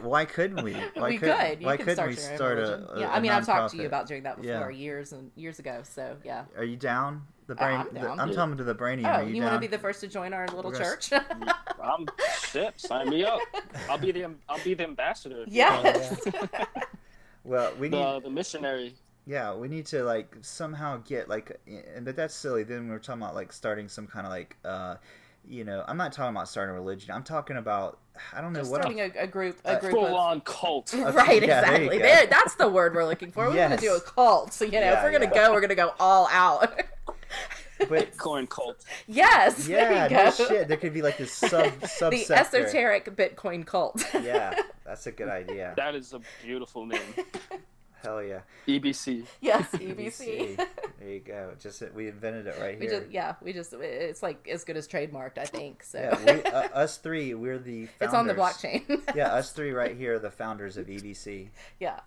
S1: Why couldn't we? Why
S4: we
S1: couldn't-
S4: could. You
S1: why
S4: can
S1: couldn't
S4: start
S1: we
S4: your own
S1: start
S4: religion.
S1: a, a-
S4: Yeah,
S1: a
S4: I mean, I've talked to
S1: nonprofit?
S4: you about doing that
S1: Yeah.
S4: before years and years ago. So, yeah.
S1: Are you down? The
S4: I-
S1: brain.
S4: I'm
S1: the-
S4: down.
S1: I'm talking to the brainy.
S4: Oh,
S1: are you,
S4: you want
S1: down?
S4: to be the first to join our little
S1: We're gonna
S4: church?
S3: I'm shit. Sign me up. I'll be the I'll be the ambassador.
S4: yes.
S1: Well, we need.
S3: The, the missionary.
S1: Yeah, we need to like somehow get like, and but that's silly. Then we are talking about like starting some kind of like, uh, you know, I'm not talking about starting a religion. I'm talking about I don't know
S4: Just
S1: what.
S4: starting
S1: I'm,
S4: a, a group,
S1: Uh,
S4: a group
S3: Full
S4: of
S3: on cult.
S4: right,
S1: yeah, there you go.
S4: exactly. There, that's the word we're looking for. We want
S1: Yes.
S4: to do a cult. So you know, if
S1: Yeah,
S4: we're gonna
S1: yeah.
S4: go, we're gonna go all out.
S1: but
S3: Bitcoin cult.
S4: yes,
S1: yeah,
S4: there
S1: no
S4: you go.
S1: shit. There could be like this sub
S4: the
S1: subsector.
S4: esoteric Bitcoin cult.
S1: Yeah, that's a good idea.
S3: That is a beautiful name. E
S1: Hell yeah.
S3: EBC.
S4: yes, EBC.
S1: There you go. Just uh, we invented it right
S4: E We
S1: here.
S4: just, yeah, we just it's like as good as trademarked, I think. So
S1: yeah, we, uh, us three, we're the. Founders.
S4: it's on the blockchain.
S1: yeah, us three right here, are the founders of EBC.
S4: yeah,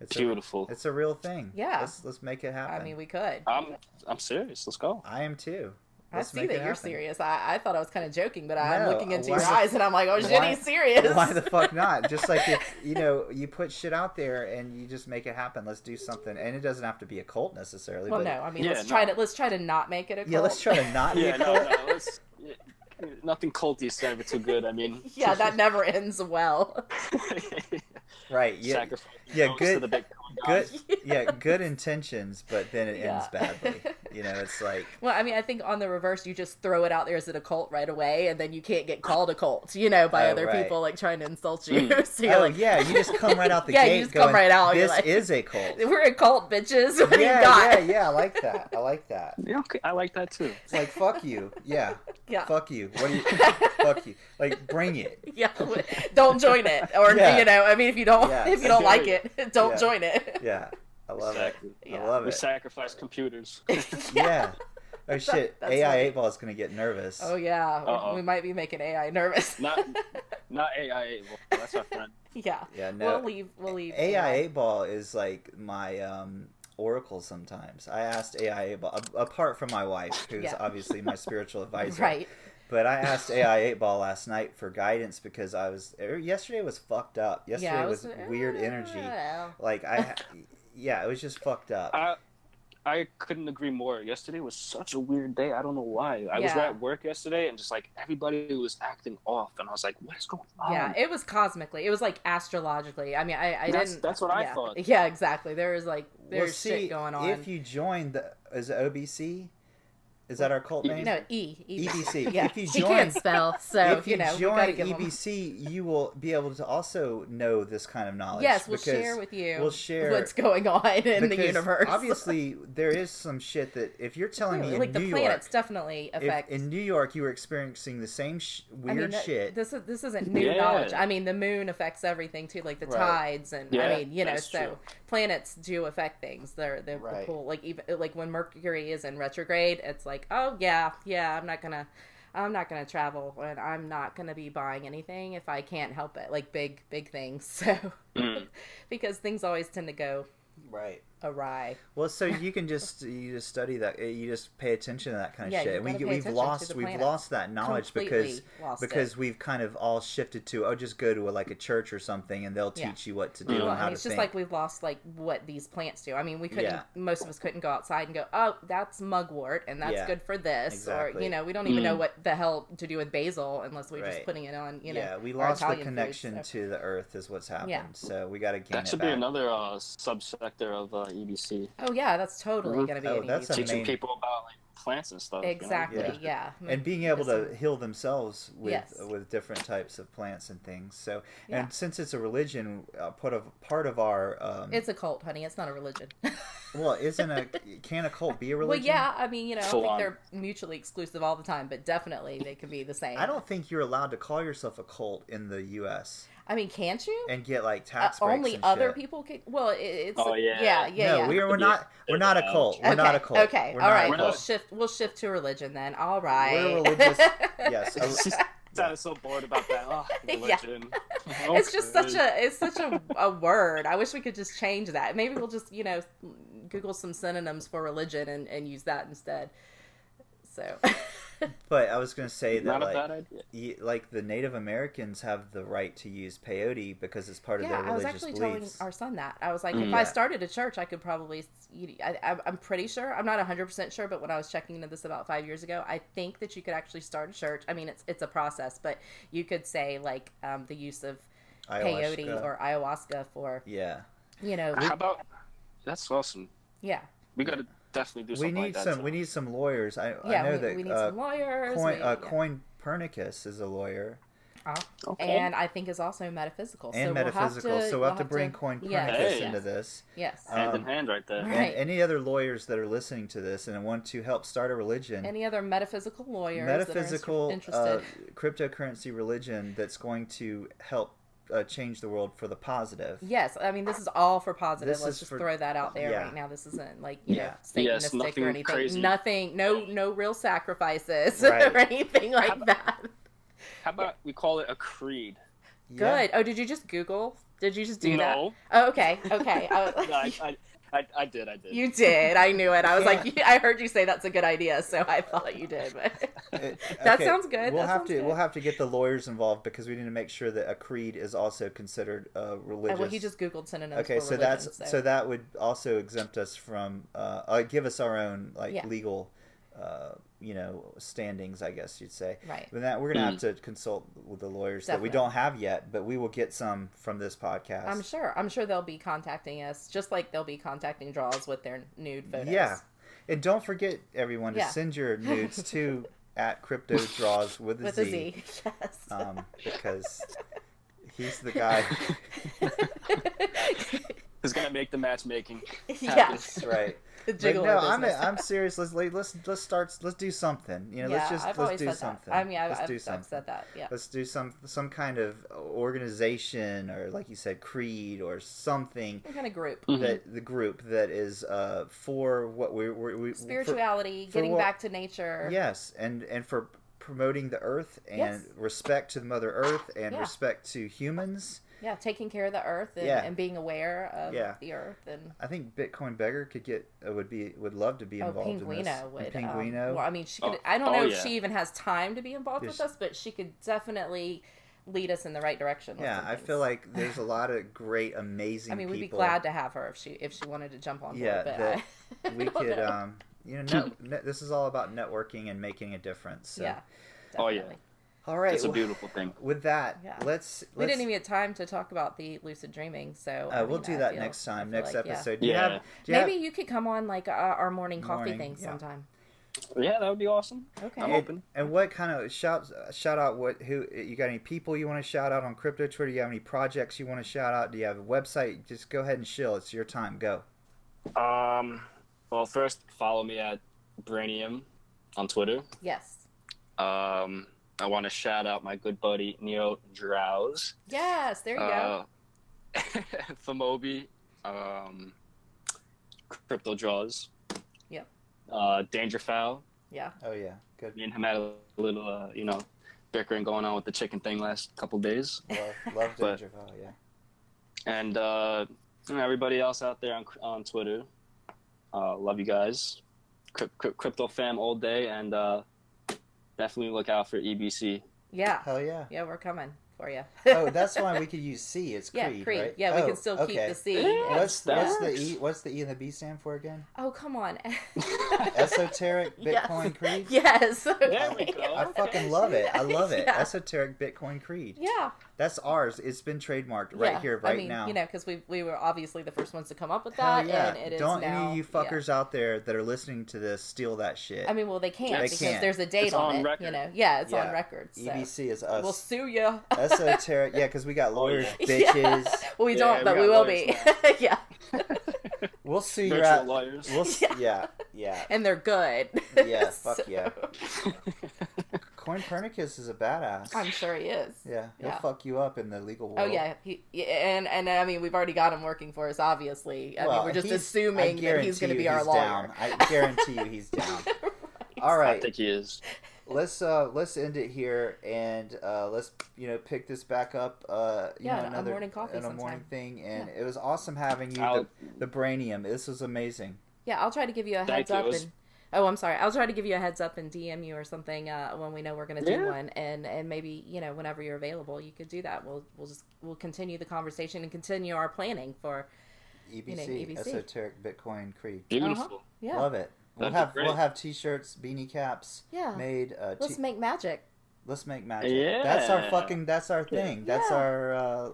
S1: It's a,
S3: Beautiful.
S1: it's a real thing.
S4: Yeah.
S1: let's let's make it happen.
S4: I mean, we could.
S3: I'm I'm serious. Let's go.
S1: I am too.
S4: I
S1: Let's
S4: see
S1: make
S4: that
S1: it
S4: you're
S1: happen.
S4: serious. I, I thought I was kind of joking, but I'm
S1: No,
S4: looking into
S1: why
S4: your
S1: the-
S4: eyes and I'm like, oh shit,
S1: why-
S4: he's serious.
S1: Why the fuck not? Just like if you know, you put shit out there and you just make it happen. Let's do something, and it doesn't have to be a cult necessarily.
S4: well,
S1: but
S4: no, I mean,
S3: Yeah,
S4: let's try
S3: no.
S4: to let's try to not make it a cult.
S1: yeah, let's try to not. be
S3: Yeah,
S1: a
S3: no,
S1: cult.
S3: no, let's, yeah, nothing culty is ever too good. I mean,
S4: yeah, that never ends well.
S1: right. Yeah,
S3: sacrifice
S1: yeah,
S3: goes
S1: good-
S3: to the Bitcoin
S1: good.
S3: gods.
S1: Yeah, good intentions, but then it ends
S4: Yeah.
S1: badly. You know, it's like
S4: Well, I mean, I think on the reverse, you just throw it out there as an occult right away, and then you can't get called a cult, you know, by
S1: Oh,
S4: other
S1: right.
S4: people like trying to insult you. so you're
S1: oh
S4: like,
S1: yeah, you just come right out the
S4: Yeah, you
S1: gate.
S4: just come
S1: going,
S4: right out, you're
S1: This
S4: like-
S1: is a cult.
S4: "We're a cult, bitches. What do
S1: yeah,
S4: you got?"
S1: yeah, yeah. I like that. I like that.
S3: Yeah, okay, I like that too.
S1: It's like fuck you. Yeah,
S4: Yeah,
S1: fuck you. What do you? fuck you. Like bring it.
S4: yeah. Don't join it, or
S1: Yeah.
S4: you know, I mean, if you don't,
S1: Yeah,
S4: if you don't like
S3: exactly.
S4: it, don't
S1: Yeah.
S4: join it.
S1: Yeah, I love it.
S3: Exactly.
S1: I
S4: Yeah.
S1: love
S3: We
S1: it.
S3: sacrifice computers.
S1: Yeah. Oh shit!
S4: that's
S1: AI
S4: funny.
S1: eight ball is gonna get nervous.
S4: Oh yeah, We-
S3: Uh-oh.
S4: we might be making AI nervous.
S3: Not not AI. Well, that's our friend.
S4: yeah,
S1: yeah, no.
S4: we'll leave. We'll leave.
S1: AI eight ball is like my um, oracle. Sometimes I asked AI eight ball, a- apart from my wife, who's
S4: Yeah.
S1: obviously my spiritual advisor.
S4: Right.
S1: But I asked AI eight ball last night for guidance because I was er, yesterday was fucked up. Yesterday
S4: yeah. it eh,
S1: was, weird energy.
S4: Yeah.
S1: Like I, ha- yeah, it was just fucked up.
S3: I I couldn't agree more. Yesterday was such a weird day. I don't know why. I was
S4: Yeah.
S3: at work yesterday and just like everybody was acting off, and I was like, "What is going on?"
S4: Yeah, it was cosmically. It was like astrologically. I mean, I, I
S3: That's-
S4: didn't.
S3: that's what I
S4: yeah.
S3: thought.
S4: Yeah, exactly. There was like
S1: Well,
S4: there's shit going on.
S1: If you join the is it OBC, is that our cult name?
S4: no, E
S1: EBC.
S4: Yeah,
S1: If you
S4: she
S1: join-
S4: can spell, so
S1: if E
S4: you,
S1: you,
S4: know we
S1: join
S4: gotta give 'em-
S1: EBC, you will be able to also know this kind of knowledge.
S4: Yes, we'll
S1: because
S4: share with you.
S1: We'll share
S4: what's going on in the
S1: because
S4: universe.
S1: Obviously, there is some shit that if you're telling me in
S4: like the
S1: New
S4: planets
S1: York,
S4: definitely
S1: if
S4: affect.
S1: in New York you were experiencing the same sh-
S4: I
S1: weird
S4: mean, that-
S1: shit.
S4: this is this isn't new
S3: Yeah.
S4: knowledge. I mean, the moon affects everything too, like the
S1: Right.
S4: tides, and
S3: Yeah,
S4: I mean, you know,
S3: that's
S4: so
S3: true.
S4: planets do affect things. They're they're
S1: Right.
S4: cool. Like even like when Mercury is in retrograde, it's like, oh yeah, yeah, I'm not gonna. I'm not gonna travel, and I'm not gonna be buying anything if I can't help it, like big, big things. So,
S3: Mm.
S4: because things always tend to go
S1: right.
S4: awry.
S1: Well, so you can just you just study that. eh, You just pay attention to that kind of
S4: Yeah, you
S1: shit. We,
S4: gotta pay
S1: we've
S4: attention to
S1: lost
S4: the
S1: we've
S4: planet.
S1: lost that knowledge because
S4: Completely lost it.
S1: because we've kind of all shifted to oh just go to a, like a church or something and they'll teach
S4: Yeah.
S1: you what to
S3: Mm.
S1: do
S4: Well,
S1: and
S4: I
S1: how
S4: mean,
S1: to
S4: it's just
S1: think.
S4: like we've lost like what these plants do. I mean, we couldn't.
S1: Yeah.
S4: Most of us couldn't go outside and go, "Oh, that's mugwort, and that's
S1: Yeah.
S4: good for this," or
S1: Exactly.
S4: you know, we don't even know
S3: Mm.
S4: what the hell to do with basil unless we're just
S1: Right.
S4: putting it on. You know,
S1: yeah, we
S4: our
S1: lost the
S4: Italian
S1: connection
S4: foods, so-
S1: to the earth is what's happened.
S4: Yeah.
S1: So we got to gain
S3: That
S1: it
S3: should be
S1: back.
S3: another uh, subsector of uh, EBC,
S4: Oh yeah, that's totally
S3: Mhm.
S4: gonna be.
S1: Oh,
S4: an
S1: that's
S4: easy-
S1: amazing.
S3: teaching
S1: mean-
S3: people about like plants and stuff. you know?
S4: exactly.
S1: Yeah.
S4: Yeah.
S1: and being able to
S4: Listen.
S1: heal themselves with
S4: Mm, Yes.
S1: with different types of plants and things. So
S4: Yeah.
S1: and since it's a religion, uh, part of part of our um,
S4: it's a cult, honey. It's not a religion.
S1: well, isn't a can a cult be a
S4: well,
S1: religion?
S4: yeah. I mean, you know, I
S3: Full
S4: don't think
S3: on.
S4: they're mutually exclusive all the time, but definitely they can be the same.
S1: I don't think you're allowed to call yourself a cult in the U.S.
S4: I mean, can't you?
S1: and get like
S4: Uh,
S1: tax breaks
S4: only
S1: and
S4: other
S1: shit.
S4: people can. Well, it, it's.
S3: Oh, yeah.
S4: Yeah. Yeah.
S1: no,
S4: yeah.
S1: we're we're not we're not a cult. We're
S4: okay.
S1: not a cult.
S4: Okay.
S1: We're
S4: All
S1: not
S4: right.
S1: A
S3: We're
S4: We'll
S1: cult.
S3: not-
S4: shift. We'll shift to religion then. All right.
S1: We're religious. yes. a-
S3: Dad is so bored about that. Oh,
S4: Yeah.
S3: religion. Oh,
S4: it's just
S3: Okay.
S4: such a. It's such a, a word. I wish we could just change that. Maybe we'll just you know Google some synonyms for religion and and use that instead. So.
S1: But I was gonna say that
S3: Not a
S1: like
S3: bad idea.
S1: y- e, like the Native Americans have the right to use peyote because it's part of
S4: Yeah,
S1: their
S4: I was
S1: religious
S4: actually
S1: beliefs.
S4: telling our son that. I was like, if
S3: Mm.
S4: I
S1: Yeah.
S4: started a church, I could probably. you- I, I'm- I'm pretty sure. I'm not 100 percent sure, but when I was checking into this about five years ago, I think that you could actually start a church. I mean, it's it's a process, but you could say like um, the use of peyote
S1: Ayahuasca.
S4: or ayahuasca for
S1: yeah.
S4: you know,
S3: How about? That's awesome.
S4: yeah,
S3: We gotta definitely do
S1: We
S3: something
S1: need
S3: like that.
S1: some
S3: too.
S1: we need some lawyers. I, I
S4: yeah.
S1: know
S4: we,
S1: that
S4: we need
S1: uh,
S4: some lawyers.
S1: Coin,
S4: we-
S1: uh,
S4: yeah.
S1: Copernicus is a lawyer
S4: Uh,
S3: Okay.
S4: and I think is also metaphysical.
S1: and
S4: so
S1: metaphysical,
S4: we'll have to,
S1: so we'll have to bring Copernicus
S4: yes,
S3: Hey.
S1: into
S4: yes,
S1: this.
S4: yes.
S3: hand
S1: um,
S3: in hand, right there.
S4: Right.
S1: And any other lawyers that are listening to this and want to help start a religion,
S4: Any other metaphysical lawyers? that are instru-
S1: metaphysical
S4: interested?
S1: Uh, cryptocurrency religion that's going to help uh, change the world for the positive.
S4: Yes, I mean this is all for positive.
S1: This is
S4: Let's just
S1: for-
S4: throw that out there
S1: yeah.
S4: right now. This isn't like you
S1: Yeah.
S4: know satanistic
S3: Yes, nothing
S4: or anything.
S3: crazy.
S4: Nothing, no, no real sacrifices
S1: Right.
S4: or anything like
S3: How-
S4: that.
S3: How about we call it a creed?
S1: Yeah.
S4: Good. Oh, did you just Google? Did you just do that?
S3: no.
S4: Oh, okay, okay. I was,
S3: No, I, I, I, I did. I did.
S4: you did. I knew it. I was like,
S1: Yeah.
S4: you- I heard you say that's a good idea, so I thought you did. But
S1: It-
S4: That sounds good,
S1: We'll
S4: that
S1: have
S4: sounds
S1: to
S4: good.
S1: we'll have to get the lawyers involved because we need to make sure that a creed is also considered uh, religious.
S4: well, he just Googled synonyms.
S1: okay,
S4: for
S1: so
S4: religion,
S1: that's so.
S4: so,
S1: that would also exempt us from uh, uh, give us our own like
S4: Yeah.
S1: legal. Uh, you know, standings, I guess you'd say.
S4: right.
S1: But that we're gonna have to consult with the lawyers that we
S4: Definitely.
S1: don't have yet, but we will get some from this podcast.
S4: I'm sure. I'm sure they'll be contacting us, just like they'll be contacting draws with their nude photos.
S1: Yeah. And don't forget, everyone, to
S4: Yeah.
S1: send your nudes to at Crypto Draws with a
S4: with
S1: Z.
S4: a Z. Yes.
S1: Um, because he's the guy.
S3: It's gonna make the matchmaking. happen.
S4: yes.
S1: That's right.
S4: The
S1: But
S4: jiggle.
S1: no, I'm, I'm serious. Let's let's let's start. Let's do something. You know, let's just let's do something.
S4: I mean, I,
S1: let's
S4: I've,
S1: do
S4: I've
S1: something.
S4: said that. Yeah.
S1: Let's do some some kind of organization or, like you said, creed or something
S4: Some kind of group.
S3: Mhm.
S1: that the group that is uh, for what we're, we're we, for-
S4: Spirituality,
S1: for
S4: getting
S1: what-
S4: back to nature.
S1: Yes, and and for promoting the earth and
S4: Yes.
S1: respect to the Mother Earth and
S4: Yeah.
S1: respect to humans.
S4: Yeah, taking care of the earth and,
S1: Yeah.
S4: and being aware of
S1: Yeah.
S4: the earth and.
S1: I think Bitcoin Beggar could get uh, would be would love to be
S4: Oh,
S1: involved in this.
S4: Pinguino
S1: And
S4: would. um,
S1: Pinguino.
S4: well, I mean, she could.
S3: Oh,
S4: I don't
S3: oh,
S4: know if
S3: yeah.
S4: she even has time to be involved with
S1: There's-
S4: us, but she could definitely lead us in the right direction. with
S1: yeah,
S4: some
S1: I
S4: things.
S1: feel like there's a lot of great, amazing.
S4: I mean, we'd be
S1: people.
S4: glad to have her if she if she wanted to jump on board.
S1: Yeah,
S4: but
S1: that
S4: I,
S1: we
S4: I don't
S1: could,
S4: know.
S1: um, you know, net, net, this is all about networking and making a difference. So.
S4: yeah.
S3: Oh, yeah.
S4: definitely.
S1: All right.
S3: It's a
S1: well,
S3: beautiful thing.
S1: with that,
S4: Yeah.
S1: let's.
S4: We
S1: let's
S4: didn't even get time to talk about the lucid dreaming, so I
S1: uh, we'll
S4: mean,
S1: do
S4: I
S1: that
S4: feel-
S1: next
S4: I
S1: time,
S4: feel
S1: next
S4: like, yeah.
S1: episode. Do you
S3: Yeah.
S1: have? Do you have-
S4: Maybe you could come on like uh, our morning coffee
S1: Morning,
S4: thing
S1: yeah.
S4: sometime. Um,
S3: Yeah, that would be awesome.
S4: Okay.
S3: I'm
S1: And-
S3: open.
S1: And what kind of shout shout out? What who you got? Any people you want to shout out on crypto Twitter? Do you have any projects you want to shout out? Do you have a website? Just go ahead and shill. It's your time. Go.
S3: Um, well, first follow me at Brainium on Twitter.
S4: Yes.
S3: Um, I want to shout out my good buddy Neo Drows.
S4: Yes. There you go.
S3: Uh, Famobi, um, Crypto Draws.
S4: Yep.
S3: Uh, Dangerfowl.
S4: Yeah.
S1: Oh yeah, good.
S3: Me and him had a little, uh, you know, bickering going on with the chicken thing last couple days.
S1: Love, love
S3: But-
S1: Dangerfile. Yeah.
S3: And uh, And everybody else out there on on Twitter, uh, love you guys. Crypt, crypt, crypto fam all day, and uh, definitely look out for E EBC.
S4: Yeah.
S1: Hell yeah.
S4: Yeah, we're coming for you.
S1: oh, that's why we could use C. It's
S4: yeah,
S1: Creed,
S4: Creed.
S1: right?
S4: Yeah, we
S1: Oh,
S4: can still keep
S1: okay.
S4: the C.
S3: Yeah.
S1: What's,
S3: That
S1: what's the
S3: works.
S1: E? What's the E and the B stand for again?
S4: Oh, come on.
S1: Esoteric
S4: Yes.
S1: Bitcoin Creed.
S4: Yes.
S3: There we go.
S1: I fucking love it. I love it.
S4: Yeah.
S1: Esoteric Bitcoin Creed.
S4: Yeah.
S1: That's ours. It's been trademarked right
S4: Yeah.
S1: here, right
S4: I mean,
S1: now.
S4: You know, because we we were obviously the first ones to come up with
S1: Hell
S4: that,
S1: yeah.
S4: and it is
S1: Don't
S4: now.
S1: any of you
S4: yeah.
S1: fuckers out there that are listening to this steal that shit.
S4: I mean, well, they can't
S3: They
S4: because
S1: can't. E
S4: there's a date
S3: It's
S4: on,
S3: on
S4: it. You
S3: record.
S4: know, yeah, it's
S1: Yeah.
S4: on record. So
S1: EBC is
S4: we'll
S1: us.
S4: sue you.
S1: Esoteric. Yeah, because we got lawyers,
S3: yeah.
S1: bitches.
S4: Well, we
S3: Yeah,
S4: don't,
S3: we
S4: but
S3: got
S4: we, will
S3: lawyers
S4: be. yeah,
S1: We'll sue you
S3: Virtual
S1: out.
S3: lawyers.
S1: We'll s- yeah, yeah,
S4: and they're good.
S1: yeah. Fuck
S4: So,
S1: yeah. Copernicus is a badass.
S4: I'm sure he is.
S1: yeah, he'll
S4: yeah.
S1: fuck you up in the legal world.
S4: Oh yeah, he, yeah, and and I mean we've already got him working for us. Obviously, I mean
S1: Well,
S4: we're just
S1: he's-
S4: assuming
S1: I
S4: that he's
S1: guarantee
S4: going to
S1: you
S4: be our
S1: he's
S4: lawyer.
S1: Down. I guarantee you he's down. All
S3: I
S1: right,
S3: think he is.
S1: let's uh let's end it here and uh let's you know pick this back up uh you
S4: Yeah,
S1: know
S4: on a
S1: another
S4: morning coffee
S1: on a
S4: sometime.
S1: morning thing and it was awesome having you the,
S3: I'll-
S1: the brainium this was amazing
S4: Yeah, I'll try to give you a
S3: Thank
S4: heads
S3: you. It
S4: up
S3: was-
S4: and oh, I'm sorry. I'll try to give you a heads up and DM you or something uh, when we know we're going to do
S3: Yeah.
S4: one, and and maybe you know whenever you're available, you could do that. We'll we'll just we'll continue the conversation and continue our planning for
S1: ebc,
S4: know, EBC.
S1: E esoteric bitcoin creed
S3: Beautiful.
S4: E yeah
S1: love it we'll
S3: That'd be
S1: have
S3: great.
S1: we'll have t-shirts beanie caps
S4: yeah.
S1: made uh t-
S4: Let's
S1: let's, make,
S4: make magic.
S1: magic that's our
S3: Yeah.
S1: fucking that's our thing that's
S4: Yeah.
S1: our uh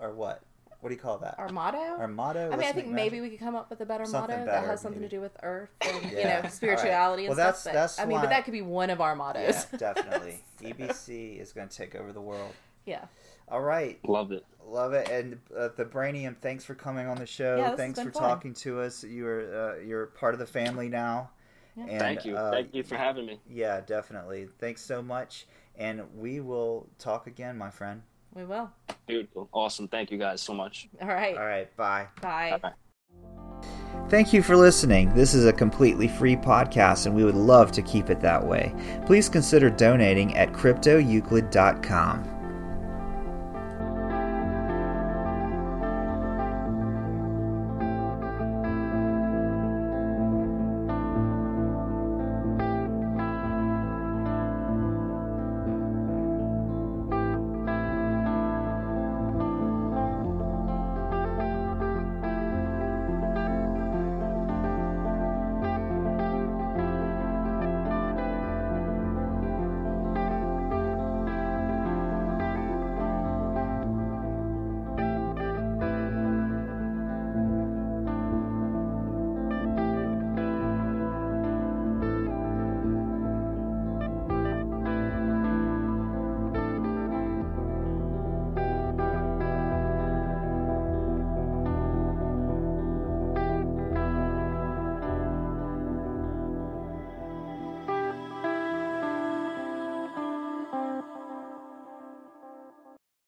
S1: our what what do you call that
S4: Our motto.
S1: our motto
S4: I mean,
S1: Let's
S4: I think
S1: make magic.
S4: maybe we could come up with a better
S1: Something
S4: motto
S1: better,
S4: that has something
S1: maybe.
S4: to do with earth and
S1: Yeah.
S4: you know spirituality
S1: All right.
S4: and
S1: Well, that's-
S4: stuff. but-
S1: that's
S4: I mean,
S1: why-
S4: but that could be one of our mottos.
S1: yeah definitely ebc is going to take over the world
S4: yeah.
S1: all right
S3: Love it.
S1: Love it, and uh, the Brainium. Thanks for coming on the show.
S4: Yeah, this has
S1: thanks
S4: been
S1: for
S4: fun.
S1: talking to us. You're uh, you're part of the family now.
S4: Yeah.
S1: And,
S3: Thank you.
S1: uh,
S3: Thank you for having me.
S1: Yeah, definitely. Thanks so much, and we will talk again, my friend.
S4: We will.
S3: Beautiful. Awesome. Thank you guys so much.
S4: All right.
S1: All right, bye.
S4: Bye.
S3: Bye-bye.
S1: Thank you for listening. This is a completely free podcast, and we would love to keep it that way. Please consider donating at cryptoeuclid.com.